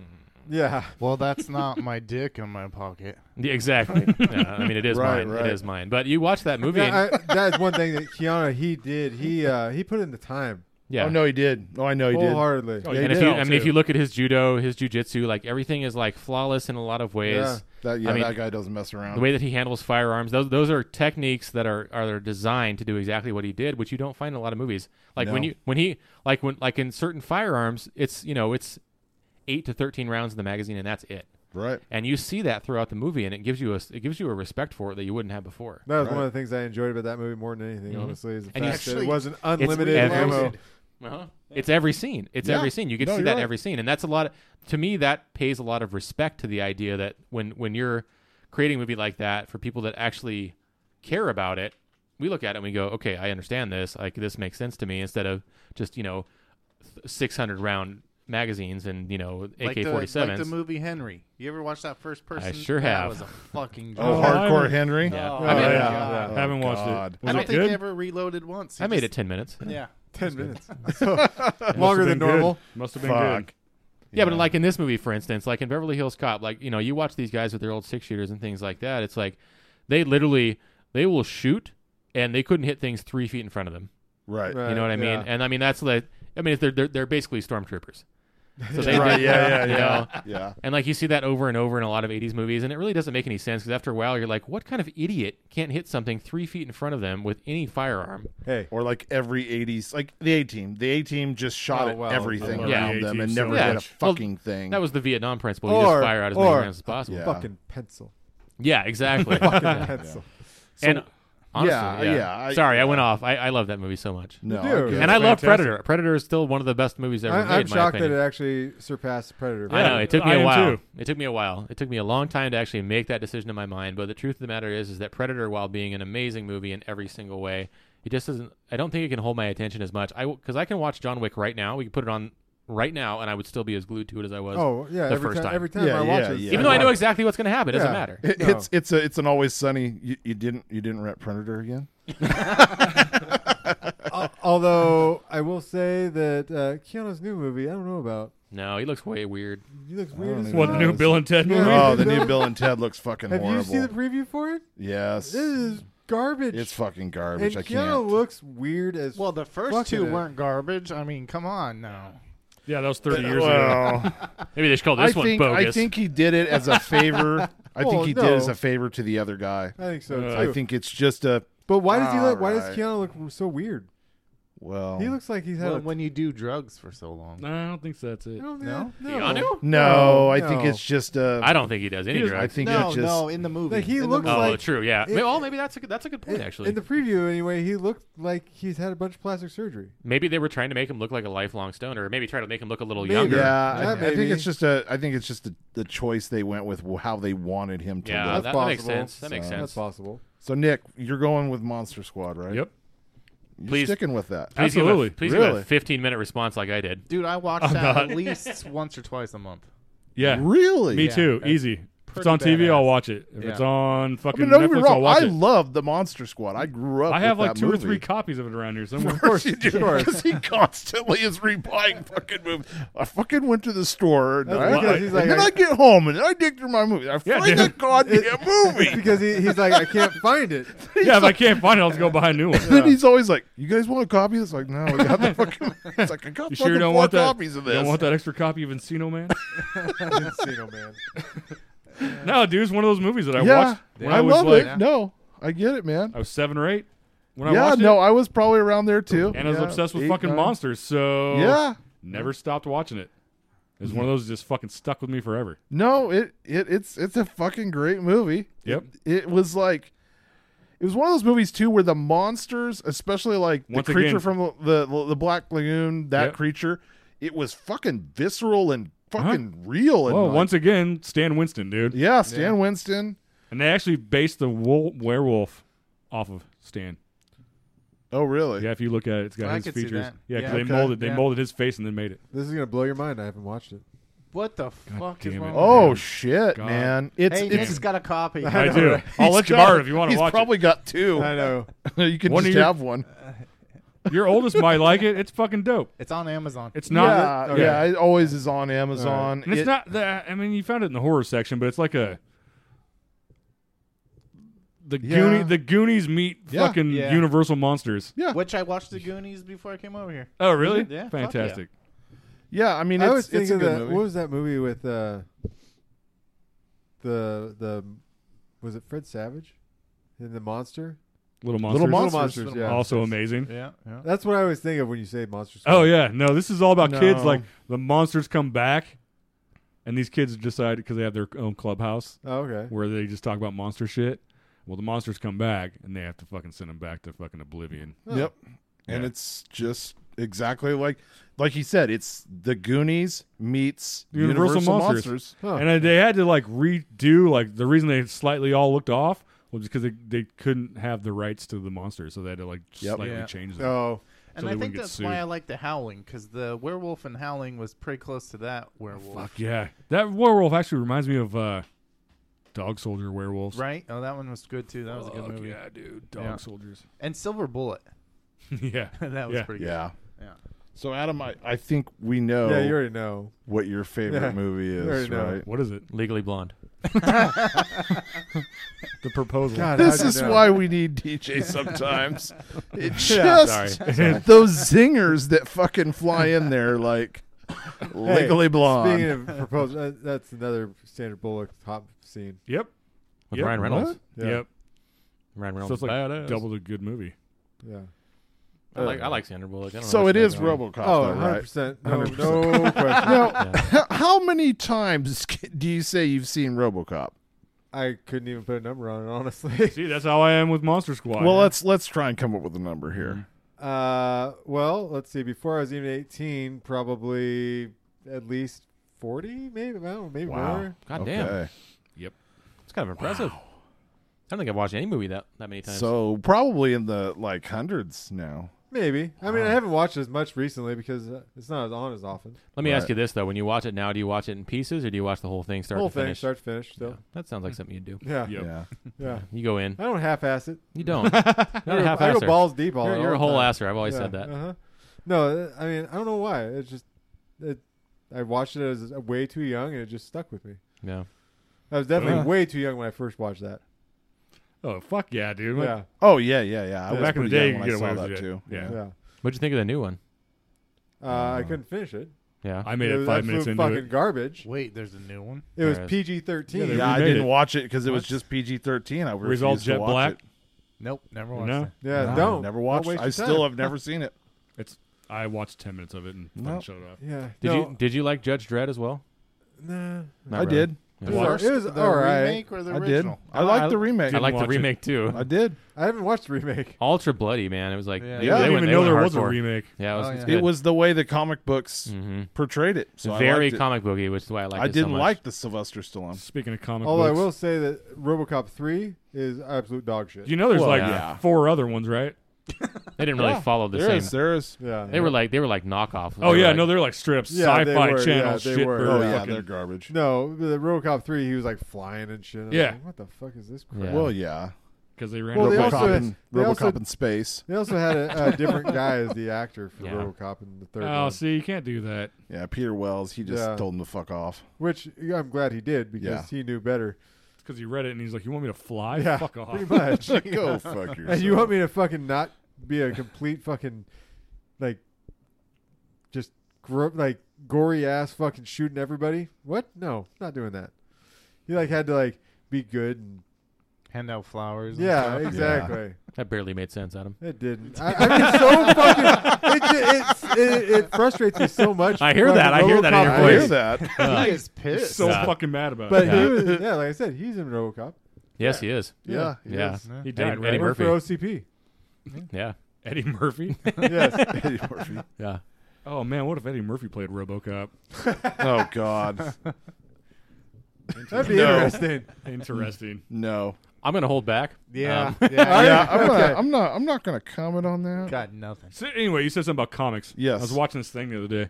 Speaker 10: Yeah.
Speaker 12: Well, that's not my dick in my pocket.
Speaker 10: [laughs]
Speaker 11: yeah, exactly. Yeah, I mean, it is
Speaker 12: Right,
Speaker 11: mine.
Speaker 12: right.
Speaker 11: It is mine. But you watch that movie. and,
Speaker 10: Yeah, I- that's one thing that Keanu he did. He uh, he put in the time.
Speaker 11: Yeah.
Speaker 9: Oh no, he did. Oh, I know he did.
Speaker 10: Wholeheartedly.
Speaker 9: Yeah, he
Speaker 11: and if
Speaker 9: did.
Speaker 11: you, I mean, if you look at his judo, his jujitsu, like everything is like flawless in a lot of ways.
Speaker 9: Yeah. That- yeah,
Speaker 11: I mean,
Speaker 9: that guy doesn't mess around.
Speaker 11: The way that he handles firearms, those those are techniques that are are designed to do exactly what he did, which you don't find in a lot of movies. Like when
Speaker 9: No.
Speaker 11: you when he like when like in certain firearms, it's you know it's eight to thirteen rounds in the magazine, and that's it.
Speaker 9: Right.
Speaker 11: And you see that throughout the movie, and it gives you a it gives you a respect for it that you wouldn't have before.
Speaker 10: That was one of the things I enjoyed about that movie more than anything,
Speaker 11: Mhm.
Speaker 10: honestly. Is the
Speaker 11: And you
Speaker 10: fact that
Speaker 11: actually-
Speaker 10: it wasn't
Speaker 11: It's
Speaker 10: unlimited
Speaker 11: every-
Speaker 10: ammo.
Speaker 11: Uh-huh. It's every scene. It's
Speaker 10: Yeah.
Speaker 11: every scene. You can
Speaker 10: No,
Speaker 11: see
Speaker 10: you're
Speaker 11: that
Speaker 10: right.
Speaker 11: every scene, and that's a lot. Of, to me, that pays a lot of respect to the idea that when when you're creating a movie like that for people that actually care about it, we look at it and we go, "Okay, I understand this. Like this makes sense to me." Instead of just you know, six hundred round magazines and you know
Speaker 12: Like
Speaker 11: AK
Speaker 12: the-
Speaker 11: forty
Speaker 12: Like
Speaker 11: sevens.
Speaker 12: the movie Henry. You ever watch that first person?
Speaker 11: I sure
Speaker 12: that
Speaker 11: have.
Speaker 12: was a
Speaker 10: [laughs]
Speaker 12: fucking.
Speaker 11: Oh,
Speaker 12: joke.
Speaker 9: Hardcore Henry?
Speaker 11: Yeah.
Speaker 12: Oh,
Speaker 11: I mean,
Speaker 12: my
Speaker 11: yeah.
Speaker 12: God.
Speaker 11: Yeah. Haven't watched it. God.
Speaker 12: I
Speaker 11: Was
Speaker 12: don't
Speaker 11: it
Speaker 12: think
Speaker 11: good?
Speaker 12: he ever reloaded once. He
Speaker 11: I made
Speaker 12: just-
Speaker 11: it ten minutes.
Speaker 12: Yeah.
Speaker 10: Ten minutes.
Speaker 11: Must've
Speaker 10: Longer
Speaker 11: been
Speaker 10: than
Speaker 11: good.
Speaker 10: normal.
Speaker 11: Must've been good. Yeah, but like in this movie, for instance, like in Beverly Hills Cop, like you know, you watch these guys with their old six shooters and things like that. It's like they literally they will shoot and they couldn't hit things three feet in front of them.
Speaker 9: Right.
Speaker 11: you know what I
Speaker 9: Right,
Speaker 11: mean?
Speaker 9: yeah.
Speaker 11: And I mean that's like I mean they're they're, they're basically stormtroopers.
Speaker 9: [laughs] Right,
Speaker 11: do- [laughs]
Speaker 9: yeah, yeah,
Speaker 11: you
Speaker 9: yeah.
Speaker 11: know?
Speaker 9: Yeah.
Speaker 11: And like you see that over and over in a lot of '80s movies, and it really doesn't make any sense because after a while you're like, what kind of idiot can't hit something three feet in front of them with any firearm?
Speaker 10: Hey,
Speaker 9: or like every '80s, like the A Team. The A Team just shot
Speaker 11: Oh,
Speaker 9: at
Speaker 11: wow.
Speaker 9: everything
Speaker 11: I love
Speaker 9: around
Speaker 11: the
Speaker 9: them
Speaker 11: A-Team
Speaker 9: and
Speaker 11: so
Speaker 9: never
Speaker 11: much.
Speaker 9: did a
Speaker 11: Well,
Speaker 9: fucking thing.
Speaker 11: That was the Vietnam principle. You just fire out as many rounds as possible.
Speaker 10: Fucking pencil.
Speaker 11: Yeah, exactly. [laughs]
Speaker 10: fucking pencil.
Speaker 11: And
Speaker 10: So-
Speaker 11: honestly,
Speaker 10: Yeah,
Speaker 11: yeah,
Speaker 10: yeah, I-
Speaker 11: Sorry, I went off. I, I love that movie so much.
Speaker 10: No, You do. I get
Speaker 11: and I
Speaker 10: it.
Speaker 11: love
Speaker 10: Fantastic.
Speaker 11: Predator. Predator is still one of the best movies ever
Speaker 10: I,
Speaker 11: made.
Speaker 10: I'm
Speaker 11: in my
Speaker 10: shocked
Speaker 11: opinion.
Speaker 10: that it actually surpassed Predator.
Speaker 11: I know it took me
Speaker 8: I
Speaker 11: a
Speaker 8: am
Speaker 11: while.
Speaker 8: too.
Speaker 11: It took me a while. It took me a long time to actually make that decision in my mind. But the truth of the matter is, is that Predator, while being an amazing movie in every single way, it just doesn't. I don't think it can hold my attention as much. I because I can watch John Wick right now. We can put it on right now, and I would still be as glued to it as I was.
Speaker 10: Oh, yeah,
Speaker 11: the
Speaker 10: every
Speaker 11: first
Speaker 10: ti-
Speaker 11: time.
Speaker 10: every time Yeah, I watch yeah, it, yeah.
Speaker 11: even though I know
Speaker 10: Right.
Speaker 11: exactly what's going to happen, it
Speaker 10: Yeah.
Speaker 11: doesn't matter.
Speaker 9: It- It's it's a it's an always sunny. You, you didn't you didn't rent
Speaker 10: [laughs]
Speaker 9: Predator again.
Speaker 10: Al- Although I will say that uh, Keanu's new movie, I don't know about.
Speaker 11: No, he looks way weird.
Speaker 10: He looks weird as
Speaker 8: What, the new Bill and Ted
Speaker 10: Yeah.
Speaker 8: movie?
Speaker 9: Oh, the new Bill and Ted looks
Speaker 10: [laughs]
Speaker 9: fucking
Speaker 10: Have
Speaker 9: horrible.
Speaker 10: you seen the preview for it?
Speaker 9: Yes.
Speaker 10: This is garbage.
Speaker 9: It's fucking garbage.
Speaker 10: And
Speaker 9: I
Speaker 10: Keanu
Speaker 9: can't.
Speaker 10: looks weird as
Speaker 12: Well, the
Speaker 10: fuck
Speaker 12: first two
Speaker 10: in it.
Speaker 12: weren't garbage. I mean, come on now.
Speaker 8: Yeah, that was
Speaker 11: 30
Speaker 9: Uh,
Speaker 11: years
Speaker 9: [laughs] well,
Speaker 11: ago. Maybe they should call this
Speaker 9: I
Speaker 11: one
Speaker 9: think, I
Speaker 11: bogus.
Speaker 9: think he did it
Speaker 10: [laughs]
Speaker 9: as a favor. I
Speaker 10: Well,
Speaker 9: think he
Speaker 10: no.
Speaker 9: did as a favor to the other guy.
Speaker 10: I think so,
Speaker 9: I
Speaker 8: Uh,
Speaker 10: too.
Speaker 9: think it's just a.
Speaker 10: But why does he look? Why
Speaker 9: Alright.
Speaker 10: does Keanu look so weird?
Speaker 9: Well,
Speaker 10: He looks like he's had.
Speaker 12: Well,
Speaker 10: a- Oh,
Speaker 12: when you do drugs for so long.
Speaker 8: No, I don't think so. that's it.
Speaker 10: No?
Speaker 11: Keanu?
Speaker 9: No, I think it's just a.
Speaker 11: I don't think he does any drugs.
Speaker 9: I think
Speaker 12: no,
Speaker 9: it's just
Speaker 12: no, in the movie.
Speaker 10: Like, he
Speaker 12: In the
Speaker 10: looks
Speaker 11: oh,
Speaker 10: like
Speaker 11: true. Yeah.
Speaker 10: it-
Speaker 11: May- oh, maybe that's a good, that's a good point actually.
Speaker 10: in the preview anyway. He looked like he's had a bunch of plastic surgery.
Speaker 11: maybe they were trying to make him look like a lifelong stoner, or maybe try to make him look a little
Speaker 10: Maybe.
Speaker 11: younger.
Speaker 9: Yeah, I, I think
Speaker 10: maybe.
Speaker 9: it's just a. I think it's just the, the choice they went with wh- how they wanted him to
Speaker 11: Yeah,
Speaker 9: look.
Speaker 11: that- that makes That's possible. sense. That makes sense. That's
Speaker 10: possible.
Speaker 9: So Nick, you're going with Monster Squad, right?
Speaker 8: Yep.
Speaker 9: You're
Speaker 11: Please
Speaker 9: sticking with that.
Speaker 11: Please give a-
Speaker 9: Absolutely.
Speaker 11: please give a
Speaker 9: Really?
Speaker 11: 15 minute response like I did.
Speaker 12: Dude, I watch
Speaker 11: I'm
Speaker 12: that
Speaker 11: not.
Speaker 12: at least [laughs] once or twice a month.
Speaker 8: Yeah.
Speaker 9: Really?
Speaker 8: Me
Speaker 9: Yeah,
Speaker 8: too.
Speaker 9: that's
Speaker 8: Easy. If it's
Speaker 9: pretty
Speaker 8: on TV, I'll
Speaker 9: badass.
Speaker 8: watch it. If
Speaker 9: Yeah.
Speaker 8: it's on fucking
Speaker 9: I mean, don't get me
Speaker 8: Netflix, I'll
Speaker 9: wrong.
Speaker 8: watch
Speaker 9: I
Speaker 8: it.
Speaker 9: love the Monster Squad. I grew up.
Speaker 8: I have
Speaker 9: with
Speaker 8: like
Speaker 9: that
Speaker 8: two or
Speaker 9: movie. [laughs]
Speaker 8: three copies of it around here somewhere.
Speaker 9: Of course you do, because he constantly is replying fucking movies. I fucking went to the store, and,
Speaker 10: That's
Speaker 9: I,
Speaker 10: because he's
Speaker 9: and
Speaker 10: like,
Speaker 9: then
Speaker 10: I-
Speaker 9: I get home, and then I dig through my movie. I find that goddamn
Speaker 8: [laughs]
Speaker 9: movie.
Speaker 10: because he, he's like, I [laughs] can't find it.
Speaker 8: yeah, if I can't find it, I'll just go buy a new one.
Speaker 9: And [laughs] then he's always like, "You guys want a copy?" It's like, "No, we
Speaker 8: [laughs]
Speaker 9: got the fucking." It's like, "I got
Speaker 8: You
Speaker 9: fucking
Speaker 8: sure don't
Speaker 9: four
Speaker 8: want that?
Speaker 9: copies of
Speaker 8: you
Speaker 9: this."
Speaker 8: don't want that extra copy of Encino
Speaker 9: [laughs]
Speaker 8: Man?
Speaker 10: Encino
Speaker 8: Man. [laughs] no, dude, it's one of those movies that I
Speaker 9: yeah,
Speaker 8: watched. when
Speaker 9: I,
Speaker 8: was
Speaker 9: love
Speaker 8: like,
Speaker 9: it. No, I get it, man.
Speaker 8: I was seven or eight when
Speaker 9: yeah,
Speaker 8: I watched
Speaker 9: no,
Speaker 8: it,
Speaker 9: I was probably around there too.
Speaker 8: and I was
Speaker 9: Yeah,
Speaker 8: obsessed with
Speaker 9: eight,
Speaker 8: fucking
Speaker 9: nine.
Speaker 8: monsters. So
Speaker 9: Yeah.
Speaker 8: never stopped watching it. It was one of those that just fucking stuck with me forever.
Speaker 9: No, it, it it's it's a fucking great movie.
Speaker 8: Yep.
Speaker 9: It, it was like it was one of those movies too where the monsters, especially like the
Speaker 8: Once
Speaker 9: creature
Speaker 8: again-
Speaker 9: from the, the the Black Lagoon, that
Speaker 8: Yep.
Speaker 9: creature, it was fucking visceral and fucking real and
Speaker 8: Well,
Speaker 9: like-
Speaker 8: once again, Stan Winston, dude.
Speaker 9: Yeah, Stan Winston.
Speaker 8: And they actually based the wo- werewolf off of Stan.
Speaker 9: Oh, really?
Speaker 8: Yeah, if you look at it, it's got
Speaker 12: I
Speaker 8: his
Speaker 12: could see
Speaker 8: features.
Speaker 12: that.
Speaker 8: Yeah, 'cause
Speaker 12: Yeah.
Speaker 8: they
Speaker 12: Okay.
Speaker 8: molded they
Speaker 12: Yeah.
Speaker 8: molded his face and then made it.
Speaker 10: This is gonna blow your mind. I haven't watched it.
Speaker 12: What the fuck is
Speaker 8: damn
Speaker 12: wrong?
Speaker 8: it.
Speaker 12: with
Speaker 9: Oh
Speaker 12: that?
Speaker 9: shit,
Speaker 10: God.
Speaker 9: man! It's
Speaker 12: Hey,
Speaker 9: it's
Speaker 12: Nick's got a copy.
Speaker 8: I do.
Speaker 9: right?
Speaker 8: I'll
Speaker 9: [laughs] He's
Speaker 8: let you
Speaker 9: got-
Speaker 8: borrow it if you wanna
Speaker 9: He's
Speaker 8: watch it.
Speaker 9: probably got two.
Speaker 10: I know.
Speaker 9: [laughs] you can
Speaker 8: One of
Speaker 9: just
Speaker 8: your-
Speaker 9: have one.
Speaker 8: [laughs] Your oldest might like it. It's fucking dope.
Speaker 12: It's on Amazon.
Speaker 8: It's not.
Speaker 9: Yeah, yeah, it always is on Amazon.
Speaker 8: And it's
Speaker 9: It-
Speaker 8: not that. I mean, you found it in the horror section, but it's like a the
Speaker 9: Yeah.
Speaker 8: Goonie, the Goonies meet
Speaker 9: Yeah.
Speaker 8: fucking
Speaker 12: Yeah.
Speaker 8: Universal monsters.
Speaker 9: Yeah.
Speaker 12: Which I watched the Goonies before I came over here.
Speaker 8: Oh, really?
Speaker 12: Yeah. fuck yeah.
Speaker 8: Fantastic.
Speaker 9: Yeah, I mean,
Speaker 10: I
Speaker 9: it's,
Speaker 10: was
Speaker 9: it's
Speaker 10: thinking
Speaker 9: a
Speaker 10: of
Speaker 9: good
Speaker 10: that.
Speaker 9: movie.
Speaker 10: What was that movie with uh, the the was it Fred Savage in the monster?
Speaker 8: Little monsters.
Speaker 9: Little
Speaker 10: Monsters, yeah.
Speaker 8: Also amazing.
Speaker 12: Yeah. yeah.
Speaker 10: That's what I always think of when you say monster.
Speaker 8: Oh yeah. No, this is all about kids.
Speaker 9: No.
Speaker 8: Like the monsters come back, and these kids decide because they have their own clubhouse
Speaker 10: Oh, okay.
Speaker 8: where they just talk about monster shit. Well, the monsters come back, and they have to fucking send them back to fucking oblivion.
Speaker 10: Oh.
Speaker 9: Yep. And it's just exactly like like he said, it's the Goonies meets Universal, Monsters.
Speaker 10: Huh.
Speaker 8: And uh, they had to like redo like the reason they slightly all looked off was because they, they couldn't have the rights to the monsters, so they had to like
Speaker 9: Yep.
Speaker 8: slightly
Speaker 12: Yeah.
Speaker 8: change them.
Speaker 10: Oh,
Speaker 8: so
Speaker 12: And
Speaker 8: they
Speaker 12: I
Speaker 8: wouldn't
Speaker 12: think
Speaker 8: get
Speaker 12: that's
Speaker 8: sued.
Speaker 12: why I like the Howling because the werewolf and Howling was pretty close to
Speaker 8: Oh,
Speaker 12: that werewolf,
Speaker 8: Fuck yeah, that werewolf actually reminds me of uh, Dog Soldier werewolves.
Speaker 12: right? Oh, that one was good too. That was a good
Speaker 8: Fuck
Speaker 12: movie.
Speaker 8: yeah, dude, Dog
Speaker 12: Yeah.
Speaker 8: Soldiers.
Speaker 12: And Silver Bullet,
Speaker 8: [laughs] yeah,
Speaker 12: that was
Speaker 8: Yeah.
Speaker 12: pretty good.
Speaker 9: Yeah.
Speaker 12: Yeah.
Speaker 9: So Adam, I, I think we know
Speaker 10: yeah, you already know.
Speaker 9: what your favorite
Speaker 10: Yeah.
Speaker 9: movie
Speaker 10: You already
Speaker 9: is,
Speaker 10: know.
Speaker 9: right?
Speaker 8: What is it?
Speaker 12: [laughs]
Speaker 11: Legally Blonde.
Speaker 8: The
Speaker 12: [laughs]
Speaker 8: proposal.
Speaker 10: God,
Speaker 9: This
Speaker 10: how'd you
Speaker 9: is
Speaker 10: know?
Speaker 9: why we
Speaker 11: [laughs]
Speaker 9: need DJ sometimes. It just
Speaker 8: Sorry.
Speaker 9: those zingers that fucking fly in there
Speaker 11: [laughs]
Speaker 9: like
Speaker 10: Hey,
Speaker 9: legally blonde.
Speaker 10: Speaking of proposal, that, that's another Sandra Bullock top scene.
Speaker 8: Yep.
Speaker 11: With
Speaker 8: Yep.
Speaker 11: Ryan Reynolds.
Speaker 10: Yeah.
Speaker 8: Yep.
Speaker 11: Ryan Reynolds.
Speaker 8: So it's like
Speaker 11: badass.
Speaker 8: double the good movie.
Speaker 10: Yeah.
Speaker 11: I like, I like Sandra Bullock. I don't know
Speaker 9: so
Speaker 11: what
Speaker 9: it
Speaker 11: she
Speaker 9: is
Speaker 11: does.
Speaker 9: RoboCop,
Speaker 10: Oh,
Speaker 9: though,
Speaker 10: 100
Speaker 9: right?
Speaker 10: percent. No,
Speaker 9: [laughs]
Speaker 10: no question.
Speaker 9: Now, h- how many times [laughs] do you say you've seen RoboCop?
Speaker 10: I couldn't even put a number on it, honestly.
Speaker 8: See, that's how I am with Monster Squad.
Speaker 9: Well, let's let's try and come up with a number here.
Speaker 10: Uh, well, let's see. Before I was even 18, probably at least 40, maybe. I don't know, maybe
Speaker 11: Wow.
Speaker 10: more.
Speaker 11: God damn.
Speaker 9: Okay.
Speaker 11: Mm-hmm. It's kind of impressive. I don't think I've watched any movie that, that many times.
Speaker 9: So probably in the like hundreds now.
Speaker 10: Maybe. I mean, I haven't watched as much recently because uh, it's not as on as often.
Speaker 11: Let me ask
Speaker 9: Right.
Speaker 11: you this though: When you watch it now, do you watch it in pieces or do you watch the whole thing start
Speaker 10: Whole
Speaker 11: to
Speaker 10: thing,
Speaker 11: finish?
Speaker 10: start to finish, still.
Speaker 11: That sounds like something you do.
Speaker 10: Yeah. Yeah.
Speaker 8: Yep.
Speaker 9: Yeah.
Speaker 11: You go in.
Speaker 10: I don't half-ass it.
Speaker 11: You don't. Not
Speaker 10: I
Speaker 11: a
Speaker 10: go-
Speaker 11: half
Speaker 10: I go
Speaker 11: asser.
Speaker 10: balls deep all
Speaker 11: You're,
Speaker 10: all
Speaker 11: you're a
Speaker 10: the
Speaker 11: whole
Speaker 10: time.
Speaker 11: asser. I've always
Speaker 10: Yeah,
Speaker 11: said that.
Speaker 10: Uh-huh. No, I mean, I don't know why. It just, it, I watched it as way too young and it just stuck with me.
Speaker 11: Yeah.
Speaker 10: I was definitely
Speaker 9: Yeah.
Speaker 10: way too young when I first watched that.
Speaker 8: Oh fuck yeah, dude!
Speaker 10: Yeah.
Speaker 9: Oh yeah, yeah, yeah. I was
Speaker 8: Back in the day,
Speaker 9: pretty young
Speaker 8: you could
Speaker 9: when I
Speaker 8: get
Speaker 9: saw
Speaker 8: away
Speaker 9: that
Speaker 8: with it.
Speaker 9: too.
Speaker 8: Yeah.
Speaker 10: Yeah.
Speaker 11: What'd you think of the new one?
Speaker 10: Uh, I couldn't finish it.
Speaker 11: Yeah.
Speaker 8: I made
Speaker 10: it
Speaker 8: it,
Speaker 10: was
Speaker 8: five
Speaker 10: absolute
Speaker 8: minutes into
Speaker 10: fucking
Speaker 8: it.
Speaker 10: garbage.
Speaker 12: Wait, there's a new one.
Speaker 10: It was
Speaker 11: Alright.
Speaker 10: PG thirteen.
Speaker 8: Yeah,
Speaker 9: Yeah, I
Speaker 8: remade
Speaker 9: didn't
Speaker 8: it.
Speaker 9: watch it because it was
Speaker 8: What?
Speaker 9: just PG thirteen. I
Speaker 8: It was all
Speaker 9: refused to
Speaker 8: jet
Speaker 9: watch
Speaker 8: black.
Speaker 9: it.
Speaker 12: Nope, never watched
Speaker 8: No,
Speaker 12: that.
Speaker 10: Yeah,
Speaker 9: Nah,
Speaker 10: don't
Speaker 9: never
Speaker 10: Don't
Speaker 9: watched.
Speaker 10: waste
Speaker 9: I
Speaker 10: your
Speaker 9: still
Speaker 10: time.
Speaker 9: have never seen it.
Speaker 8: it's. I watched ten minutes of it and fucking
Speaker 9: Nope.
Speaker 8: shut it off.
Speaker 10: Yeah,
Speaker 11: Did
Speaker 10: no,
Speaker 11: you did you like Judge Dredd as
Speaker 8: [laughs]
Speaker 11: well?
Speaker 10: Nah,
Speaker 11: Not
Speaker 9: I
Speaker 11: really.
Speaker 9: did.
Speaker 11: Yeah.
Speaker 10: It was, all- it was
Speaker 12: The
Speaker 10: all right.
Speaker 12: remake or the
Speaker 9: I did.
Speaker 12: original?
Speaker 9: I liked the remake.
Speaker 11: I liked the
Speaker 8: watch it.
Speaker 11: remake too.
Speaker 9: I did.
Speaker 10: I haven't watched the remake.
Speaker 11: Ultra bloody man. It was like
Speaker 12: Yeah.
Speaker 11: they-
Speaker 9: Yeah,
Speaker 11: they
Speaker 8: I didn't
Speaker 11: went-
Speaker 8: even
Speaker 11: they
Speaker 8: know
Speaker 11: went
Speaker 8: there
Speaker 11: hard
Speaker 8: was a
Speaker 11: for it.
Speaker 8: remake.
Speaker 11: Yeah, it was,
Speaker 12: Oh,
Speaker 11: it's
Speaker 12: yeah.
Speaker 9: It
Speaker 11: good.
Speaker 9: was the way the comic books
Speaker 11: Mhm.
Speaker 9: portrayed it. So I
Speaker 11: very
Speaker 9: liked it.
Speaker 11: comic booky, which is why I like.
Speaker 9: I didn't like the Sylvester Stallone.
Speaker 8: Speaking of comic
Speaker 10: Although Oh, I
Speaker 8: books,
Speaker 10: will say that RoboCop three is absolute dog shit.
Speaker 8: you know there's
Speaker 11: Well,
Speaker 8: like
Speaker 11: yeah.
Speaker 8: four other ones, right?
Speaker 11: They didn't really
Speaker 9: Yeah,
Speaker 11: follow the
Speaker 9: there
Speaker 11: same.
Speaker 9: is- there is- yeah.
Speaker 11: they were like they were like knockoff.
Speaker 8: Oh,
Speaker 11: They were
Speaker 8: yeah,
Speaker 11: like-
Speaker 8: no, they're like strips.
Speaker 10: Yeah, they
Speaker 8: Sci-fi
Speaker 10: were,
Speaker 8: channel
Speaker 10: yeah, they
Speaker 8: shit
Speaker 10: were.
Speaker 8: for
Speaker 10: Oh,
Speaker 9: yeah,
Speaker 8: fucking-
Speaker 9: they're garbage.
Speaker 10: No, the RoboCop three, he was like flying and shit. I was
Speaker 8: Yeah.
Speaker 10: like, what the fuck is this? crap?
Speaker 9: Well, yeah.
Speaker 8: 'Cause they ran
Speaker 9: well,
Speaker 8: out
Speaker 9: they
Speaker 8: of
Speaker 9: also
Speaker 8: budget.
Speaker 9: had,
Speaker 10: They
Speaker 9: RoboCop
Speaker 10: also-
Speaker 9: in space.
Speaker 10: They also had a, a different guy as the actor for
Speaker 9: Yeah.
Speaker 10: RoboCop in the third
Speaker 8: Oh,
Speaker 10: one.
Speaker 8: see, you can't do that.
Speaker 9: Yeah, Peter Wells. He just
Speaker 10: Yeah.
Speaker 9: told him to fuck off.
Speaker 10: Which yeah, I'm glad he did because he knew better.
Speaker 8: Because he read it and he's like, "You want me to fly?
Speaker 10: yeah,
Speaker 8: Fuck off."
Speaker 10: Pretty [laughs] much.
Speaker 9: Go fuck
Speaker 10: And you want me to fucking not be a complete fucking like just gro- like gory ass fucking shooting everybody? What? No, not doing that. He like had to like be good and
Speaker 12: hand out flowers. and
Speaker 10: Yeah,
Speaker 12: stuff.
Speaker 10: exactly.
Speaker 11: That barely made sense, Adam.
Speaker 10: It didn't. I, I'm just so fucking. It, ju- it's- it, it frustrates me so much.
Speaker 11: I hear that. I
Speaker 10: fucking
Speaker 11: hear that in
Speaker 10: RoboCop.
Speaker 11: your voice. [laughs]
Speaker 10: Yeah.
Speaker 11: Yeah.
Speaker 8: [laughs] so fucking mad about
Speaker 10: But
Speaker 8: it.
Speaker 10: he was, yeah, like I said, he's in RoboCop.
Speaker 11: Yes, he is. Yeah, he Yeah.
Speaker 9: [laughs]
Speaker 11: is.
Speaker 8: He
Speaker 11: Eddie-
Speaker 8: died.
Speaker 11: Eddie
Speaker 8: Right?
Speaker 11: Murphy.
Speaker 10: For OCP.
Speaker 11: Yeah.
Speaker 8: Eddie Murphy. [laughs]
Speaker 10: Yes. Eddie Murphy.
Speaker 11: Yeah.
Speaker 8: Oh man, what if Eddie Murphy played RoboCop?
Speaker 9: Oh, God.
Speaker 10: That'd be
Speaker 8: No.
Speaker 10: interesting.
Speaker 8: Interesting.
Speaker 9: No.
Speaker 11: I'm gonna hold back. Um,
Speaker 9: yeah. I'm, not, I'm not. I'm not gonna comment on that.
Speaker 12: Got [laughs] nothing.
Speaker 8: So anyway, you said something about comics.
Speaker 9: Yes.
Speaker 8: I was watching this thing the other day.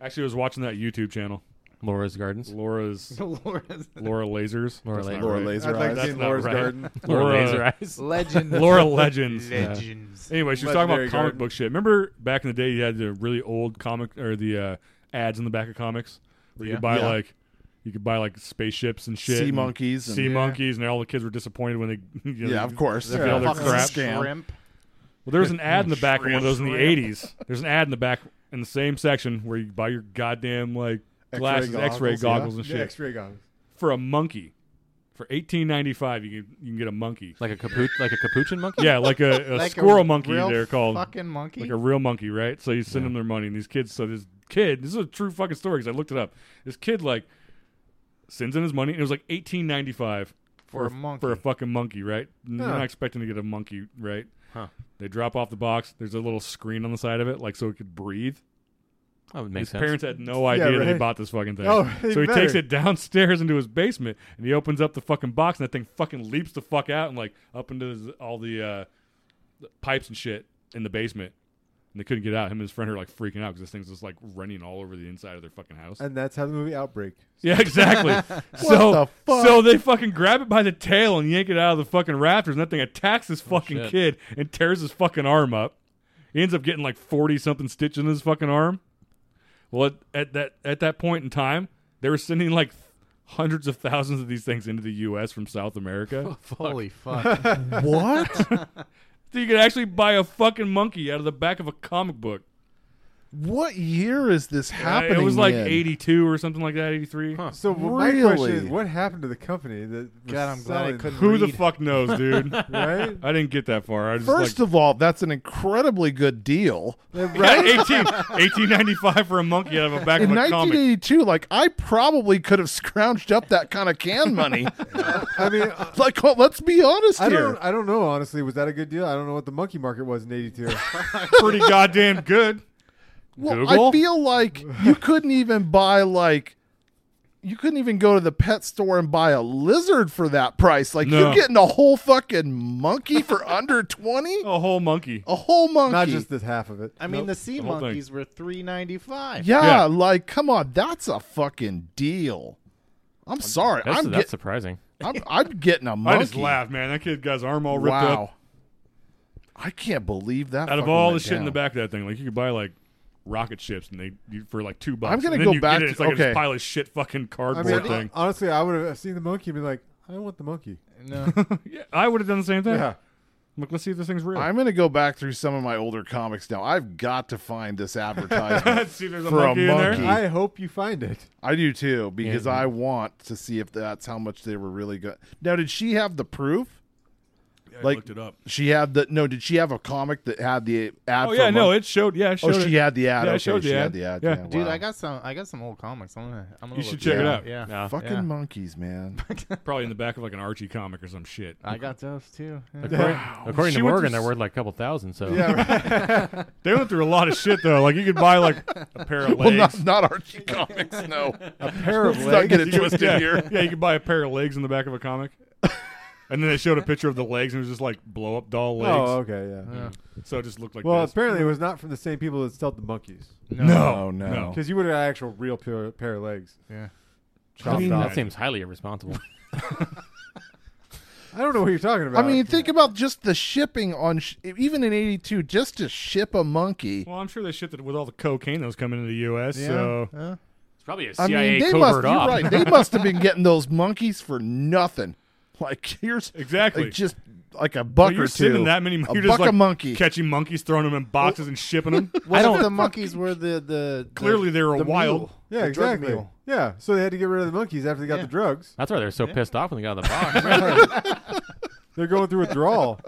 Speaker 8: Actually, I was watching that YouTube channel.
Speaker 11: Laura's Gardens.
Speaker 8: Laura's.
Speaker 12: Laura's-
Speaker 8: Laura Lasers.
Speaker 11: Laura
Speaker 8: That's
Speaker 11: La-
Speaker 8: not
Speaker 11: Laura
Speaker 8: right.
Speaker 11: Laser I'd like to Eyes.
Speaker 8: That's
Speaker 11: see
Speaker 8: not
Speaker 11: Laura's
Speaker 8: right. [laughs]
Speaker 11: Garden. Laura Laser Eyes. Legends.
Speaker 8: Laura
Speaker 9: [laughs]
Speaker 8: Legends. Yeah.
Speaker 11: Legends.
Speaker 8: Anyway, she was talking
Speaker 11: Legendary
Speaker 8: about comic
Speaker 11: Garden.
Speaker 8: book shit. Remember back in the day, you had the really old comic or the uh, ads in the back of comics where you
Speaker 9: Yeah.
Speaker 8: could buy
Speaker 9: Yeah.
Speaker 8: like. You could buy like spaceships and shit.
Speaker 9: Sea
Speaker 8: and
Speaker 9: monkeys and-
Speaker 8: sea
Speaker 9: Yeah.
Speaker 8: monkeys, and all the kids were disappointed when they. [laughs] You know,
Speaker 9: Yeah, of course.
Speaker 8: they
Speaker 9: Yeah.
Speaker 8: get all their
Speaker 9: Fucking
Speaker 8: crap.
Speaker 9: scam. Shrimp.
Speaker 8: Well, there was an ad in the back of one of those in the
Speaker 9: Shrimp.
Speaker 8: '80s. There's an ad in the back in the same section where you buy your goddamn like
Speaker 10: X-ray
Speaker 8: glasses,
Speaker 10: goggles,
Speaker 8: X-ray
Speaker 10: yeah.
Speaker 8: goggles and
Speaker 10: Yeah,
Speaker 8: shit.
Speaker 10: X-ray goggles.
Speaker 8: for a monkey. For eighteen ninety five, you can you can get a monkey,
Speaker 11: like a capu- like a capuchin monkey.
Speaker 8: Yeah, like a,
Speaker 12: [laughs]
Speaker 8: a
Speaker 12: Like a
Speaker 8: squirrel monkey.
Speaker 12: real
Speaker 8: They're called
Speaker 12: fucking monkey?
Speaker 8: like a real monkey, right? So you send them their money, and these kids. So this kid, this is a true fucking story because I looked it up. This kid like sends in his money, and it was like eighteen ninety five
Speaker 12: For a monkey.
Speaker 8: for a fucking monkey, right? You're
Speaker 12: Huh.
Speaker 8: not expecting to get a monkey, right?
Speaker 11: Huh.
Speaker 8: They drop off the box. There's a little screen on the side of it, like so it could breathe.
Speaker 11: That would make
Speaker 8: his
Speaker 11: sense.
Speaker 8: parents had no
Speaker 11: Yeah,
Speaker 8: idea that he
Speaker 11: right.
Speaker 8: bought this fucking thing.
Speaker 11: Oh, [laughs]
Speaker 8: so
Speaker 11: they
Speaker 8: he takes
Speaker 11: better.
Speaker 8: it downstairs into his basement and he opens up the fucking box and that thing fucking leaps the fuck out and like up into his, all the uh, the pipes and shit in the basement. And they couldn't get out. Him and his friend are like freaking out because this thing's just like running all over the inside of their fucking house.
Speaker 10: And that's how the movie Outbreak.
Speaker 8: [laughs] Yeah, exactly. [laughs] so, so they fucking grab it by the tail and yank it out of the fucking rafters, and that thing attacks this fucking
Speaker 10: shit.
Speaker 8: kid and tears his fucking arm up. He ends up getting like forty something stitches in his fucking arm. Well, at, at that at that point in time, they were sending like hundreds of thousands of these things into the U.S. from South America.
Speaker 12: Holy fuck.
Speaker 9: What?
Speaker 8: so you could actually buy a fucking monkey out of the back of a comic book.
Speaker 9: What year is this happening?
Speaker 8: it was like
Speaker 9: in?
Speaker 8: eighty-two or something like that, eighty-three.
Speaker 10: So my question is,
Speaker 9: Really?
Speaker 10: what happened to the company that was
Speaker 12: God, I'm glad I
Speaker 10: selling-
Speaker 12: couldn't
Speaker 8: Who the fuck knows, dude?
Speaker 10: Right?
Speaker 8: I didn't get that far. I just like,
Speaker 9: First of all, that's an incredibly good deal.
Speaker 8: [laughs] Right? 18, 1895 for a monkey out of a back
Speaker 9: in
Speaker 8: of a comic.
Speaker 9: 1982, like I probably could have scrounged up that kind of can money.
Speaker 10: I mean,
Speaker 9: like, well, let's be honest
Speaker 10: I
Speaker 9: here.
Speaker 10: don't. I don't know. Honestly, was that a good deal? I don't know what the monkey market was in '82.
Speaker 8: Pretty goddamn good.
Speaker 9: Well, I
Speaker 10: Google?
Speaker 9: feel like
Speaker 8: [laughs]
Speaker 9: you couldn't even buy like you couldn't even go to the pet store and buy a lizard for that price. Like
Speaker 8: No.
Speaker 9: you're getting a whole fucking monkey for [laughs] under twenty.
Speaker 8: A whole monkey.
Speaker 9: A whole monkey.
Speaker 10: Not just this half of it.
Speaker 12: I mean,
Speaker 10: Nope.
Speaker 12: the sea
Speaker 10: The whole thing.
Speaker 12: monkeys were three ninety five.
Speaker 9: Yeah, like come on, that's a fucking deal. I'm sorry.
Speaker 11: That's-
Speaker 9: I'm
Speaker 11: that's
Speaker 9: get-
Speaker 11: surprising.
Speaker 9: I'm, I'm getting a
Speaker 8: [laughs]
Speaker 9: monkey.
Speaker 8: I just laughed, man. That kid got his arm all ripped
Speaker 9: wow.
Speaker 8: up.
Speaker 9: I can't believe that.
Speaker 8: Out of
Speaker 9: fucking
Speaker 8: all the
Speaker 9: went
Speaker 8: shit in the
Speaker 9: down.
Speaker 8: back of that thing, like you could buy like rocket ships and they you, for like two bucks.
Speaker 9: I'm gonna
Speaker 8: And then
Speaker 9: go
Speaker 8: you get
Speaker 9: back
Speaker 8: It,
Speaker 9: to-
Speaker 8: it's like
Speaker 9: okay.
Speaker 8: a pile of shit fucking
Speaker 10: I
Speaker 8: cardboard
Speaker 10: mean,
Speaker 8: thing.
Speaker 10: hon- honestly, I would have seen the monkey and been like, I want the monkey.
Speaker 12: No.
Speaker 8: yeah, I would have done the same thing.
Speaker 9: Yeah.
Speaker 8: I'm like, let's see if this thing's real.
Speaker 9: [laughs] I'm gonna go back through some of my older comics now. I've got to find this advertisement
Speaker 8: [laughs] See if there's a
Speaker 9: for
Speaker 8: monkey
Speaker 9: a
Speaker 8: in there.
Speaker 9: monkey.
Speaker 10: I hope you find it.
Speaker 9: I do too because
Speaker 10: Yeah.
Speaker 9: I want to see if that's how much they were really good. Now, did she have the proof?
Speaker 8: I looked it up.
Speaker 9: She had the no. Did she have a comic that had the
Speaker 8: Oh,
Speaker 9: ad? for
Speaker 8: yeah,
Speaker 9: a
Speaker 8: no,
Speaker 9: month?
Speaker 8: it showed- yeah, it
Speaker 9: oh,
Speaker 8: showed
Speaker 9: she
Speaker 8: it.
Speaker 9: had the ad.
Speaker 8: Yeah, it
Speaker 9: okay,
Speaker 8: showed the
Speaker 9: she
Speaker 8: ad.
Speaker 9: had the ad.
Speaker 8: Yeah.
Speaker 9: Yeah,
Speaker 12: Dude,
Speaker 9: wow.
Speaker 12: I got some. I got some old comics. I'm gonna. I'm gonna
Speaker 8: You
Speaker 12: look
Speaker 8: should check
Speaker 12: these
Speaker 8: it out.
Speaker 12: Yeah,
Speaker 9: fucking
Speaker 12: yeah.
Speaker 8: [laughs]
Speaker 9: monkeys, man.
Speaker 8: Probably in the back of like an Archie comic or some shit.
Speaker 12: I got those
Speaker 10: [laughs]
Speaker 12: too. Yeah.
Speaker 10: Oh,
Speaker 11: According, according
Speaker 8: She
Speaker 11: to
Speaker 8: went
Speaker 11: Morgan,
Speaker 8: through
Speaker 11: they're
Speaker 8: s-
Speaker 11: worth like a couple thousand. So
Speaker 8: Yeah, right. they went through a lot of shit though. Like you could buy like a pair of legs.
Speaker 9: [laughs] Well, not- not Archie [laughs] Comics, no. A pair of
Speaker 8: Let's not get it
Speaker 9: legs?
Speaker 8: twisted
Speaker 9: Yeah.
Speaker 8: here. Yeah, you could buy a pair of legs in the back of a comic. And then they showed a picture of the legs, and it was just like blow up doll legs.
Speaker 10: Oh, okay, yeah. Yeah.
Speaker 8: So it just looked like.
Speaker 10: well,
Speaker 8: this.
Speaker 10: apparently it was not from the same people that stealed the monkeys.
Speaker 8: No. No, no. No.
Speaker 10: Because you would have had actual real pair, pair of legs.
Speaker 12: Yeah.
Speaker 10: Chopped
Speaker 11: that
Speaker 10: off.
Speaker 11: seems highly irresponsible.
Speaker 10: I don't know what you're talking
Speaker 9: I
Speaker 10: about.
Speaker 9: mean, think about just the shipping on sh- even in '82, just to ship a monkey.
Speaker 8: Well, I'm sure they shipped it with all the cocaine that was coming into the U.S.
Speaker 9: Yeah,
Speaker 8: So
Speaker 9: yeah.
Speaker 11: it's probably a
Speaker 9: I
Speaker 11: CIA
Speaker 9: mean, they must.
Speaker 11: covert
Speaker 9: You're
Speaker 11: op.
Speaker 8: [laughs]
Speaker 9: right. They must have been getting those monkeys for nothing. Like here's
Speaker 8: Exactly.
Speaker 9: like, just like a buck
Speaker 8: Well, you're
Speaker 9: or
Speaker 8: sending
Speaker 9: two.
Speaker 8: that many.
Speaker 9: a
Speaker 8: You're [laughs]
Speaker 9: buck
Speaker 8: just like
Speaker 9: a monkey.
Speaker 8: catching monkeys, throwing them in boxes, and shipping them.
Speaker 12: What if the monkeys were the the
Speaker 8: Clearly they were
Speaker 12: the
Speaker 8: wild.
Speaker 12: mule,
Speaker 10: yeah,
Speaker 12: the drug
Speaker 10: exactly.
Speaker 12: mule.
Speaker 10: Yeah, so they had to get rid of the monkeys after they got the drugs.
Speaker 11: That's why they're so
Speaker 12: Yeah.
Speaker 11: pissed off when they got out of the box.
Speaker 10: [laughs] They're going through withdrawal.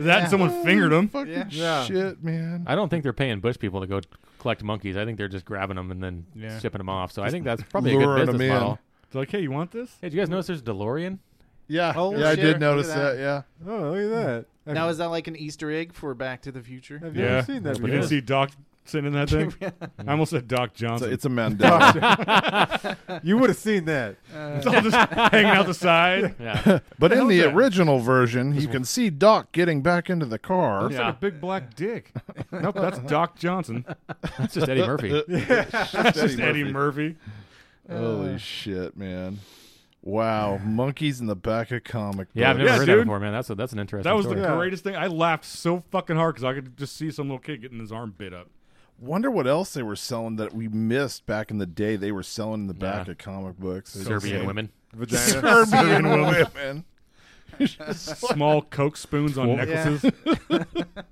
Speaker 8: That and
Speaker 9: Oh,
Speaker 8: someone fingered them.
Speaker 9: Fucking
Speaker 12: Yeah.
Speaker 10: Yeah.
Speaker 9: shit, man.
Speaker 11: I don't think they're paying bush people to go collect monkeys. I think they're just grabbing them and then
Speaker 12: Yeah.
Speaker 11: shipping them off. So I think that's probably a
Speaker 9: luring
Speaker 11: good
Speaker 9: 'em
Speaker 11: business
Speaker 9: in.
Speaker 11: model.
Speaker 8: It's like, hey, you want this?
Speaker 11: Hey, did you guys notice there's a DeLorean?
Speaker 9: Yeah,
Speaker 12: Oh,
Speaker 9: yeah, I
Speaker 12: shit.
Speaker 9: did notice
Speaker 12: Look at
Speaker 9: that.
Speaker 12: that.
Speaker 9: Yeah,
Speaker 10: Oh, look at that. I've,
Speaker 12: Now is that like an Easter egg for Back to the Future?
Speaker 10: I've
Speaker 8: Yeah.
Speaker 10: never seen that
Speaker 8: You
Speaker 10: before.
Speaker 8: didn't see Doc sitting in
Speaker 10: [laughs]
Speaker 8: that thing. I almost said Doc
Speaker 9: it's
Speaker 8: Johnson.
Speaker 9: a, it's a [laughs] Mandela.
Speaker 10: you would have seen that.
Speaker 8: [laughs] It's all just hanging out the side.
Speaker 11: Yeah.
Speaker 9: but in
Speaker 8: hell's
Speaker 9: the
Speaker 8: that?
Speaker 9: original version, you can see Doc getting back into the car.
Speaker 8: Looks
Speaker 9: [laughs]
Speaker 8: like a big black
Speaker 10: [laughs]
Speaker 8: dick. nope, that's Doc Johnson.
Speaker 11: That's just Eddie Murphy.
Speaker 8: That's just Eddie Murphy.
Speaker 9: Holy shit, man! Wow, monkeys in the back of comic.
Speaker 11: Yeah, I've
Speaker 9: books.
Speaker 11: never
Speaker 8: Yeah,
Speaker 11: heard that
Speaker 8: dude.
Speaker 11: before, man. That's a, that's an interesting
Speaker 8: That was the
Speaker 11: story.
Speaker 10: Yeah.
Speaker 8: greatest thing. I laughed so fucking hard because I could just see some little kid getting his arm bit up.
Speaker 9: Wonder what else they were selling that we missed back in the day. They were selling in the back
Speaker 11: Yeah.
Speaker 9: of comic books. It's
Speaker 11: Serbian
Speaker 9: like-
Speaker 11: women.
Speaker 10: Vagina.
Speaker 9: Serbian women.
Speaker 8: [laughs] Small Coke spoons on necklaces. [laughs]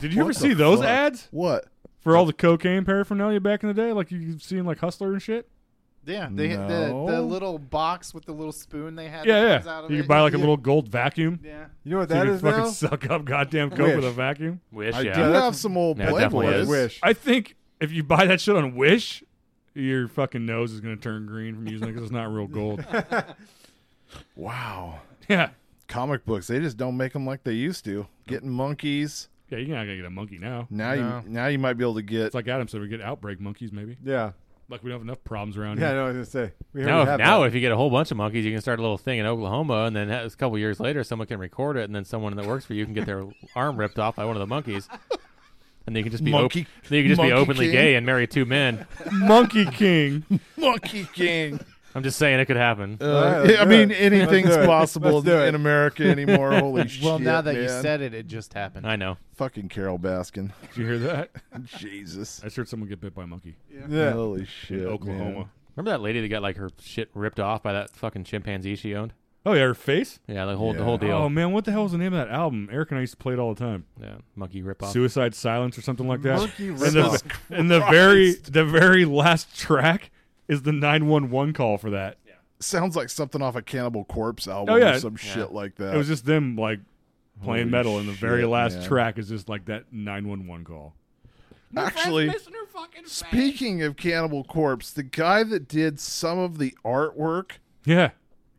Speaker 8: Did you ever
Speaker 9: What
Speaker 8: see
Speaker 9: the
Speaker 8: those
Speaker 9: fuck?
Speaker 8: ads
Speaker 9: [laughs] What?
Speaker 8: for all the cocaine paraphernalia back in the day? Like you've seen like Hustler and shit.
Speaker 12: Yeah, they had
Speaker 9: No.
Speaker 12: the, the little box with the little spoon they had. that
Speaker 8: Yeah,
Speaker 12: comes
Speaker 8: yeah.
Speaker 12: Out of
Speaker 8: You
Speaker 12: it.
Speaker 8: could buy like a little gold vacuum.
Speaker 12: Yeah.
Speaker 10: You know what
Speaker 8: So you
Speaker 10: that
Speaker 8: could
Speaker 10: is
Speaker 8: fucking
Speaker 10: now?
Speaker 8: suck up goddamn coke
Speaker 10: Wish.
Speaker 8: with a vacuum.
Speaker 11: Wish,
Speaker 9: I
Speaker 11: yeah.
Speaker 9: do have some old
Speaker 11: Yeah, it definitely
Speaker 9: Playboys.
Speaker 11: is.
Speaker 10: Wish.
Speaker 8: I think if you buy that shit on Wish, your fucking nose is gonna turn green from using it because it's not real gold. [laughs]
Speaker 9: Wow.
Speaker 8: yeah,
Speaker 9: Comic books, they just don't make them like they used to. Getting monkeys.
Speaker 8: yeah. You're not gonna get a monkey now.
Speaker 9: Now
Speaker 12: No.
Speaker 9: you now you might be able to get
Speaker 8: It's like Adam said, we get outbreak monkeys maybe.
Speaker 10: Yeah.
Speaker 8: Like we don't have enough problems around
Speaker 10: Yeah, I
Speaker 8: here.
Speaker 10: know what I was going to say. We
Speaker 11: Now,
Speaker 10: already
Speaker 11: if,
Speaker 10: have
Speaker 11: now
Speaker 10: that.
Speaker 11: if you get a whole bunch of monkeys, you can start a little thing in Oklahoma, and then ha- a couple years later, someone can record it, and then someone that works for you can get
Speaker 10: [laughs]
Speaker 11: their arm ripped off by one of the monkeys, and they can just be op-
Speaker 9: Monkey-
Speaker 11: they can just be
Speaker 9: Monkey
Speaker 11: openly
Speaker 9: King?
Speaker 11: gay and marry two men.
Speaker 8: [laughs] Monkey King.
Speaker 9: Monkey King.
Speaker 11: [laughs] I'm just saying it could happen.
Speaker 9: Uh,
Speaker 10: All right, let's
Speaker 9: I
Speaker 10: do
Speaker 9: mean,
Speaker 10: it.
Speaker 9: anything's
Speaker 10: Let's do it.
Speaker 9: possible
Speaker 10: Let's do it.
Speaker 9: in
Speaker 10: [laughs]
Speaker 9: America anymore. Holy shit!
Speaker 12: Well, now that you
Speaker 9: man.
Speaker 12: said it, it just happened.
Speaker 11: I know.
Speaker 9: fucking Carol Baskin, [laughs]
Speaker 8: Did you hear that?
Speaker 9: Jesus,
Speaker 8: I just heard someone get bit by a monkey
Speaker 10: Yeah.
Speaker 9: holy shit,
Speaker 8: in
Speaker 9: man.
Speaker 8: Oklahoma.
Speaker 11: Remember that lady that got like her shit ripped off by that fucking chimpanzee she owned?
Speaker 8: Oh yeah, her face.
Speaker 11: Yeah, the whole
Speaker 9: Yeah. Um,
Speaker 11: the whole deal.
Speaker 8: Oh man, what the hell was the name of that album? Eric and I used to play it all the time.
Speaker 11: yeah, monkey rip off.
Speaker 8: Suicide Silence or something like that.
Speaker 10: Monkey
Speaker 8: and
Speaker 10: Ripoff.
Speaker 8: the, and the very the very last track is the nine one one call for that.
Speaker 9: Sounds like something off a Cannibal Corpse album
Speaker 8: Oh, yeah.
Speaker 9: or some shit like that.
Speaker 8: It was just them like playing
Speaker 9: Holy
Speaker 8: metal, and the very
Speaker 9: shit,
Speaker 8: last
Speaker 9: man.
Speaker 8: track is just like that nine one one call.
Speaker 9: actually speaking of Cannibal Corpse, the guy that did some of the artwork,
Speaker 8: Yeah,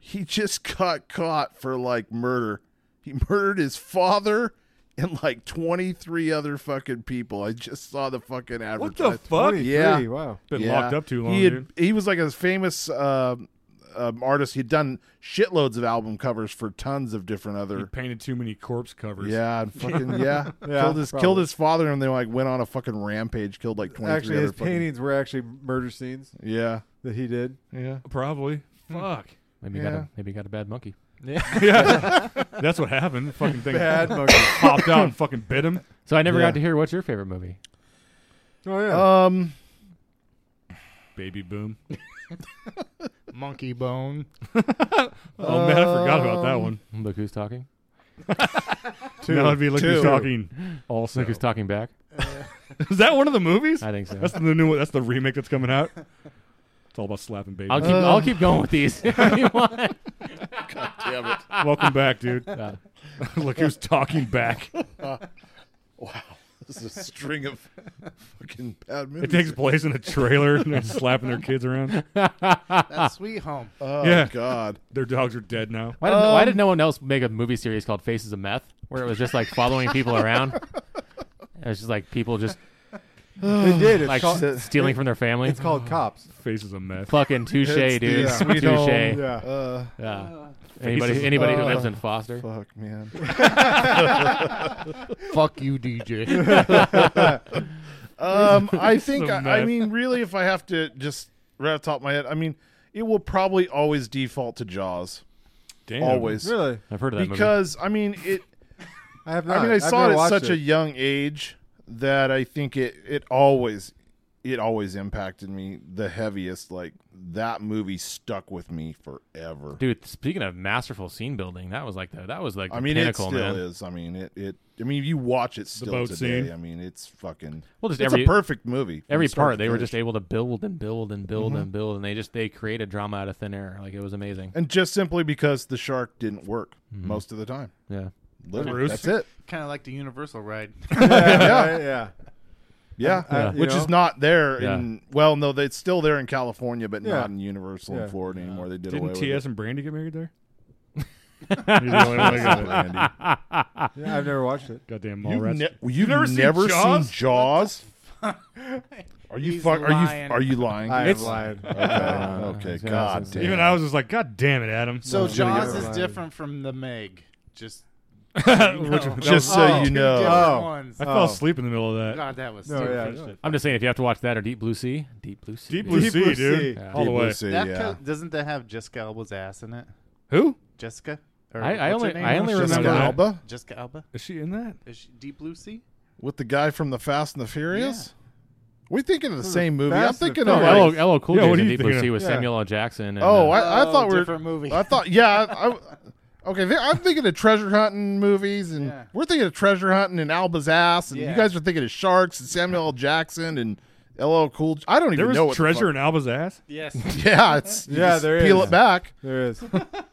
Speaker 9: he just [laughs] got caught for like murder. He murdered his father and like twenty three other fucking people. I just saw the fucking
Speaker 8: What
Speaker 9: advertisement.
Speaker 8: the fuck?
Speaker 10: 23,
Speaker 9: Yeah.
Speaker 10: Wow.
Speaker 8: Been
Speaker 9: Yeah.
Speaker 8: locked up too long,
Speaker 9: He, had-
Speaker 8: dude.
Speaker 9: he was like a famous um um, artist. He'd done shitloads of album covers for tons of different [laughs]
Speaker 8: He
Speaker 9: other.
Speaker 8: painted too many corpse covers.
Speaker 9: Yeah, and
Speaker 8: [laughs]
Speaker 9: fucking yeah.
Speaker 10: Yeah,
Speaker 9: killed his killed
Speaker 10: probably.
Speaker 9: his father, and they like went on a fucking rampage. Killed like twenty three
Speaker 10: Actually,
Speaker 9: other
Speaker 10: his
Speaker 9: fucking-
Speaker 10: paintings were actually murder scenes
Speaker 9: Yeah,
Speaker 10: that he did.
Speaker 9: yeah.
Speaker 8: probably. Fuck.
Speaker 11: maybe got
Speaker 9: Yeah.
Speaker 11: a, maybe got a bad monkey.
Speaker 8: [laughs] yeah, that's what happened. The fucking thing
Speaker 10: Bad monkey.
Speaker 8: popped out and fucking bit him.
Speaker 11: So I never
Speaker 9: Yeah.
Speaker 11: got to hear what's your favorite movie.
Speaker 10: Oh, yeah.
Speaker 9: Um,
Speaker 8: Baby
Speaker 9: [laughs]
Speaker 8: boom.
Speaker 12: Monkey bone.
Speaker 8: [laughs] Oh man, I forgot about that one.
Speaker 11: Look who's talking.
Speaker 8: Now it'd be like he's
Speaker 9: Um, [laughs] Two. Uh,
Speaker 8: talking. Also,
Speaker 11: Look who's talking
Speaker 9: [laughs]
Speaker 11: back.
Speaker 8: [laughs] is that one of the movies?
Speaker 11: I think so.
Speaker 8: That's the new one. That's the remake that's coming
Speaker 9: [laughs]
Speaker 8: out. It's all about slapping babies.
Speaker 11: I'll keep
Speaker 9: uh,
Speaker 11: I'll keep going with these. if you want.
Speaker 9: damn it!
Speaker 8: [laughs]
Speaker 11: [laughs]
Speaker 8: Welcome back, dude.
Speaker 11: Yeah.
Speaker 8: [laughs] Look who's talking back.
Speaker 9: Wow, [laughs] this is a string of fucking bad
Speaker 8: It
Speaker 9: movies.
Speaker 8: takes place in a trailer [laughs] and they're slapping their kids around.
Speaker 12: That's sweet home.
Speaker 9: oh
Speaker 8: yeah.
Speaker 9: [laughs] God,
Speaker 8: Their dogs are dead now.
Speaker 11: Why, didn't, why did no one else make a movie series called Faces of Meth, where it was just like following people around? It was just like people just
Speaker 10: They did. It's
Speaker 11: like
Speaker 10: called-
Speaker 11: s- stealing from their family.
Speaker 10: It's called cops.
Speaker 8: Face is a mess.
Speaker 11: Fucking touche,
Speaker 9: [laughs] It's
Speaker 11: dude.
Speaker 9: the
Speaker 11: Touche.
Speaker 9: sweet home.
Speaker 11: Yeah.
Speaker 9: Yeah. Uh, uh,
Speaker 11: anybody
Speaker 9: faces-
Speaker 11: anybody who
Speaker 9: uh,
Speaker 11: lives in Foster.
Speaker 9: fuck, [laughs] man.
Speaker 12: Fuck you,
Speaker 9: [laughs]
Speaker 12: DJ.
Speaker 11: [laughs]
Speaker 9: um, I
Speaker 12: It's
Speaker 9: think
Speaker 12: so
Speaker 9: I, I
Speaker 12: mad.
Speaker 9: mean, really, if I have to just right off the top of my head, I mean, it will probably always default to Jaws.
Speaker 11: Damn.
Speaker 9: always
Speaker 11: Really? I've heard of that movie.
Speaker 9: because I mean it.
Speaker 10: [laughs] I have.
Speaker 9: I mean,
Speaker 10: not.
Speaker 9: I
Speaker 10: I've
Speaker 9: saw
Speaker 10: never
Speaker 9: it at
Speaker 10: watched
Speaker 9: such
Speaker 10: it.
Speaker 9: a young age that I think it it always it always impacted me the heaviest. Like that movie stuck with me forever.
Speaker 11: Dude, speaking of masterful scene building, that was like the that was like the
Speaker 9: I mean, it
Speaker 11: pinnacle,
Speaker 9: still
Speaker 11: man.
Speaker 9: is. I mean, it, it. I mean, you watch it still
Speaker 11: boat
Speaker 9: today.
Speaker 11: scene.
Speaker 9: I mean, it's fucking.
Speaker 11: Well, just
Speaker 9: it's
Speaker 11: every
Speaker 9: a perfect movie. from
Speaker 11: Every
Speaker 9: start
Speaker 11: part,
Speaker 9: to
Speaker 11: they were
Speaker 9: finish.
Speaker 11: just able to build and build and build
Speaker 9: Mhm.
Speaker 11: and build, and they just they created drama out of thin air. Like it was amazing.
Speaker 9: and just simply because the shark didn't work
Speaker 11: Mhm.
Speaker 9: most of the time.
Speaker 11: Yeah.
Speaker 9: Literally,
Speaker 11: Bruce?
Speaker 9: that's it.
Speaker 12: Kind of like the Universal ride.
Speaker 9: yeah,
Speaker 10: yeah,
Speaker 9: Yeah, uh,
Speaker 10: I- I- you
Speaker 9: which
Speaker 10: know?
Speaker 9: is not there
Speaker 10: Yeah.
Speaker 9: in. Well, no, they- it's still there in California, but
Speaker 10: Yeah.
Speaker 9: not in Universal
Speaker 10: Yeah.
Speaker 9: and Florida anymore. They did away
Speaker 8: Didn't
Speaker 9: with
Speaker 8: TS
Speaker 9: it.
Speaker 8: and Brandy get married there?
Speaker 9: [laughs]
Speaker 10: Yeah, I've never watched it.
Speaker 8: Goddamn
Speaker 9: You've,
Speaker 8: Mallrats.
Speaker 9: ne- you've never, seen Jaws?
Speaker 8: [laughs]
Speaker 9: Are you
Speaker 8: He's
Speaker 9: fuck? Are
Speaker 8: lying.
Speaker 9: you are you lying?
Speaker 8: I am
Speaker 12: [laughs]
Speaker 8: It's- lying.
Speaker 9: Okay,
Speaker 8: Yeah.
Speaker 9: [laughs] okay.
Speaker 8: Yeah,
Speaker 9: God damn.
Speaker 8: Even I was just like, God damn it, Adam.
Speaker 9: [laughs]
Speaker 12: So
Speaker 8: Well,
Speaker 12: Jaws
Speaker 8: yeah.
Speaker 12: is different from the Meg. Just,
Speaker 8: [laughs] Which- that
Speaker 11: Just
Speaker 8: was-
Speaker 11: so you
Speaker 8: two
Speaker 11: know.
Speaker 8: different
Speaker 11: Oh.
Speaker 8: ones. I fell asleep in the middle of that.
Speaker 12: God, that
Speaker 10: [laughs]
Speaker 12: was
Speaker 8: No,
Speaker 12: super
Speaker 8: yeah,
Speaker 12: frustrating.
Speaker 11: I'm just saying, if you have to watch that or Deep Blue Sea, Deep Blue Sea,
Speaker 8: Deep
Speaker 11: dude.
Speaker 8: Blue Deep Sea, Blue dude. Sea. All the Deep way. Blue Sea,
Speaker 12: That
Speaker 8: yeah.
Speaker 12: co- doesn't that have Jessica Alba's ass in it?
Speaker 8: Who?
Speaker 12: Jessica.
Speaker 11: I- I
Speaker 12: what's her
Speaker 11: only-
Speaker 12: name?
Speaker 11: I only Jessica remember- Alba?
Speaker 12: Jessica Alba.
Speaker 8: Is she in that?
Speaker 12: Is she Deep Blue Sea?
Speaker 9: with the guy from the Fast and the Furious. We're thinking of the same movie. I'm
Speaker 12: Fast and the
Speaker 9: thinking of
Speaker 11: LL, LL
Speaker 9: like,
Speaker 11: Cool J's in Deep Blue Sea with Samuel L. Jackson. And,
Speaker 9: oh,
Speaker 11: uh,
Speaker 9: I, I
Speaker 12: Oh,
Speaker 9: thought we were
Speaker 12: different movie.
Speaker 9: I thought yeah. I,
Speaker 12: [laughs]
Speaker 9: I- okay, th- I'm thinking of treasure hunting movies, and we're thinking of treasure hunting and Alba's ass, and
Speaker 12: Yeah.
Speaker 9: you guys are thinking of sharks and Samuel L. Jackson and LL Cool. J- I don't even
Speaker 8: There was
Speaker 9: know what the
Speaker 8: treasure
Speaker 9: fuck-
Speaker 8: in Alba's ass?
Speaker 12: Yes.
Speaker 9: [laughs] yeah,
Speaker 12: [laughs]
Speaker 9: it's you
Speaker 10: yeah.
Speaker 9: just
Speaker 10: There is.
Speaker 9: peel it back.
Speaker 10: There is.
Speaker 8: [laughs]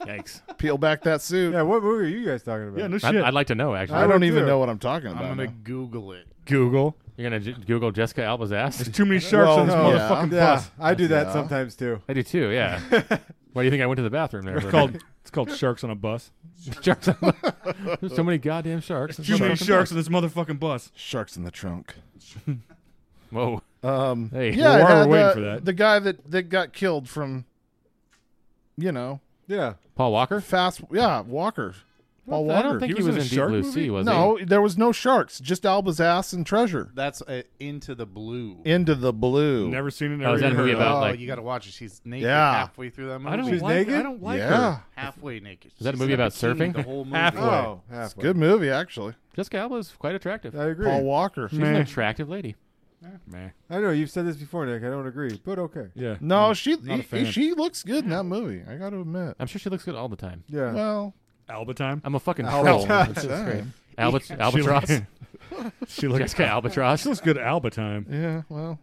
Speaker 11: Yikes!
Speaker 9: Peel back that suit.
Speaker 10: Yeah. Uh, What movie are you guys talking about?
Speaker 11: Yeah, no I'd- shit. I'd like to know, actually.
Speaker 9: I,
Speaker 11: I
Speaker 9: don't
Speaker 11: would
Speaker 9: even
Speaker 11: too.
Speaker 9: know what I'm talking
Speaker 12: I'm
Speaker 9: about.
Speaker 12: gonna
Speaker 9: now.
Speaker 12: Google it.
Speaker 8: Google.
Speaker 11: You're gonna j- Google Jessica Alba's ass. There's
Speaker 8: too many sharks on this motherfucking
Speaker 10: Yeah, bus. I do that sometimes, too.
Speaker 11: I do too. Yeah. Why do you think I went to the bathroom there?
Speaker 8: It's
Speaker 11: for a
Speaker 8: called
Speaker 11: [laughs] minute?
Speaker 8: it's called sharks on a bus.
Speaker 11: [laughs] Sharks. On There's so many goddamn sharks.
Speaker 8: Too many sharks on this motherfucking bus.
Speaker 9: Sharks in
Speaker 8: [laughs]
Speaker 9: the trunk.
Speaker 11: Whoa.
Speaker 9: Um,
Speaker 11: Hey.
Speaker 9: yeah,
Speaker 8: Well, while
Speaker 9: it
Speaker 8: we're
Speaker 9: had,
Speaker 8: waiting
Speaker 9: uh,
Speaker 8: for that.
Speaker 9: the guy that that got killed from, you know,
Speaker 10: yeah,
Speaker 11: Paul Walker.
Speaker 9: fast, yeah, Walker. Paul
Speaker 11: I
Speaker 9: Walker.
Speaker 11: don't think he was, in Deep Blue Sea, was he?
Speaker 9: no, there was no sharks. Just Alba's ass and treasure.
Speaker 12: That's uh, Into the Blue.
Speaker 9: Into the blue.
Speaker 8: Never seen it.
Speaker 11: Oh, is that a movie about,
Speaker 12: oh,
Speaker 11: like-
Speaker 12: you gotta watch it. She's naked
Speaker 9: Yeah.
Speaker 12: halfway through that movie.
Speaker 11: I don't She's like- I naked? don't like Yeah. her.
Speaker 12: Halfway naked.
Speaker 11: Is that a
Speaker 12: She's
Speaker 11: movie
Speaker 12: in
Speaker 11: about
Speaker 12: bikini
Speaker 11: surfing?
Speaker 12: The
Speaker 11: [laughs]
Speaker 12: whole movie.
Speaker 11: Halfway.
Speaker 9: Oh, it's a good movie actually.
Speaker 11: Jessica Alba's quite attractive.
Speaker 10: I agree.
Speaker 9: Paul Walker.
Speaker 11: She's an
Speaker 10: Meh.
Speaker 11: attractive lady. Meh.
Speaker 10: I know you've said this before, Nick. I don't agree, but okay.
Speaker 8: Yeah.
Speaker 9: No, she
Speaker 10: Not a
Speaker 9: he-
Speaker 10: fan.
Speaker 9: she looks good in that movie. I got to admit.
Speaker 11: I'm sure she looks good all the time.
Speaker 10: Yeah.
Speaker 9: Well,
Speaker 8: Alba time.
Speaker 11: I'm a fucking
Speaker 8: Alba
Speaker 11: troll.
Speaker 8: time.
Speaker 11: It's Oh, just great.
Speaker 8: Yeah.
Speaker 11: Alba-
Speaker 8: She
Speaker 11: albatross.
Speaker 8: look- [laughs] she looks
Speaker 11: Jessica Albatross.
Speaker 8: She looks good at
Speaker 11: [laughs]
Speaker 8: Alba time.
Speaker 9: yeah, well,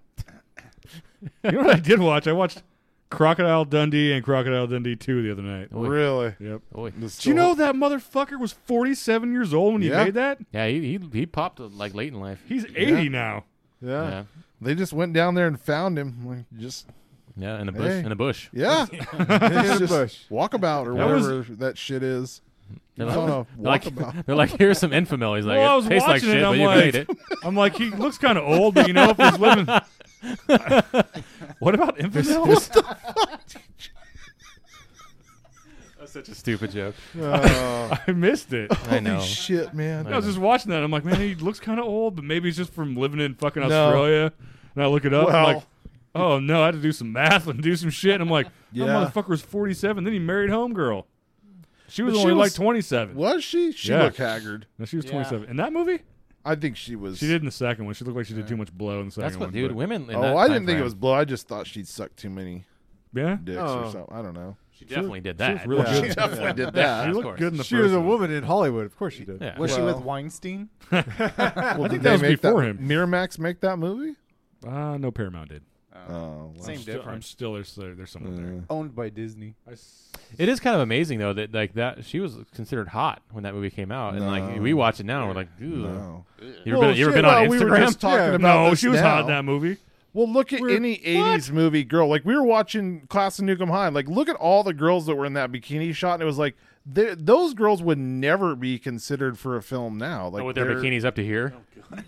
Speaker 8: You know what I did watch? I watched Crocodile Dundee and Crocodile Dundee 2 the other night.
Speaker 9: really.
Speaker 8: Yep.
Speaker 9: Did
Speaker 8: Do you know that motherfucker was 47 years old when he
Speaker 9: Yeah.
Speaker 8: made that?
Speaker 11: Yeah, he, he he popped like late in life.
Speaker 8: He's
Speaker 11: Yeah.
Speaker 8: 80 now.
Speaker 9: Yeah.
Speaker 11: Yeah.
Speaker 9: They just went down there and found him. Like, just
Speaker 11: Yeah, in the bush.
Speaker 9: Hey.
Speaker 11: In the bush.
Speaker 10: [laughs]
Speaker 9: Yeah.
Speaker 10: It's
Speaker 9: Just
Speaker 10: bush.
Speaker 9: Walkabout or
Speaker 11: That was-
Speaker 9: whatever that shit is.
Speaker 11: They're
Speaker 9: It's on a
Speaker 11: like, they're [laughs] like,
Speaker 9: walkabout.
Speaker 11: they're like, here's some infamil. He's like,
Speaker 8: well, I
Speaker 11: it
Speaker 8: was
Speaker 11: tastes
Speaker 8: watching
Speaker 11: like
Speaker 8: it.
Speaker 11: shit, but
Speaker 8: I'm
Speaker 11: you
Speaker 8: like,
Speaker 11: made it.
Speaker 8: [laughs] I'm like, he looks kind of old, but you know, if he's
Speaker 11: [laughs]
Speaker 8: living. what about
Speaker 11: There's-
Speaker 8: infidel? [laughs]
Speaker 11: there's- That's such a stupid joke.
Speaker 10: Oh.
Speaker 8: [laughs] I missed it.
Speaker 11: I know.
Speaker 9: shit, man.
Speaker 8: I, was just watching that. I'm like, man, he [laughs] looks kind of old, but maybe he's just from living in fucking
Speaker 9: No.
Speaker 8: Australia. And I look it up. I'm
Speaker 9: Well-
Speaker 8: like, [laughs] oh no, I had to do some math and do some shit. And I'm like,
Speaker 9: Yeah.
Speaker 8: that motherfucker was 47. Then he married homegirl. She was
Speaker 9: But she
Speaker 8: only
Speaker 9: was-
Speaker 8: like 27.
Speaker 9: Was she? She
Speaker 8: Yeah.
Speaker 9: looked haggard.
Speaker 8: No, she was
Speaker 11: Yeah.
Speaker 8: 27 in that movie.
Speaker 9: I think she was.
Speaker 8: She did in the second one. She looked like she did too much blow in the second
Speaker 11: That's what,
Speaker 8: one.
Speaker 11: dude.
Speaker 8: but-
Speaker 11: Women. In
Speaker 9: oh,
Speaker 11: that
Speaker 9: I
Speaker 11: time
Speaker 9: didn't think
Speaker 11: frame.
Speaker 9: it was blow. I just thought she'd sucked too many.
Speaker 8: Yeah?
Speaker 9: Dicks
Speaker 10: Oh.
Speaker 9: or something. I don't know.
Speaker 11: She definitely did
Speaker 8: she was
Speaker 11: that.
Speaker 8: really
Speaker 9: She
Speaker 10: [laughs]
Speaker 8: good.
Speaker 9: definitely
Speaker 8: Yeah.
Speaker 9: did that.
Speaker 11: She
Speaker 8: She
Speaker 11: of
Speaker 8: looked
Speaker 11: course.
Speaker 8: good in the
Speaker 10: She
Speaker 8: first
Speaker 10: was a
Speaker 8: one.
Speaker 10: woman in Hollywood. Of course she did.
Speaker 11: Yeah.
Speaker 12: Was she
Speaker 9: Well-
Speaker 12: with Weinstein?
Speaker 9: Well,
Speaker 8: I
Speaker 9: did
Speaker 8: think
Speaker 9: they
Speaker 8: that was
Speaker 9: make
Speaker 8: before
Speaker 9: that,
Speaker 8: him.
Speaker 9: Miramax make that movie? [laughs]
Speaker 8: Uh, no, Paramount did.
Speaker 9: Oh,
Speaker 12: Same
Speaker 8: Still- I'm
Speaker 12: difference.
Speaker 8: still there's there's someone there.
Speaker 12: Owned by Disney.
Speaker 11: It is kind of amazing though that like that she was considered hot when that movie came out, and like
Speaker 9: No.
Speaker 11: we watch it now, and we're like, ooh.
Speaker 9: No.
Speaker 11: You ever
Speaker 9: Well,
Speaker 11: been? You ever
Speaker 9: shit,
Speaker 11: been on
Speaker 9: well, we were
Speaker 11: Instagram?
Speaker 9: just talking Yeah. about
Speaker 8: no,
Speaker 9: this
Speaker 8: she was hot in
Speaker 9: now.
Speaker 8: that movie.
Speaker 9: Well, look at
Speaker 8: We're-
Speaker 9: any
Speaker 8: What?
Speaker 9: '80s movie girl. Like we were watching Class of Nukem High. Like look at all the girls that were in that bikini shot, and it was like they- those girls would never be considered for a film now. Like
Speaker 11: oh, with their
Speaker 9: they're-
Speaker 11: bikinis up to here.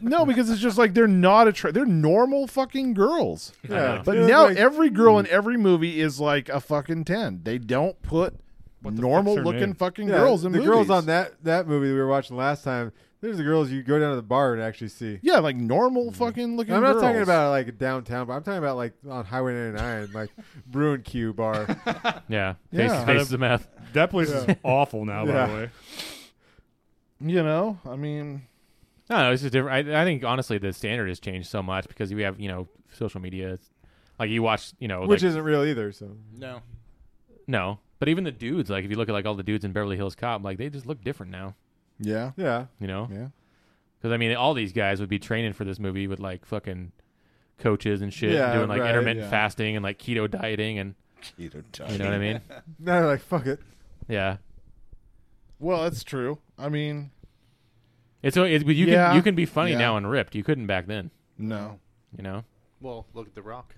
Speaker 9: No, because it's just like they're not attra- They're normal fucking girls.
Speaker 11: Yeah.
Speaker 9: But
Speaker 11: They're
Speaker 9: now
Speaker 11: like-
Speaker 9: every girl in every movie is like a fucking ten. They don't put normal looking fucking
Speaker 10: Yeah,
Speaker 9: girls in
Speaker 10: the
Speaker 9: movies.
Speaker 10: girls on that that movie we were watching last time. There's the girls you go down to the bar and actually see.
Speaker 9: Yeah, like normal
Speaker 11: Mm.
Speaker 9: fucking looking.
Speaker 10: I'm not talking
Speaker 9: girls.
Speaker 10: about like downtown, but I'm talking about like on Highway 99, like Bruin Q bar.
Speaker 11: Yeah. Face- Yeah. face the meth.
Speaker 8: That place is awful now, by the way.
Speaker 9: You know, I mean,
Speaker 11: No, no, it's just different. I, I think honestly, the standard has changed so much because we have you know social media, It's- like you watch you know
Speaker 10: which
Speaker 11: like-
Speaker 10: isn't real either. So
Speaker 12: No.
Speaker 11: no, but even the dudes like if you look at like all the dudes in Beverly Hills Cop, like they just look different now.
Speaker 9: Yeah.
Speaker 10: Yeah.
Speaker 11: You know.
Speaker 9: Yeah.
Speaker 11: Because I mean, all these guys would be training for this movie with like fucking coaches and shit,
Speaker 10: Yeah,
Speaker 11: doing like
Speaker 10: right,
Speaker 11: intermittent
Speaker 10: yeah.
Speaker 11: fasting and like keto dieting and
Speaker 9: Keto
Speaker 11: You know what I mean?
Speaker 9: dieting.
Speaker 10: now they're like, fuck it.
Speaker 11: yeah.
Speaker 9: Well, that's true. I mean,
Speaker 11: It's, it's but you
Speaker 9: Yeah.
Speaker 11: can you can be funny
Speaker 9: Yeah.
Speaker 11: now and ripped. You couldn't back then.
Speaker 9: No.
Speaker 11: You know,
Speaker 12: Well, look at The Rock.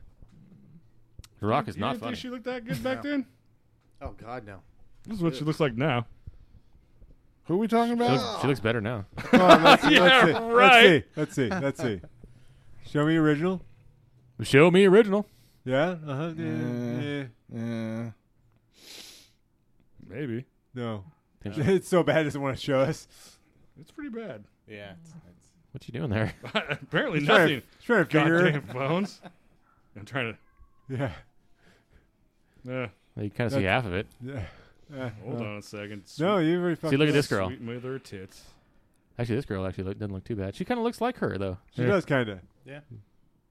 Speaker 11: The Rock
Speaker 8: You
Speaker 11: is not
Speaker 8: didn't
Speaker 11: funny.
Speaker 8: think she looked that good back
Speaker 12: No.
Speaker 8: then?
Speaker 12: Oh, God, no.
Speaker 8: This is what she looks like now.
Speaker 9: Who are we talking
Speaker 11: She, looks, she looks better now.
Speaker 10: Come on, let's, see,
Speaker 8: Yeah,
Speaker 10: let's, see.
Speaker 8: right.
Speaker 10: let's see. Let's see. Let's see. Show me original.
Speaker 11: Show me original.
Speaker 10: Yeah. Uh huh. Yeah.
Speaker 9: Yeah.
Speaker 10: yeah.
Speaker 9: Yeah.
Speaker 8: Maybe.
Speaker 10: No.
Speaker 11: Yeah.
Speaker 10: [laughs] it's so bad it doesn't want to show us.
Speaker 8: It's pretty bad.
Speaker 12: Yeah. It's,
Speaker 11: What you doing there?
Speaker 8: [laughs] Apparently
Speaker 10: He's trying to-
Speaker 8: nothing.
Speaker 10: he's trying to figure her. [laughs]
Speaker 8: Goddamn phones. I'm trying to.
Speaker 10: Yeah.
Speaker 8: Yeah.
Speaker 11: You kind of see
Speaker 8: That's-
Speaker 11: half of it.
Speaker 10: Yeah. Uh,
Speaker 8: Hold
Speaker 10: uh,
Speaker 8: on a second.
Speaker 10: No,
Speaker 8: Sweet-
Speaker 10: you already
Speaker 11: See,
Speaker 10: fucking
Speaker 11: look at this
Speaker 10: said-
Speaker 11: girl.
Speaker 8: Sweet mother tits.
Speaker 11: Actually, this girl actually look, doesn't look too bad. She kind of looks like her though.
Speaker 10: She does kind of.
Speaker 12: Yeah.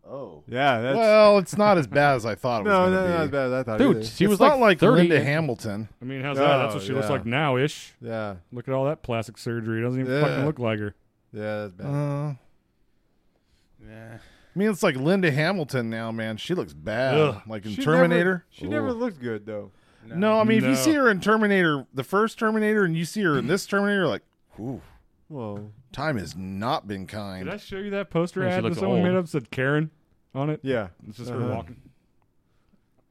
Speaker 9: Oh.
Speaker 10: Yeah. That's,
Speaker 9: well, it's not as bad as I [laughs] thought it was.
Speaker 10: No,
Speaker 9: gonna
Speaker 10: no,
Speaker 9: be.
Speaker 10: not as bad as I thought
Speaker 11: Dude,
Speaker 10: either.
Speaker 11: she
Speaker 9: It's
Speaker 11: was
Speaker 9: not like
Speaker 11: like, 30
Speaker 9: Linda
Speaker 11: and-
Speaker 9: Hamilton.
Speaker 8: I mean, how's that? That's what
Speaker 10: Oh,
Speaker 8: she looks
Speaker 10: yeah.
Speaker 8: like now ish.
Speaker 10: Yeah.
Speaker 8: Look at all that plastic surgery. It doesn't even
Speaker 10: Yeah.
Speaker 8: fucking look like her.
Speaker 10: Yeah. That's bad.
Speaker 9: Uh,
Speaker 12: yeah.
Speaker 9: I mean, it's like Linda Hamilton now, man. She looks bad,
Speaker 8: Ugh.
Speaker 9: like in
Speaker 10: She never-
Speaker 9: Terminator.
Speaker 10: she never
Speaker 9: Ooh.
Speaker 10: looked good though.
Speaker 9: No, I mean, if
Speaker 8: No.
Speaker 9: you see her in Terminator, the first Terminator, and you see her in this Terminator, you're like, ooh,
Speaker 10: Well.
Speaker 9: time has not been
Speaker 8: Did
Speaker 9: kind.
Speaker 8: I show you that poster
Speaker 11: Yeah, she
Speaker 8: ad that
Speaker 11: looks
Speaker 8: someone made
Speaker 11: old.
Speaker 8: up said Karen on it?
Speaker 10: Yeah.
Speaker 8: It's just her
Speaker 10: Uh-huh.
Speaker 8: walking.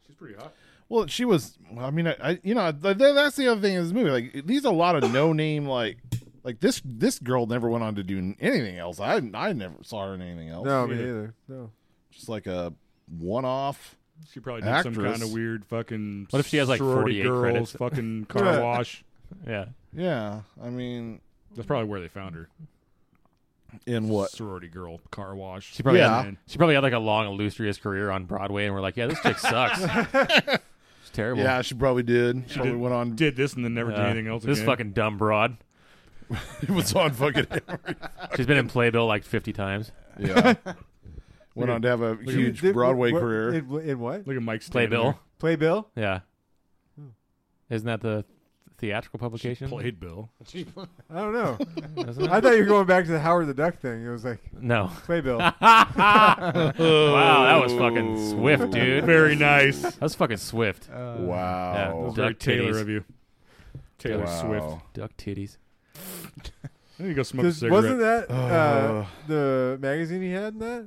Speaker 8: She's pretty hot.
Speaker 9: Well, she was. well, I mean, I, I you know th- th- that's the other thing in this movie. Like these are a lot of no name like like this this girl never went on to do anything else. I I never saw her in anything else.
Speaker 10: No, me either. No.
Speaker 9: just like a one off.
Speaker 8: She probably did some
Speaker 9: Actress.
Speaker 8: kind of weird fucking.
Speaker 11: What if she has, like,
Speaker 8: sorority
Speaker 11: 48
Speaker 8: girls
Speaker 10: [laughs]
Speaker 11: credits?
Speaker 8: fucking car
Speaker 10: Yeah.
Speaker 8: wash?
Speaker 11: Yeah,
Speaker 9: Yeah, I mean,
Speaker 8: That's probably where they found her.
Speaker 9: in what?
Speaker 8: sorority girl car wash?
Speaker 11: she probably
Speaker 9: Yeah.
Speaker 11: had, she probably had like a long illustrious career on Broadway, and we're like, yeah, this chick sucks. She's terrible.
Speaker 9: Yeah, she probably did. She probably
Speaker 8: did-
Speaker 9: went on.
Speaker 8: did this and then never did
Speaker 11: Uh,
Speaker 8: anything else.
Speaker 11: This
Speaker 8: again.
Speaker 11: fucking dumb broad.
Speaker 9: [laughs] was on fucking.
Speaker 8: [laughs]
Speaker 11: She's been in Playbill like fifty times.
Speaker 9: yeah. [laughs] Went on to have a huge
Speaker 10: Did-
Speaker 9: Broadway
Speaker 10: what-
Speaker 9: career.
Speaker 10: In, in what?
Speaker 8: look at Mike's
Speaker 11: Playbill.
Speaker 10: Playbill.
Speaker 11: Yeah. Isn't that the theatrical publication?
Speaker 8: Played Bill.
Speaker 10: I don't know.
Speaker 11: Isn't it?
Speaker 10: I thought you were going back to the Howard the Duck thing. It was like
Speaker 11: no. [laughs]
Speaker 10: Playbill.
Speaker 11: wow, that was fucking swift, dude.
Speaker 8: Very nice. That
Speaker 11: That was fucking swift.
Speaker 10: Uh,
Speaker 9: wow.
Speaker 11: yeah.
Speaker 8: was very
Speaker 11: Duck
Speaker 8: Taylor
Speaker 11: titties.
Speaker 8: of you. Taylor
Speaker 9: Wow.
Speaker 8: Swift.
Speaker 11: Duck titties.
Speaker 8: I need to go smoke a
Speaker 10: 'Cause
Speaker 8: cigarette.
Speaker 10: wasn't that uh,
Speaker 9: Ugh.
Speaker 10: the magazine he had in that?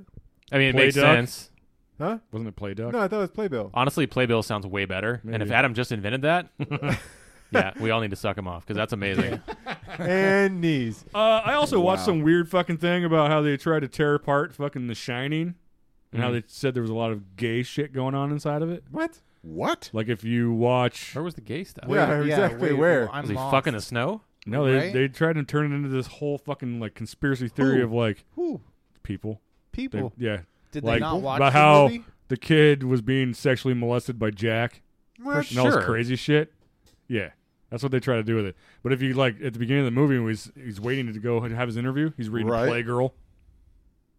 Speaker 11: I mean, it
Speaker 8: Play
Speaker 11: makes
Speaker 8: Duck?
Speaker 11: sense.
Speaker 10: Huh?
Speaker 8: Wasn't it Play Duck?
Speaker 10: No, I thought it was Playbill.
Speaker 11: Honestly, Playbill sounds way better. And if
Speaker 8: Maybe.
Speaker 11: Adam just invented
Speaker 8: [laughs]
Speaker 11: that, yeah, we all need to suck him off because that's amazing.
Speaker 10: and knees.
Speaker 8: Uh, I also watched
Speaker 9: Wow.
Speaker 8: some weird fucking thing about how they tried to tear apart fucking The Shining, and
Speaker 11: Mm-hmm.
Speaker 8: how they said there was a lot of gay shit going on inside of it.
Speaker 10: What?
Speaker 9: What?
Speaker 8: Like if you watch,
Speaker 11: Where was the gay stuff?
Speaker 10: Yeah, exactly.
Speaker 12: wait,
Speaker 10: where?
Speaker 12: well, I'm
Speaker 11: Was he
Speaker 12: lost.
Speaker 11: fucking the snow?
Speaker 8: no, they
Speaker 12: Right?
Speaker 8: they tried to turn it into this whole fucking like conspiracy theory
Speaker 12: Who?
Speaker 8: of like
Speaker 12: Who?
Speaker 8: people. They-
Speaker 12: People.
Speaker 8: yeah,
Speaker 12: Did
Speaker 8: like,
Speaker 12: they not watch
Speaker 8: about
Speaker 12: the
Speaker 8: how
Speaker 12: movie?
Speaker 8: the kid was being sexually molested by Jack
Speaker 9: Uh,
Speaker 10: What?
Speaker 8: and all
Speaker 11: Sure.
Speaker 8: this crazy shit. Yeah, that's what they try to do with it. But if you like at the beginning of the movie, when he's he's waiting to go and have his interview, he's reading
Speaker 9: Right.
Speaker 8: a Playgirl.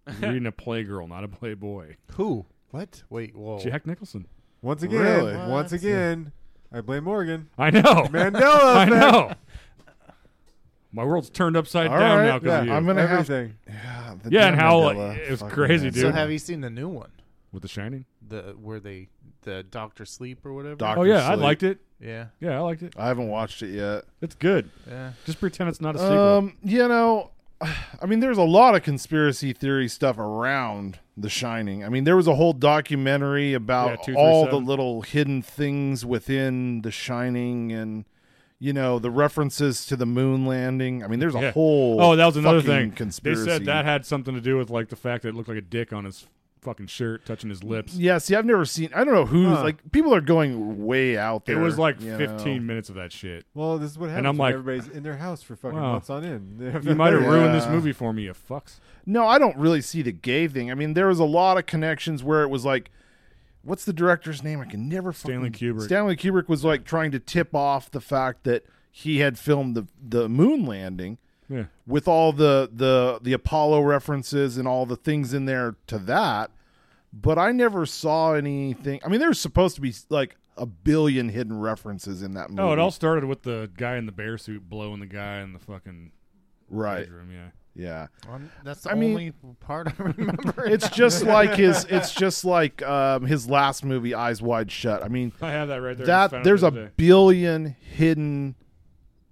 Speaker 8: He's reading a Playgirl, not a Playboy.
Speaker 12: Who? What? Wait, whoa.
Speaker 8: Jack Nicholson.
Speaker 10: Once again,
Speaker 9: Really?
Speaker 10: once again, I blame Morgan.
Speaker 8: I know.
Speaker 10: Mandela
Speaker 8: [laughs] I
Speaker 10: effect.
Speaker 8: know. My world's turned upside
Speaker 9: All
Speaker 8: down
Speaker 9: right,
Speaker 8: now because
Speaker 10: Yeah,
Speaker 8: of you.
Speaker 9: I'm gonna have-
Speaker 10: everything.
Speaker 9: Yeah, the
Speaker 8: Yeah, and
Speaker 9: damn
Speaker 8: how,
Speaker 9: Mandela.
Speaker 8: like, it was
Speaker 9: Fucking
Speaker 8: crazy,
Speaker 9: man.
Speaker 8: dude.
Speaker 12: So have you seen the new one?
Speaker 8: with The Shining.
Speaker 12: The where they the Doctor Sleep or whatever?
Speaker 9: Doc-
Speaker 8: Oh yeah, I
Speaker 9: Sleep.
Speaker 8: liked it.
Speaker 12: yeah.
Speaker 8: Yeah, I liked it.
Speaker 9: I haven't watched it yet.
Speaker 8: It's good.
Speaker 12: Yeah.
Speaker 8: Just pretend it's not a sequel.
Speaker 9: Um, you know, I mean, there's a lot of conspiracy theory stuff around The Shining. I mean, there was a whole documentary about
Speaker 18: Yeah,
Speaker 9: all the
Speaker 18: 237.
Speaker 9: little hidden things within The Shining and, you know, the references to the moon landing. I mean, there's a
Speaker 8: Yeah.
Speaker 9: whole.
Speaker 8: Oh, that was another
Speaker 9: fucking
Speaker 8: thing.
Speaker 9: Conspiracy.
Speaker 8: They said that had something to do with like the fact that it looked like a dick on his fucking shirt touching his lips.
Speaker 9: Yeah, see, I've never seen. I don't know who's
Speaker 8: Huh.
Speaker 9: like. People are going way out
Speaker 8: It
Speaker 9: there.
Speaker 8: was like
Speaker 9: you know.
Speaker 8: 15 minutes of that shit.
Speaker 10: Well, this is what happens
Speaker 8: And I'm
Speaker 10: when
Speaker 8: like,
Speaker 10: everybody's in their house for fucking
Speaker 8: wow.
Speaker 10: months on end. [laughs]
Speaker 8: You might have ruined this
Speaker 9: Yeah.
Speaker 8: movie for me, you fucks.
Speaker 9: No, I don't really see the gay thing. I mean, there was a lot of connections where it was like, what's the director's name? I can never
Speaker 8: Stanley
Speaker 9: fucking-
Speaker 8: Kubrick.
Speaker 9: Stanley Kubrick was like trying to tip off the fact that he had filmed the the moon landing
Speaker 8: Yeah.
Speaker 9: with all the the the Apollo references and all the things in there to that. But I never saw anything. I mean, there's supposed to be like a billion hidden references in that movie.
Speaker 8: No, Oh, it all started with the guy in the bear suit blowing the guy in the fucking
Speaker 9: Right.
Speaker 8: bedroom. Yeah.
Speaker 9: Yeah.
Speaker 12: that's the
Speaker 9: I mean-
Speaker 12: only part I [laughs] remember. in
Speaker 9: It's
Speaker 12: that
Speaker 9: just
Speaker 12: movie. [laughs]
Speaker 9: like his. It's just like um, his last movie, Eyes Wide Shut. I mean,
Speaker 8: I have that right there. I just found
Speaker 9: That
Speaker 8: it
Speaker 9: there's
Speaker 8: the
Speaker 9: a
Speaker 8: other day.
Speaker 9: billion hidden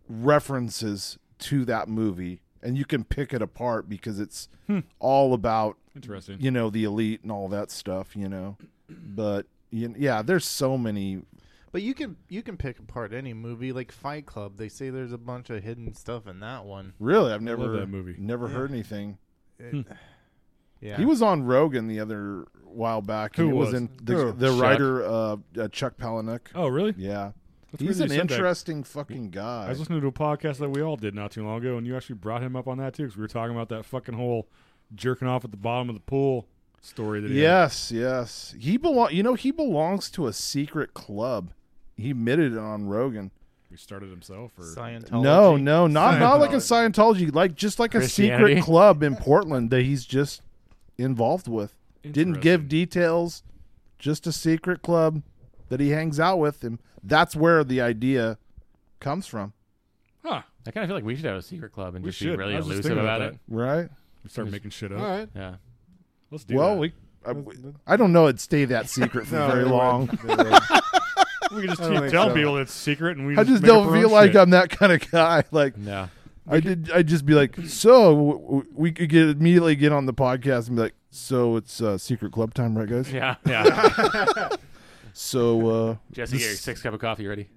Speaker 9: references to that movie, and you can pick it apart because it's
Speaker 8: Hmm.
Speaker 9: all about
Speaker 8: Interesting.
Speaker 9: You know, the elite and all that stuff. You know, but you, yeah, there's so many.
Speaker 12: But you can you can pick apart any movie like Fight Club. They say there's a bunch of hidden stuff in that one.
Speaker 9: Really, I've never
Speaker 8: that movie. Hmm.
Speaker 9: Never
Speaker 12: Yeah.
Speaker 9: heard anything.
Speaker 12: It- [sighs] yeah.
Speaker 9: He was on Rogan the other while back. and
Speaker 8: Who
Speaker 9: it
Speaker 8: was?
Speaker 9: in the,
Speaker 8: Who?
Speaker 9: the
Speaker 8: Chuck.
Speaker 9: writer uh, uh, Chuck Palahniuk.
Speaker 8: Oh, really?
Speaker 9: Yeah,
Speaker 8: That's weird
Speaker 9: he's an
Speaker 8: you said that.
Speaker 9: interesting fucking guy.
Speaker 8: I was listening to a podcast that we all did not too long ago, and you actually brought him up on that too, because we were talking about that fucking whole jerking off at the bottom of the pool story. That he had.
Speaker 9: Yes, yes. He belong. You know, he belongs to a secret club. He admitted it on Rogan.
Speaker 8: he started himself or
Speaker 12: Scientology.
Speaker 9: No, no, not not like a Scientology, like just like a
Speaker 8: Christianity? [laughs]
Speaker 9: secret club in Portland that he's just involved with. Didn't give details. Just a secret club that he hangs out with, and that's where the idea comes from.
Speaker 8: Huh.
Speaker 11: I kind of feel like we should have a secret club and
Speaker 8: We
Speaker 11: just be
Speaker 8: should.
Speaker 11: really
Speaker 8: I was just
Speaker 11: elusive
Speaker 8: thinking
Speaker 11: about,
Speaker 8: about
Speaker 11: it.
Speaker 9: Right?
Speaker 8: We start making shit up.
Speaker 10: All right.
Speaker 11: Yeah.
Speaker 8: Let's do
Speaker 9: well,
Speaker 8: that.
Speaker 9: we. I, I don't know. It'd stay that secret
Speaker 8: [laughs]
Speaker 9: for
Speaker 8: No,
Speaker 9: very
Speaker 8: it wouldn't.
Speaker 9: long.
Speaker 8: It wouldn't. We could [laughs] just
Speaker 9: I don't
Speaker 8: keep
Speaker 9: think
Speaker 8: telling people that it's secret and we
Speaker 9: I
Speaker 8: just
Speaker 9: just
Speaker 8: make up our
Speaker 9: don't
Speaker 8: own
Speaker 9: feel like
Speaker 8: shit.
Speaker 9: I'm that kind of guy. [laughs] Like,
Speaker 11: yeah,
Speaker 9: I did. I'd just be like, so w- w- we could get immediately get on the podcast and be like, so it's uh, secret club time, right, guys?
Speaker 11: Yeah, yeah.
Speaker 9: [laughs] so uh,
Speaker 11: Jesse,
Speaker 9: this-
Speaker 11: get your six cup of coffee ready.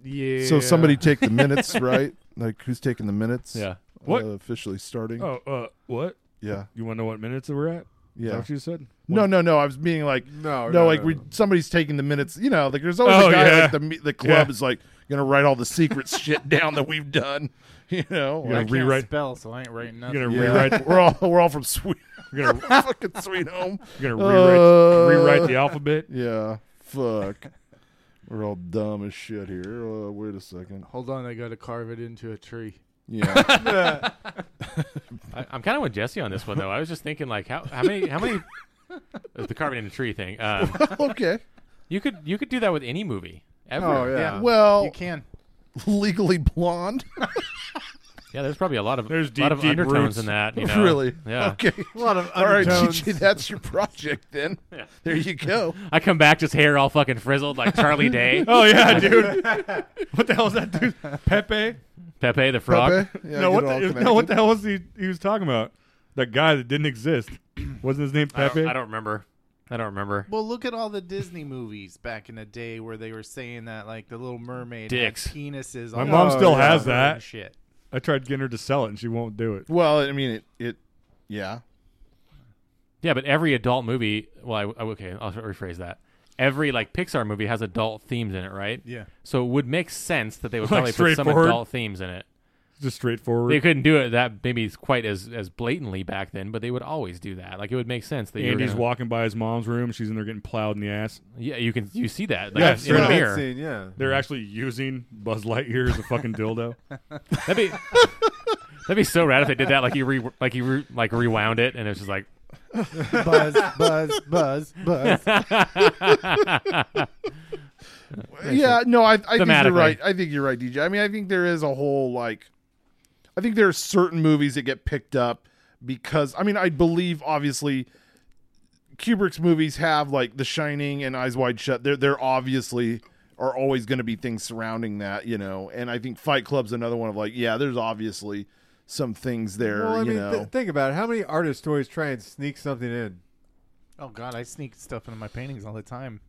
Speaker 9: So somebody take the minutes,
Speaker 8: [laughs]
Speaker 9: right? Like, who's taking the minutes?
Speaker 11: Yeah.
Speaker 8: What?
Speaker 9: Uh, officially starting?
Speaker 8: Oh, uh, what?
Speaker 9: Yeah.
Speaker 8: You want to know what minutes we're at? Is that
Speaker 9: Yeah.
Speaker 8: what you said?
Speaker 9: No, no, no. I was being like,
Speaker 10: No,
Speaker 9: no,
Speaker 10: no,
Speaker 9: like
Speaker 10: no,
Speaker 9: we somebody's taking the minutes. You know, like there's always
Speaker 8: Oh,
Speaker 9: a guy
Speaker 8: yeah.
Speaker 9: like the me- the club
Speaker 8: Yeah.
Speaker 9: is like gonna write all the secret [laughs] shit down that we've done. [laughs] You
Speaker 8: You're gonna
Speaker 9: know, like,
Speaker 12: I can't
Speaker 8: rewrite-
Speaker 12: spell, so I ain't writing
Speaker 8: You're
Speaker 12: nothing.
Speaker 8: gonna
Speaker 9: Yeah.
Speaker 8: rewrite.
Speaker 11: [laughs]
Speaker 9: we're all we're all from Sweet.
Speaker 8: You're gonna-
Speaker 9: fucking Sweet Home. Uh,
Speaker 8: You're
Speaker 9: [laughs]
Speaker 8: gonna rewrite- rewrite the alphabet?
Speaker 9: Yeah. Fuck.
Speaker 11: [laughs]
Speaker 9: We're all dumb as shit here. Uh, wait a second.
Speaker 12: Hold on, I gotta carve it into a tree. [laughs]
Speaker 9: Yeah.
Speaker 11: I, I'm kind of with Jesse on this one though. I was just thinking like how how many how
Speaker 9: [laughs]
Speaker 11: many uh, the carbon in the tree thing. Um,
Speaker 9: okay.
Speaker 11: You could you could do that with any movie ever.
Speaker 9: Well,
Speaker 12: Oh, you
Speaker 11: [laughs]
Speaker 12: can.
Speaker 9: Legally Blonde.
Speaker 11: yeah. There's probably a lot of
Speaker 8: There's
Speaker 11: lot
Speaker 8: deep,
Speaker 11: of
Speaker 8: deep
Speaker 11: undertones
Speaker 8: roots.
Speaker 11: in that.
Speaker 9: [laughs]
Speaker 11: You know?
Speaker 9: Really?
Speaker 11: Yeah.
Speaker 9: Okay.
Speaker 10: A lot of
Speaker 9: All right,
Speaker 10: undertones.
Speaker 9: Gigi, that's your project
Speaker 11: [laughs]
Speaker 9: then. There you go.
Speaker 11: I come back just hair all fucking frizzled like Charlie Day.
Speaker 8: Oh [laughs] yeah, dude. what the hell is that dude? Pepe?
Speaker 11: Pepe the
Speaker 9: [laughs]
Speaker 11: Frog.
Speaker 8: no, what the, no, what the hell was he? He was talking about that guy that didn't exist. Wasn't his name
Speaker 11: I don't-
Speaker 8: Pepe?
Speaker 11: I don't remember. I don't remember.
Speaker 12: Well, look at all the Disney movies back in the day where they were saying that like the Little Mermaid had
Speaker 11: Dicks.
Speaker 12: penises.
Speaker 8: My
Speaker 12: all
Speaker 8: mom
Speaker 12: over
Speaker 8: still
Speaker 12: her
Speaker 8: has
Speaker 12: and
Speaker 8: that.
Speaker 12: shit.
Speaker 8: Oh, I tried getting her to sell it, and she won't do it.
Speaker 9: Well, I mean, it. it yeah.
Speaker 11: Yeah, but every adult movie. Well, I, I- okay, I'll rephrase that. Every like Pixar movie has adult themes in it, right?
Speaker 12: Yeah.
Speaker 11: So it would make sense that they would
Speaker 8: [laughs] Like
Speaker 11: probably put some
Speaker 8: straightforward.
Speaker 11: adult themes in it.
Speaker 8: Just straightforward.
Speaker 11: They couldn't do it that maybe it's quite as as blatantly back then, but they would always do that. Like it would make sense that
Speaker 8: Andy's
Speaker 11: you're gonna,
Speaker 8: walking by his mom's room. She's in there getting plowed in the ass.
Speaker 11: Yeah, you can you see that like,
Speaker 8: Yeah,
Speaker 11: in
Speaker 8: straight
Speaker 11: the
Speaker 8: up.
Speaker 11: mirror.
Speaker 10: Scene, yeah.
Speaker 8: They're actually using Buzz Lightyear as a fucking [laughs] dildo.
Speaker 11: That'd be that'd be so rad if they did that. Like you re, like you re, like rewound it, and it's just like
Speaker 12: buzz, buzz, buzz,
Speaker 11: [laughs]
Speaker 12: buzz.
Speaker 9: yeah, no, I, I think you're
Speaker 11: Thematically.
Speaker 9: right. I think you're right, DJ. I mean, I think there is a whole like, I think there are certain movies that get picked up because I mean, I believe obviously Kubrick's movies have like The Shining and Eyes Wide Shut. They're they're obviously are always going to be things surrounding that, you know. And I think Fight Club's another one of like, yeah, there's obviously some things there.
Speaker 10: well, I
Speaker 9: you
Speaker 10: mean,
Speaker 9: know,
Speaker 10: th- think about it. How many artists always try and sneak something in?
Speaker 12: Oh God, I sneak stuff into my paintings all the time.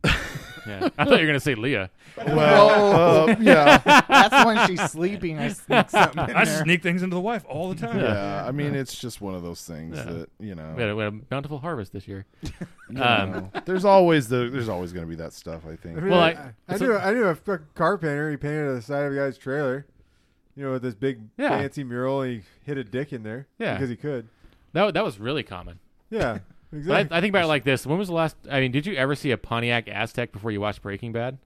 Speaker 11: Yeah. I thought you were gonna say Leah.
Speaker 9: [laughs]
Speaker 12: Well, uh, yeah. That's when she's sleeping, I sneak something in
Speaker 11: "Ah,
Speaker 8: I
Speaker 12: there.
Speaker 8: sneak things into the wife all the time.
Speaker 9: Yeah, I mean, it's just one of those things
Speaker 11: Yeah.
Speaker 9: that you know.
Speaker 11: We had a, we had a bountiful harvest this year.
Speaker 9: you
Speaker 11: um,
Speaker 9: know, there's always the there's always going to be that stuff. I think.
Speaker 10: I mean, I, I knew I knew a fucking carpenter. He painted the side of a guy's trailer, you know, with this big
Speaker 11: Yeah.
Speaker 10: fancy mural. And he hid a dick in there,
Speaker 11: Yeah.
Speaker 10: because he could.
Speaker 11: That that was really common.
Speaker 10: Yeah,
Speaker 11: But
Speaker 10: exactly.
Speaker 11: I, I think about it like this. When was the last? I mean, did you ever see a Pontiac Aztec before you watched Breaking Bad?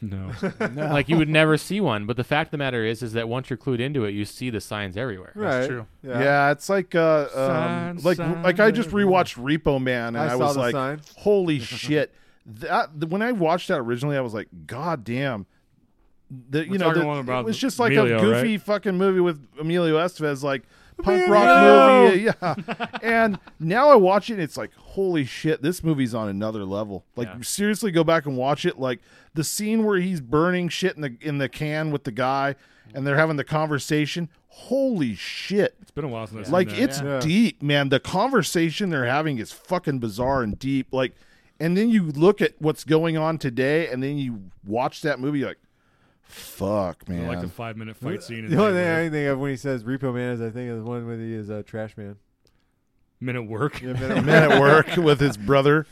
Speaker 8: No. [laughs]
Speaker 11: Like you would never see one. But the fact of the matter is, is that once you're clued into it, you see the signs everywhere.
Speaker 10: Right.
Speaker 9: Yeah.
Speaker 10: Yeah.
Speaker 9: it's like uh, um,
Speaker 11: Sign,
Speaker 9: like
Speaker 11: sign,
Speaker 9: like I just rewatched Repo Man, and
Speaker 10: I
Speaker 9: I,
Speaker 10: saw
Speaker 9: was
Speaker 10: the
Speaker 9: like,
Speaker 10: sign.
Speaker 9: "Holy shit!" That th- when I watched that originally, I was like, "God damn!" The, you
Speaker 8: We're
Speaker 9: know,
Speaker 8: talking
Speaker 9: the-
Speaker 8: one about
Speaker 9: it was just like a
Speaker 8: Emilio,
Speaker 9: goofy
Speaker 8: right?
Speaker 9: fucking movie with Emilio Estevez, like punk rock
Speaker 8: Emilio!
Speaker 9: movie. Yeah, [laughs] and now I watch it, and it's like, "Holy shit!" This movie's on another level. Like,
Speaker 11: Yeah.
Speaker 9: seriously, go back and watch it. Like the scene where he's burning shit in the in the can with the guy, and they're having the conversation. Holy shit!
Speaker 8: It's been a while since I've seen
Speaker 9: like
Speaker 11: uh,
Speaker 8: that.
Speaker 9: it's
Speaker 8: Yeah.
Speaker 9: deep man the conversation they're having is fucking bizarre and deep like and then you look at what's going on today and then you watch that movie you're like fuck man
Speaker 8: like the five minute
Speaker 11: [laughs]
Speaker 8: fight scene.
Speaker 10: The only thing I can think of when he says Repo Man is I think of the one with he is uh, Trash Man.
Speaker 8: Men at
Speaker 10: [laughs]
Speaker 8: work.
Speaker 10: Yeah, men
Speaker 9: man at work with
Speaker 10: [laughs]
Speaker 9: his brother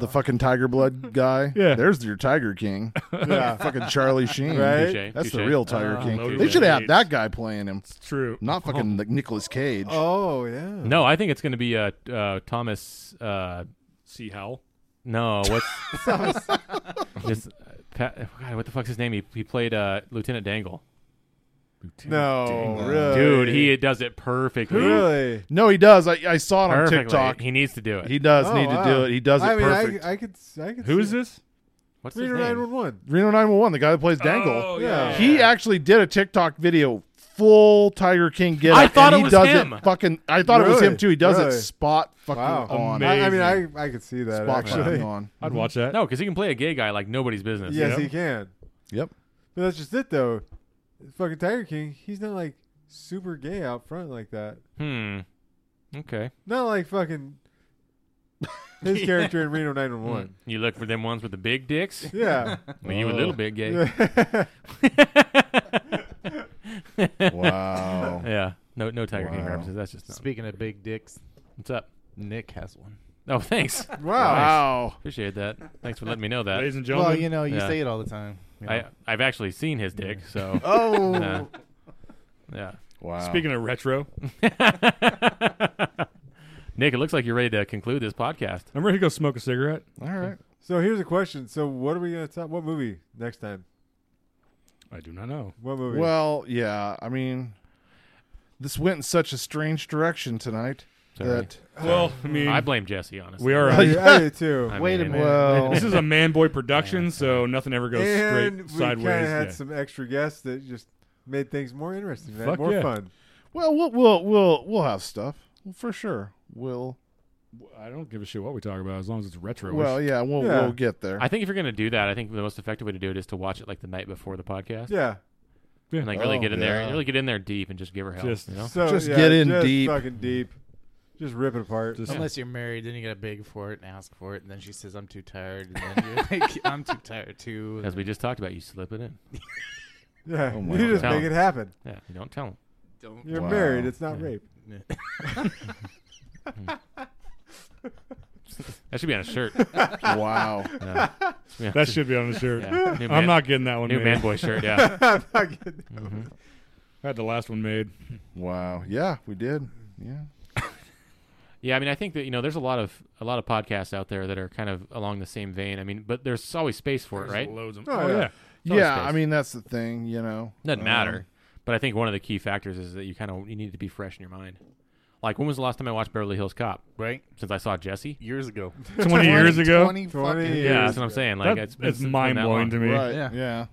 Speaker 9: the fucking tiger blood guy
Speaker 8: Yeah.
Speaker 9: there's your tiger king
Speaker 10: [laughs] Yeah.
Speaker 9: fucking charlie sheen
Speaker 10: Right?
Speaker 11: Touche,
Speaker 9: that's the
Speaker 11: touche.
Speaker 9: real tiger
Speaker 11: Ah,
Speaker 9: king
Speaker 11: loaded
Speaker 9: they
Speaker 11: with
Speaker 9: should have had
Speaker 11: shades.
Speaker 9: that guy playing him
Speaker 8: true.
Speaker 9: not
Speaker 11: Oh.
Speaker 9: fucking like nicholas cage
Speaker 10: Oh yeah.
Speaker 11: No, I think it's going to be uh, uh, Thomas. Uh,
Speaker 8: See Howell.
Speaker 11: no,
Speaker 8: [laughs]
Speaker 11: what's [laughs] this? uh, Pat, God, what the fuck's his name? He he played uh, Lieutenant Dangle.
Speaker 10: No,
Speaker 9: Dang.
Speaker 10: really,
Speaker 11: Dude, he does it perfectly.
Speaker 10: really.
Speaker 9: no he does i, I saw it on
Speaker 11: Perfectly.
Speaker 9: tiktok
Speaker 11: He needs to do it.
Speaker 9: he does
Speaker 10: Oh,
Speaker 9: need to
Speaker 10: wow.
Speaker 9: do it he does it
Speaker 10: I mean,
Speaker 9: perfect
Speaker 10: I, I could, I could.
Speaker 8: Who is this?
Speaker 11: what's his
Speaker 10: Reader
Speaker 11: name?
Speaker 10: nine one one.
Speaker 9: Reno 911, the guy that plays Dangle.
Speaker 8: Oh,
Speaker 10: Yeah.
Speaker 8: yeah.
Speaker 9: He actually did a TikTok video full Tiger King get
Speaker 11: I thought
Speaker 9: and
Speaker 11: it
Speaker 9: he
Speaker 11: was
Speaker 9: does
Speaker 11: him.
Speaker 9: it fucking I thought it was
Speaker 10: Really?
Speaker 9: him too. He does it
Speaker 10: Really?
Speaker 9: spot fucking
Speaker 10: Wow.
Speaker 9: on.
Speaker 10: I, I mean, I, I could see that
Speaker 9: spot fucking
Speaker 10: actually. [laughs]
Speaker 9: on.
Speaker 8: I'd watch that.
Speaker 11: No, because Oh, he can play a gay guy like nobody's business.
Speaker 10: Yes,
Speaker 8: Yep.
Speaker 10: he can.
Speaker 9: Yep.
Speaker 10: But that's just it, though. Fucking Tiger King, he's not like super gay out front like that.
Speaker 11: Hmm. Okay.
Speaker 10: Not like
Speaker 9: [laughs]
Speaker 10: fucking his character in Reno 911.
Speaker 11: You look for them ones with the big dicks.
Speaker 10: Yeah.
Speaker 11: Well, you a little bit gay.
Speaker 10: Yeah.
Speaker 9: Wow.
Speaker 11: Yeah. No, no Tiger King
Speaker 9: Wow.
Speaker 11: references. That's just not.
Speaker 12: Speaking of big dicks,
Speaker 11: What's up?
Speaker 12: Nick has one.
Speaker 11: Oh, [laughs] thanks.
Speaker 10: wow.
Speaker 9: wow.
Speaker 11: Appreciate that. Thanks for letting me know that.
Speaker 8: Ladies and gentlemen.
Speaker 12: Well, you know, oh, you
Speaker 11: Yeah.
Speaker 12: say it all the time. you know.
Speaker 11: I I've actually seen his dick, so
Speaker 12: [laughs]
Speaker 9: Oh.
Speaker 11: yeah. yeah.
Speaker 9: Wow.
Speaker 8: Speaking of retro,
Speaker 11: Nick, it looks like you're ready to conclude this podcast.
Speaker 8: I'm ready to go smoke a cigarette.
Speaker 9: All right.
Speaker 10: So here's a question. So what are we going to talk? What
Speaker 11: [laughs]
Speaker 10: movie next time?
Speaker 8: I do not know.
Speaker 10: What movie?
Speaker 9: Well, yeah. I mean, this went in such a strange direction tonight
Speaker 11: Sorry.
Speaker 9: that
Speaker 8: Well, I mean,
Speaker 11: I blame Jesse, honestly.
Speaker 8: we are.
Speaker 10: I, I do too.
Speaker 11: I
Speaker 12: Wait a
Speaker 11: mean,
Speaker 12: minute.
Speaker 8: [laughs]
Speaker 9: well,
Speaker 8: this is a man boy production, so nothing ever goes
Speaker 10: and
Speaker 8: straight
Speaker 10: we kind of
Speaker 8: sideways.
Speaker 10: had
Speaker 8: Yeah.
Speaker 10: some extra guests that just made things more interesting, man,
Speaker 8: Fuck
Speaker 10: more
Speaker 8: yeah.
Speaker 10: fun.
Speaker 9: well, we'll we'll we'll we'll have stuff for sure. We'll
Speaker 8: I don't give a shit what we talk about as long as it's retro.
Speaker 9: well, yeah. We'll
Speaker 10: Yeah.
Speaker 9: we'll get there.
Speaker 11: I think if you're gonna do that, I think the most effective way to do it is to watch it like the night before the podcast.
Speaker 10: Yeah.
Speaker 11: And like really
Speaker 9: Oh,
Speaker 11: get in there,
Speaker 9: yeah.
Speaker 11: really get in there deep and just give her hell.
Speaker 8: Just-
Speaker 11: you know?
Speaker 10: So
Speaker 9: Just
Speaker 10: yeah,
Speaker 9: get in
Speaker 10: just
Speaker 9: deep.
Speaker 10: fucking deep. Just rip it apart.
Speaker 8: Just-
Speaker 12: Unless you're married, then you gotta beg for it and ask for it, and then she says, "I'm too tired," and then you're [laughs] like, "I'm too tired too."
Speaker 11: As we just talked about, you slip it in.
Speaker 10: yeah,
Speaker 9: Oh my
Speaker 10: you just
Speaker 11: God.
Speaker 10: make it happen.
Speaker 11: Yeah, you don't tell them.
Speaker 12: Don't.
Speaker 10: You're
Speaker 9: Wow.
Speaker 10: married. It's not
Speaker 11: Yeah.
Speaker 10: rape.
Speaker 11: That should be on a shirt.
Speaker 9: wow.
Speaker 11: Yeah. Yeah.
Speaker 8: that should be on the shirt.
Speaker 11: Yeah. New
Speaker 8: I'm
Speaker 11: man-
Speaker 8: not getting that one
Speaker 11: new
Speaker 8: made. Mm-hmm.
Speaker 11: man boy shirt. Yeah,
Speaker 10: Fucking-
Speaker 8: I had the last one made.
Speaker 9: Wow. Yeah, we did. Yeah.
Speaker 11: yeah. I mean, I think that you know, there's a lot of a lot of podcasts out there that are kind of along the same vein. I mean, but there's always space for it,
Speaker 8: There's
Speaker 11: right?
Speaker 8: Loads of,
Speaker 10: Oh,
Speaker 8: oh,
Speaker 10: yeah.
Speaker 8: yeah.
Speaker 11: It's always
Speaker 9: yeah,
Speaker 11: space.
Speaker 9: I mean that's the thing, you know.
Speaker 11: Doesn't
Speaker 9: Um,
Speaker 11: matter. But I think one of the key factors is that you kind of you need to be fresh in your mind. Like when was the last time I watched Beverly Hills Cop?
Speaker 12: Right?
Speaker 11: Since I saw Jesse.
Speaker 12: Years ago.
Speaker 8: 20 years ago.
Speaker 12: 20
Speaker 10: 20
Speaker 12: fucking-
Speaker 10: years.
Speaker 11: Yeah, that's what I'm saying. Like
Speaker 8: That-
Speaker 11: it's,
Speaker 8: that's mind blowing to me.
Speaker 9: Right. Yeah.
Speaker 12: Yeah.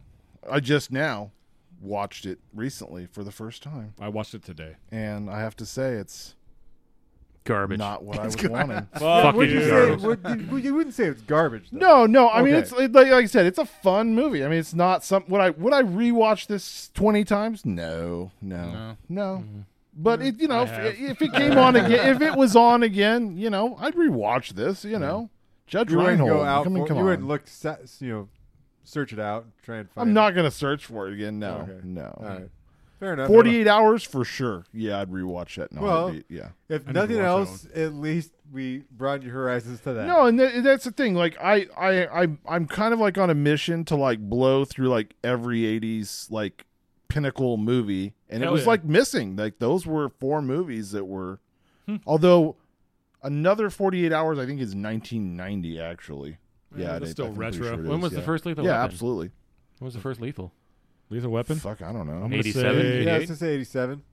Speaker 9: I just now watched it recently for the first time,
Speaker 8: I watched it today.
Speaker 9: and I have to say it's
Speaker 11: Garbage.
Speaker 9: not what I was wanting.
Speaker 8: Fuck
Speaker 11: Fucking
Speaker 10: Would you,
Speaker 8: you.
Speaker 10: say, would, you, you wouldn't say it's garbage. Though.
Speaker 9: No, no. I mean,
Speaker 10: Okay.
Speaker 9: it's like, like I said, it's a fun movie. I mean, it's not some. Would I would I rewatch this twenty times? No, no, no.
Speaker 12: No.
Speaker 9: But it, you know,
Speaker 11: I
Speaker 9: if,
Speaker 11: have.
Speaker 9: if it came on again, if it was on again, you know, I'd rewatch this. You know, Judge
Speaker 10: you wouldn't
Speaker 9: Reinhold.
Speaker 10: go out.
Speaker 9: I mean,
Speaker 10: for-
Speaker 9: come
Speaker 10: you
Speaker 9: on.
Speaker 10: wouldn't look, sa- you know, search it out and try and find.
Speaker 9: I'm not
Speaker 10: it.
Speaker 9: gonna search for it again. No,
Speaker 10: Okay.
Speaker 9: no.
Speaker 10: All right. Fair enough.
Speaker 9: Forty-eight hours for sure. Yeah, I'd rewatch that. In a
Speaker 10: well,
Speaker 9: heartbeat, yeah.
Speaker 10: If nothing else, at least we broaden your horizons to that.
Speaker 9: No, and tha- that's the thing. Like I, I, I, I'm kind of like on a mission to like blow through like every '80s like pinnacle movie, and it
Speaker 11: Hell
Speaker 9: was
Speaker 11: yeah.
Speaker 9: like missing. Like those were four movies that were,
Speaker 11: Hmm.
Speaker 9: although another 48 hours I think is 1990 actually.
Speaker 11: Yeah,
Speaker 9: Yeah,
Speaker 11: that's
Speaker 9: it is.
Speaker 11: still
Speaker 9: I'm pretty
Speaker 11: retro.
Speaker 9: sure it
Speaker 11: When
Speaker 9: is,
Speaker 11: was the
Speaker 9: yeah.
Speaker 11: first Lethal
Speaker 9: Yeah,
Speaker 11: Weapon?
Speaker 9: absolutely.
Speaker 11: When was the first Lethal?
Speaker 9: e-
Speaker 8: Lethal Weapon?
Speaker 9: Fuck, I don't know.
Speaker 11: I'm gonna 87? say-
Speaker 10: Yeah, I was gonna say eighty-seven.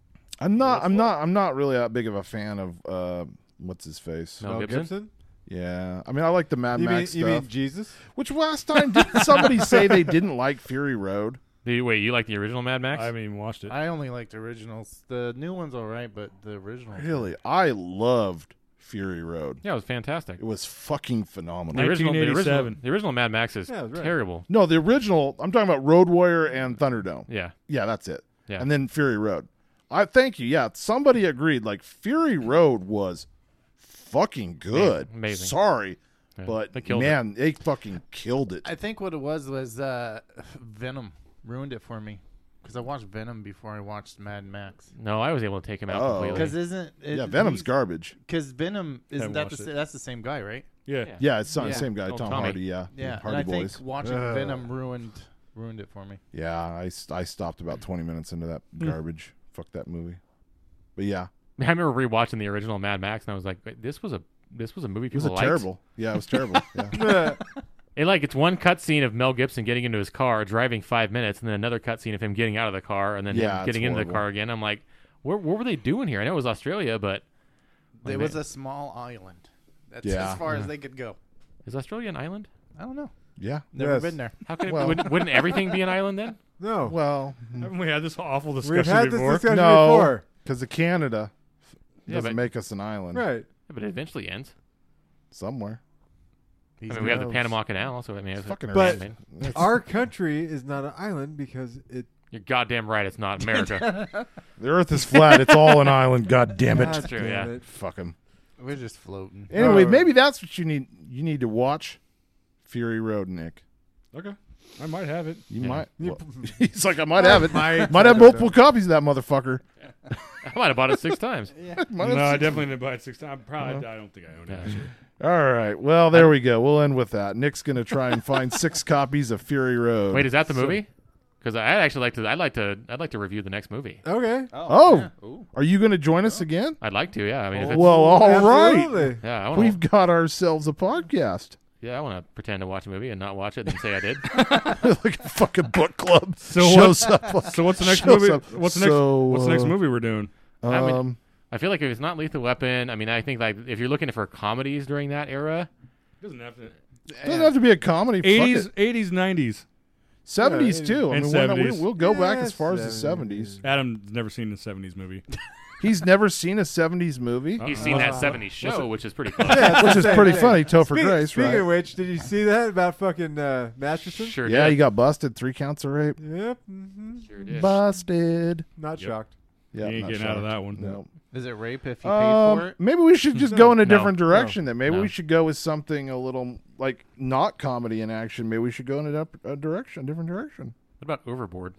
Speaker 9: I'm not. I'm not. I'm not really that big of a fan of uh, what's his face.
Speaker 10: Mel Mel Gibson? Oh, Gibson?
Speaker 9: Yeah, I mean, I like the Mad
Speaker 10: You mean-
Speaker 9: Max
Speaker 10: you
Speaker 9: stuff.
Speaker 10: mean Jesus?
Speaker 9: Which last time didn't somebody say they didn't like Fury Road?
Speaker 11: The, wait, you like the original Mad Max? I
Speaker 8: haven't even watched it.
Speaker 12: I only liked the originals. The new one's all right, but the original.
Speaker 9: Really, I loved Fury Road.
Speaker 11: Yeah, it was fantastic.
Speaker 9: It was fucking phenomenal.
Speaker 11: The original, the, original, the original Mad Max is
Speaker 9: Yeah, that's right.
Speaker 11: terrible.
Speaker 9: No, the original. I'm talking about Road Warrior and Thunderdome.
Speaker 11: Yeah.
Speaker 9: yeah, that's it.
Speaker 11: Yeah.
Speaker 9: and then Fury Road. I thank you. Yeah, somebody agreed. Like Fury Road was fucking good.
Speaker 12: Amazing. Amazing.
Speaker 9: Sorry,
Speaker 12: Yeah, they
Speaker 9: but
Speaker 12: killed it.
Speaker 9: man, they fucking killed it.
Speaker 12: I think what it was was uh, [sighs] Venom ruined it for me because I watched Venom before I watched Mad Max.
Speaker 11: No, I was able to take him out
Speaker 9: Oh.
Speaker 11: completely.
Speaker 12: Because isn't it,
Speaker 9: Yeah, Venom's garbage.
Speaker 12: Because Venom isn't
Speaker 11: Haven't
Speaker 12: that the
Speaker 11: watched
Speaker 12: sa-
Speaker 11: it.
Speaker 12: that's the same guy, right?
Speaker 11: Yeah.
Speaker 9: Yeah, it's not the same guy, Oh, Tom Tommy. Hardy, yeah,
Speaker 12: yeah. and
Speaker 9: Hardy
Speaker 12: I
Speaker 9: Boys.
Speaker 12: think watching
Speaker 9: Ugh.
Speaker 12: Venom ruined ruined it for me.
Speaker 9: Yeah, I, s- I stopped about 20 minutes into that
Speaker 12: Hmm.
Speaker 9: garbage. Fuck that movie. But yeah,
Speaker 11: I remember rewatching the original Mad Max, and I was like, Wait, "This was a this was a movie
Speaker 9: It was
Speaker 11: people
Speaker 9: a
Speaker 11: liked."
Speaker 9: terrible- yeah, it
Speaker 11: [laughs]
Speaker 9: was terrible, yeah.
Speaker 11: it like it's one cutscene of Mel Gibson getting into his car, driving five minutes, and then another cutscene of him getting out of the car, and then him
Speaker 9: Yeah, it's
Speaker 11: getting into the
Speaker 9: horrible.
Speaker 11: car again. I'm like, "Where what were they doing here?" I know it was Australia, but
Speaker 12: It was a small island. That's
Speaker 11: Yeah.
Speaker 12: as far as
Speaker 11: Yeah.
Speaker 12: they could go.
Speaker 11: Is Australia an island?
Speaker 12: I don't know.
Speaker 9: Yeah.
Speaker 12: Never been there.
Speaker 11: How could it, wouldn't, wouldn't everything be an island
Speaker 9: [laughs]
Speaker 11: then?
Speaker 10: No.
Speaker 9: Well,
Speaker 8: haven't we had this awful
Speaker 9: We've
Speaker 8: discussion
Speaker 9: had this
Speaker 12: [laughs]
Speaker 11: [laughs]
Speaker 8: before?
Speaker 9: discussion No. before. Because of Canada
Speaker 11: Yeah,
Speaker 9: doesn't
Speaker 11: but-
Speaker 9: make us an island.
Speaker 10: Right.
Speaker 11: Yeah, but it eventually ends.
Speaker 9: Somewhere.
Speaker 11: I mean, we have the Panama Canal, so I mean, it's
Speaker 9: fucking
Speaker 10: But
Speaker 11: man.
Speaker 10: our country is not an island because it.
Speaker 11: You're goddamn right. It's not America.
Speaker 9: The earth is flat. It's all an island. God damn it.
Speaker 11: That's true. yeah.
Speaker 9: [laughs] Fuck him.
Speaker 12: We're just floating.
Speaker 9: Anyway, maybe that's what you need. You need to watch Fury Road, Nick.
Speaker 8: Okay. I might have it.
Speaker 9: You
Speaker 8: Yeah.
Speaker 9: might.
Speaker 8: You-
Speaker 9: [laughs] well, he's like, I might have it.
Speaker 8: Might.
Speaker 9: Might, have multiple copies of that motherfucker.
Speaker 11: [laughs] I might have bought it six times.
Speaker 9: [laughs]
Speaker 8: no,
Speaker 9: have
Speaker 8: I
Speaker 9: six-
Speaker 8: definitely didn't buy it six times. Probably, I don't think I own it. actually.
Speaker 9: All right. Well, there we go. We'll end with that. Nick's going to try and find six copies of Fury Road.
Speaker 11: Wait, is that the
Speaker 9: So-
Speaker 11: movie? Because I'd actually like to. I'd like to. I'd like to review the next movie.
Speaker 10: Okay.
Speaker 9: Oh, are you going to join us again?
Speaker 11: I'd like to. Yeah. I mean, if it's,
Speaker 9: well, all right.
Speaker 11: Yeah, I want
Speaker 9: We've
Speaker 11: to.
Speaker 9: got ourselves a podcast. [laughs]
Speaker 11: Yeah, I want to pretend to watch a movie and not watch it and say I did. [laughs]
Speaker 9: like a fucking book club.
Speaker 11: So
Speaker 9: shows
Speaker 11: what-
Speaker 9: up,
Speaker 11: so what's the
Speaker 9: [laughs]
Speaker 11: next
Speaker 9: shows
Speaker 11: movie-
Speaker 9: up.
Speaker 11: what's the next-
Speaker 9: So,
Speaker 11: what's the next
Speaker 9: uh,
Speaker 11: movie we're doing? I mean,
Speaker 9: Um,
Speaker 11: I feel like if it's not Lethal Weapon, I mean, I think like if you're looking for comedies during that era,
Speaker 8: Doesn't have to.
Speaker 9: doesn't have to be a comedy. fuck
Speaker 8: Eighties,
Speaker 9: it.
Speaker 8: eighties, nineties,
Speaker 9: 70s too. I
Speaker 8: and
Speaker 9: mean, why not? We-
Speaker 8: 70s.
Speaker 9: we'll go back as far as the 70s.
Speaker 8: Adam's never seen a seventies movie.
Speaker 9: He's never seen a '70s movie.
Speaker 11: [laughs] He's seen
Speaker 9: Uh,
Speaker 11: that 70s show,
Speaker 8: Listen.
Speaker 11: which is
Speaker 9: [laughs]
Speaker 11: pretty close.
Speaker 9: which is pretty funny. Topher
Speaker 10: Speaking-
Speaker 9: Grace,
Speaker 10: Speaking
Speaker 9: right?
Speaker 10: of which, did you see that about fucking uh, Masterson?
Speaker 11: Sure.
Speaker 9: yeah, he got busted. Three counts of rape.
Speaker 10: Yep. hmm
Speaker 11: Sure
Speaker 12: did.
Speaker 9: Busted.
Speaker 10: Not
Speaker 12: Yep.
Speaker 10: shocked.
Speaker 9: Yeah,
Speaker 8: You ain't
Speaker 9: not
Speaker 8: getting out of
Speaker 9: shocked.
Speaker 8: that one.
Speaker 9: No.
Speaker 12: Is it rape if you
Speaker 9: Um,
Speaker 12: paid for it?
Speaker 9: Maybe we should just go in a different direction.
Speaker 12: No.
Speaker 9: Then maybe
Speaker 12: No.
Speaker 9: we should go with something a little like not comedy in action. Maybe we should go in a, dep- a direction, different direction. [laughs]
Speaker 11: What about Overboard?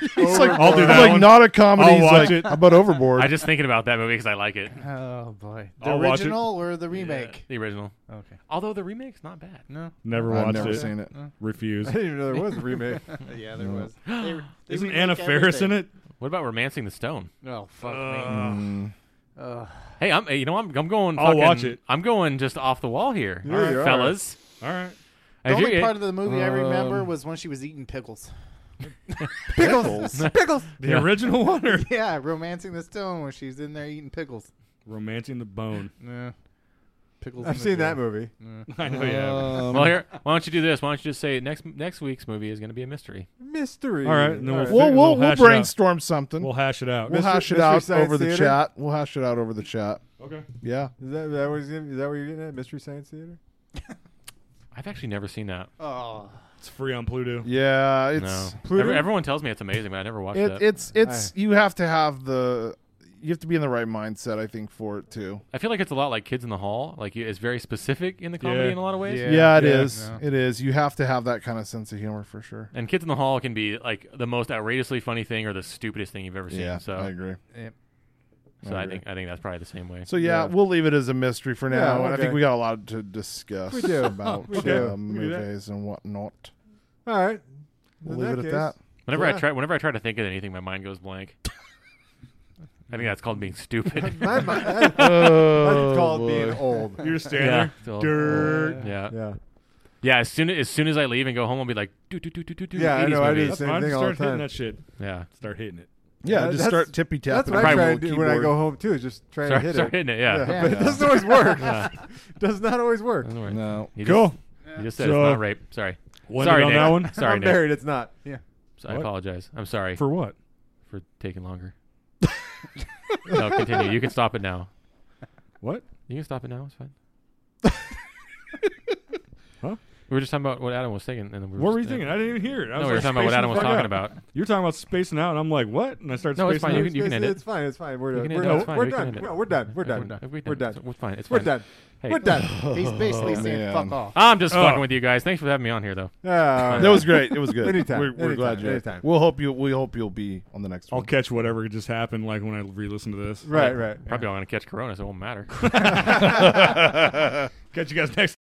Speaker 9: It's like
Speaker 11: I'll do
Speaker 9: I'm
Speaker 11: that
Speaker 9: like
Speaker 11: one.
Speaker 9: not a comedy.
Speaker 11: I'll
Speaker 9: He's
Speaker 11: watch
Speaker 9: like,
Speaker 11: it.
Speaker 9: How about Overboard?
Speaker 11: I'm just thinking about that movie because I like it.
Speaker 12: Oh boy, the
Speaker 11: I'll watch it.
Speaker 12: original or the remake?
Speaker 11: The original.
Speaker 12: Okay.
Speaker 11: Although the remake's not bad.
Speaker 12: No.
Speaker 8: Never
Speaker 9: I've
Speaker 8: watched
Speaker 9: never
Speaker 8: it.
Speaker 9: seen it.
Speaker 11: [laughs]
Speaker 8: Refuse.
Speaker 10: I didn't even know there was a
Speaker 9: [laughs]
Speaker 10: remake.
Speaker 12: yeah, there
Speaker 10: No.
Speaker 12: was. They re- they
Speaker 11: Isn't
Speaker 12: remake
Speaker 11: Anna Faris
Speaker 12: everything.
Speaker 11: in it? What about Romancing the Stone?
Speaker 12: Oh fuck me.
Speaker 10: Mm.
Speaker 12: Ugh.
Speaker 11: Hey, I'm hey, you know I'm I'm going.
Speaker 8: I'll
Speaker 11: fucking-
Speaker 8: watch it.
Speaker 11: I'm going just off the wall here,
Speaker 8: Yeah, Alright. you are.
Speaker 11: fellas.
Speaker 8: All right.
Speaker 12: The
Speaker 11: If
Speaker 12: only
Speaker 11: you're-
Speaker 12: part of the movie I remember
Speaker 11: Um,
Speaker 12: was when she was eating pickles. [laughs]
Speaker 8: Pickles? The [laughs] original one, or-
Speaker 12: yeah, romancing the stone when she's in there eating pickles.
Speaker 8: Romancing the Bone.
Speaker 12: Yeah. Pickles.
Speaker 10: I've
Speaker 12: in the
Speaker 10: seen that
Speaker 12: Grill.
Speaker 10: movie.
Speaker 12: Yeah.
Speaker 8: [laughs] I know you haven't.
Speaker 9: Um,
Speaker 11: well, here. Why don't you do this? Why don't you just say next next week's movie is going to be a mystery?
Speaker 10: Mystery.
Speaker 8: All right, and then
Speaker 9: We'll,
Speaker 8: we'll,
Speaker 9: we'll,
Speaker 8: fi-
Speaker 9: we'll,
Speaker 8: hash it out.
Speaker 9: brainstorm something.
Speaker 8: We'll hash it out.
Speaker 9: We'll
Speaker 10: Mystery-
Speaker 9: hash it
Speaker 10: Mystery
Speaker 9: out
Speaker 10: Science
Speaker 9: over the
Speaker 10: Theater?
Speaker 9: chat. We'll hash it out over the chat.
Speaker 8: Okay.
Speaker 9: Yeah.
Speaker 10: Is that, that what he's getting- is that what you're getting at? Mystery Science Theater?
Speaker 11: [laughs] I've actually never seen that.
Speaker 12: Oh.
Speaker 8: It's free on Pluto.
Speaker 9: Yeah. It's
Speaker 11: no.
Speaker 9: Pluto?
Speaker 11: Every- everyone tells me it's amazing, but I never watched
Speaker 9: It,
Speaker 11: it.
Speaker 9: it's it's you have to have the you have to be in the right mindset, I think, for it too.
Speaker 11: I feel like it's a lot like Kids in the Hall. Like you- it's very specific in the comedy
Speaker 9: Yeah.
Speaker 11: in a lot of ways.
Speaker 9: Yeah, it is.
Speaker 11: Yeah.
Speaker 9: It is. You have to have that kind of sense of humor for sure.
Speaker 11: And Kids in the Hall can be like the most outrageously funny thing or the stupidest thing you've ever seen.
Speaker 9: Yeah,
Speaker 11: so
Speaker 9: I agree.
Speaker 12: Yep.
Speaker 11: So
Speaker 9: I
Speaker 11: I,
Speaker 9: agree.
Speaker 11: think I think that's probably the same way.
Speaker 9: So yeah, we'll leave it as a mystery for
Speaker 11: Yeah,
Speaker 9: now. and I
Speaker 11: okay.
Speaker 9: think we got a lot to discuss
Speaker 10: We do. [laughs]
Speaker 9: about
Speaker 10: We do. We
Speaker 9: Uh,
Speaker 10: can do that.
Speaker 9: movies and whatnot.
Speaker 10: All right.
Speaker 9: We'll
Speaker 10: In
Speaker 9: leave it at that.
Speaker 11: Whenever I
Speaker 10: Yeah.
Speaker 11: try, whenever I try to think of anything, my mind goes blank. I think that's called being stupid.
Speaker 10: My mi- that's- that's called being old. You're just standing there,
Speaker 11: Still-
Speaker 10: "Dirt."
Speaker 11: Yeah.
Speaker 10: Yeah.
Speaker 11: Yeah. As soon as soon as I leave and go home, I'll be like, do do do do do do.
Speaker 10: Yeah, I
Speaker 11: 80s
Speaker 10: know, I do
Speaker 11: movies.
Speaker 10: the same That's fine, thing just all the
Speaker 8: start hitting time. that shit.
Speaker 11: Yeah.
Speaker 8: Start hitting it.
Speaker 9: Yeah, just
Speaker 10: that's-
Speaker 9: start tippy
Speaker 10: That's
Speaker 9: tapping.
Speaker 10: what I
Speaker 9: Probably
Speaker 10: try to
Speaker 9: with a
Speaker 10: do when I
Speaker 9: keyboard.
Speaker 10: go home too. Is just try
Speaker 11: Start-
Speaker 10: and hit
Speaker 11: start
Speaker 10: it.
Speaker 11: [laughs] hitting it, yeah.
Speaker 10: but it
Speaker 11: Yeah.
Speaker 10: doesn't always work.
Speaker 11: Yeah.
Speaker 10: [laughs] Does not always work.
Speaker 11: Doesn't work.
Speaker 9: No.
Speaker 11: You
Speaker 10: Cool.
Speaker 11: Just, you just said it's not rape. Sorry.
Speaker 10: Wanted
Speaker 11: sorry,
Speaker 10: on
Speaker 11: Nick.
Speaker 10: that one?
Speaker 11: Sorry,
Speaker 10: I'm
Speaker 11: Nick.
Speaker 10: married, it's not. Yeah.
Speaker 11: So I
Speaker 10: What?
Speaker 11: apologize. I'm sorry.
Speaker 8: For what?
Speaker 11: For taking longer. [laughs] no, continue. You can stop it now.
Speaker 8: What?
Speaker 11: You can stop it now. It's fine. We were just talking about what Adam was saying, and we
Speaker 8: What were you
Speaker 11: just-
Speaker 8: thinking? I didn't even hear it. I
Speaker 11: no,
Speaker 8: was
Speaker 11: we were
Speaker 8: like
Speaker 11: talking about what
Speaker 8: spacing
Speaker 11: Adam
Speaker 8: the
Speaker 11: was
Speaker 8: fuck
Speaker 11: talking
Speaker 8: out.
Speaker 11: about.
Speaker 8: You were talking about spacing out, and I'm like, what? And I started
Speaker 11: No, it's
Speaker 8: spacing
Speaker 11: fine. You
Speaker 8: out.
Speaker 11: can- you can end it.
Speaker 10: It's fine. It's fine. We're
Speaker 11: You
Speaker 10: done.
Speaker 11: can
Speaker 10: We're
Speaker 11: end it. It's
Speaker 10: done.
Speaker 11: fine.
Speaker 10: We're
Speaker 11: We can
Speaker 10: done.
Speaker 11: end it.
Speaker 10: No, We're done. We're
Speaker 11: Yeah,
Speaker 10: done.
Speaker 11: we're done.
Speaker 10: We're done.
Speaker 11: It's- it's fine. It's
Speaker 10: We're
Speaker 11: fine.
Speaker 10: done.
Speaker 11: Hey.
Speaker 10: We're done.
Speaker 12: He's basically saying fuck off.
Speaker 11: I'm just
Speaker 9: Oh.
Speaker 11: fucking with you guys. Thanks for having me on here, though.
Speaker 10: Yeah.
Speaker 9: that was great. It was good.
Speaker 10: [laughs] Anytime.
Speaker 9: We're, we're
Speaker 10: Anytime.
Speaker 9: glad you.
Speaker 10: Anytime.
Speaker 9: We'll hope you. We hope you'll be on the next
Speaker 8: I'll
Speaker 9: one.
Speaker 8: catch whatever just happened, like when I re-listen to this.
Speaker 10: Right, right.
Speaker 11: Probably not going to catch Corona, so it won't matter.
Speaker 9: [laughs]
Speaker 8: Catch you guys next.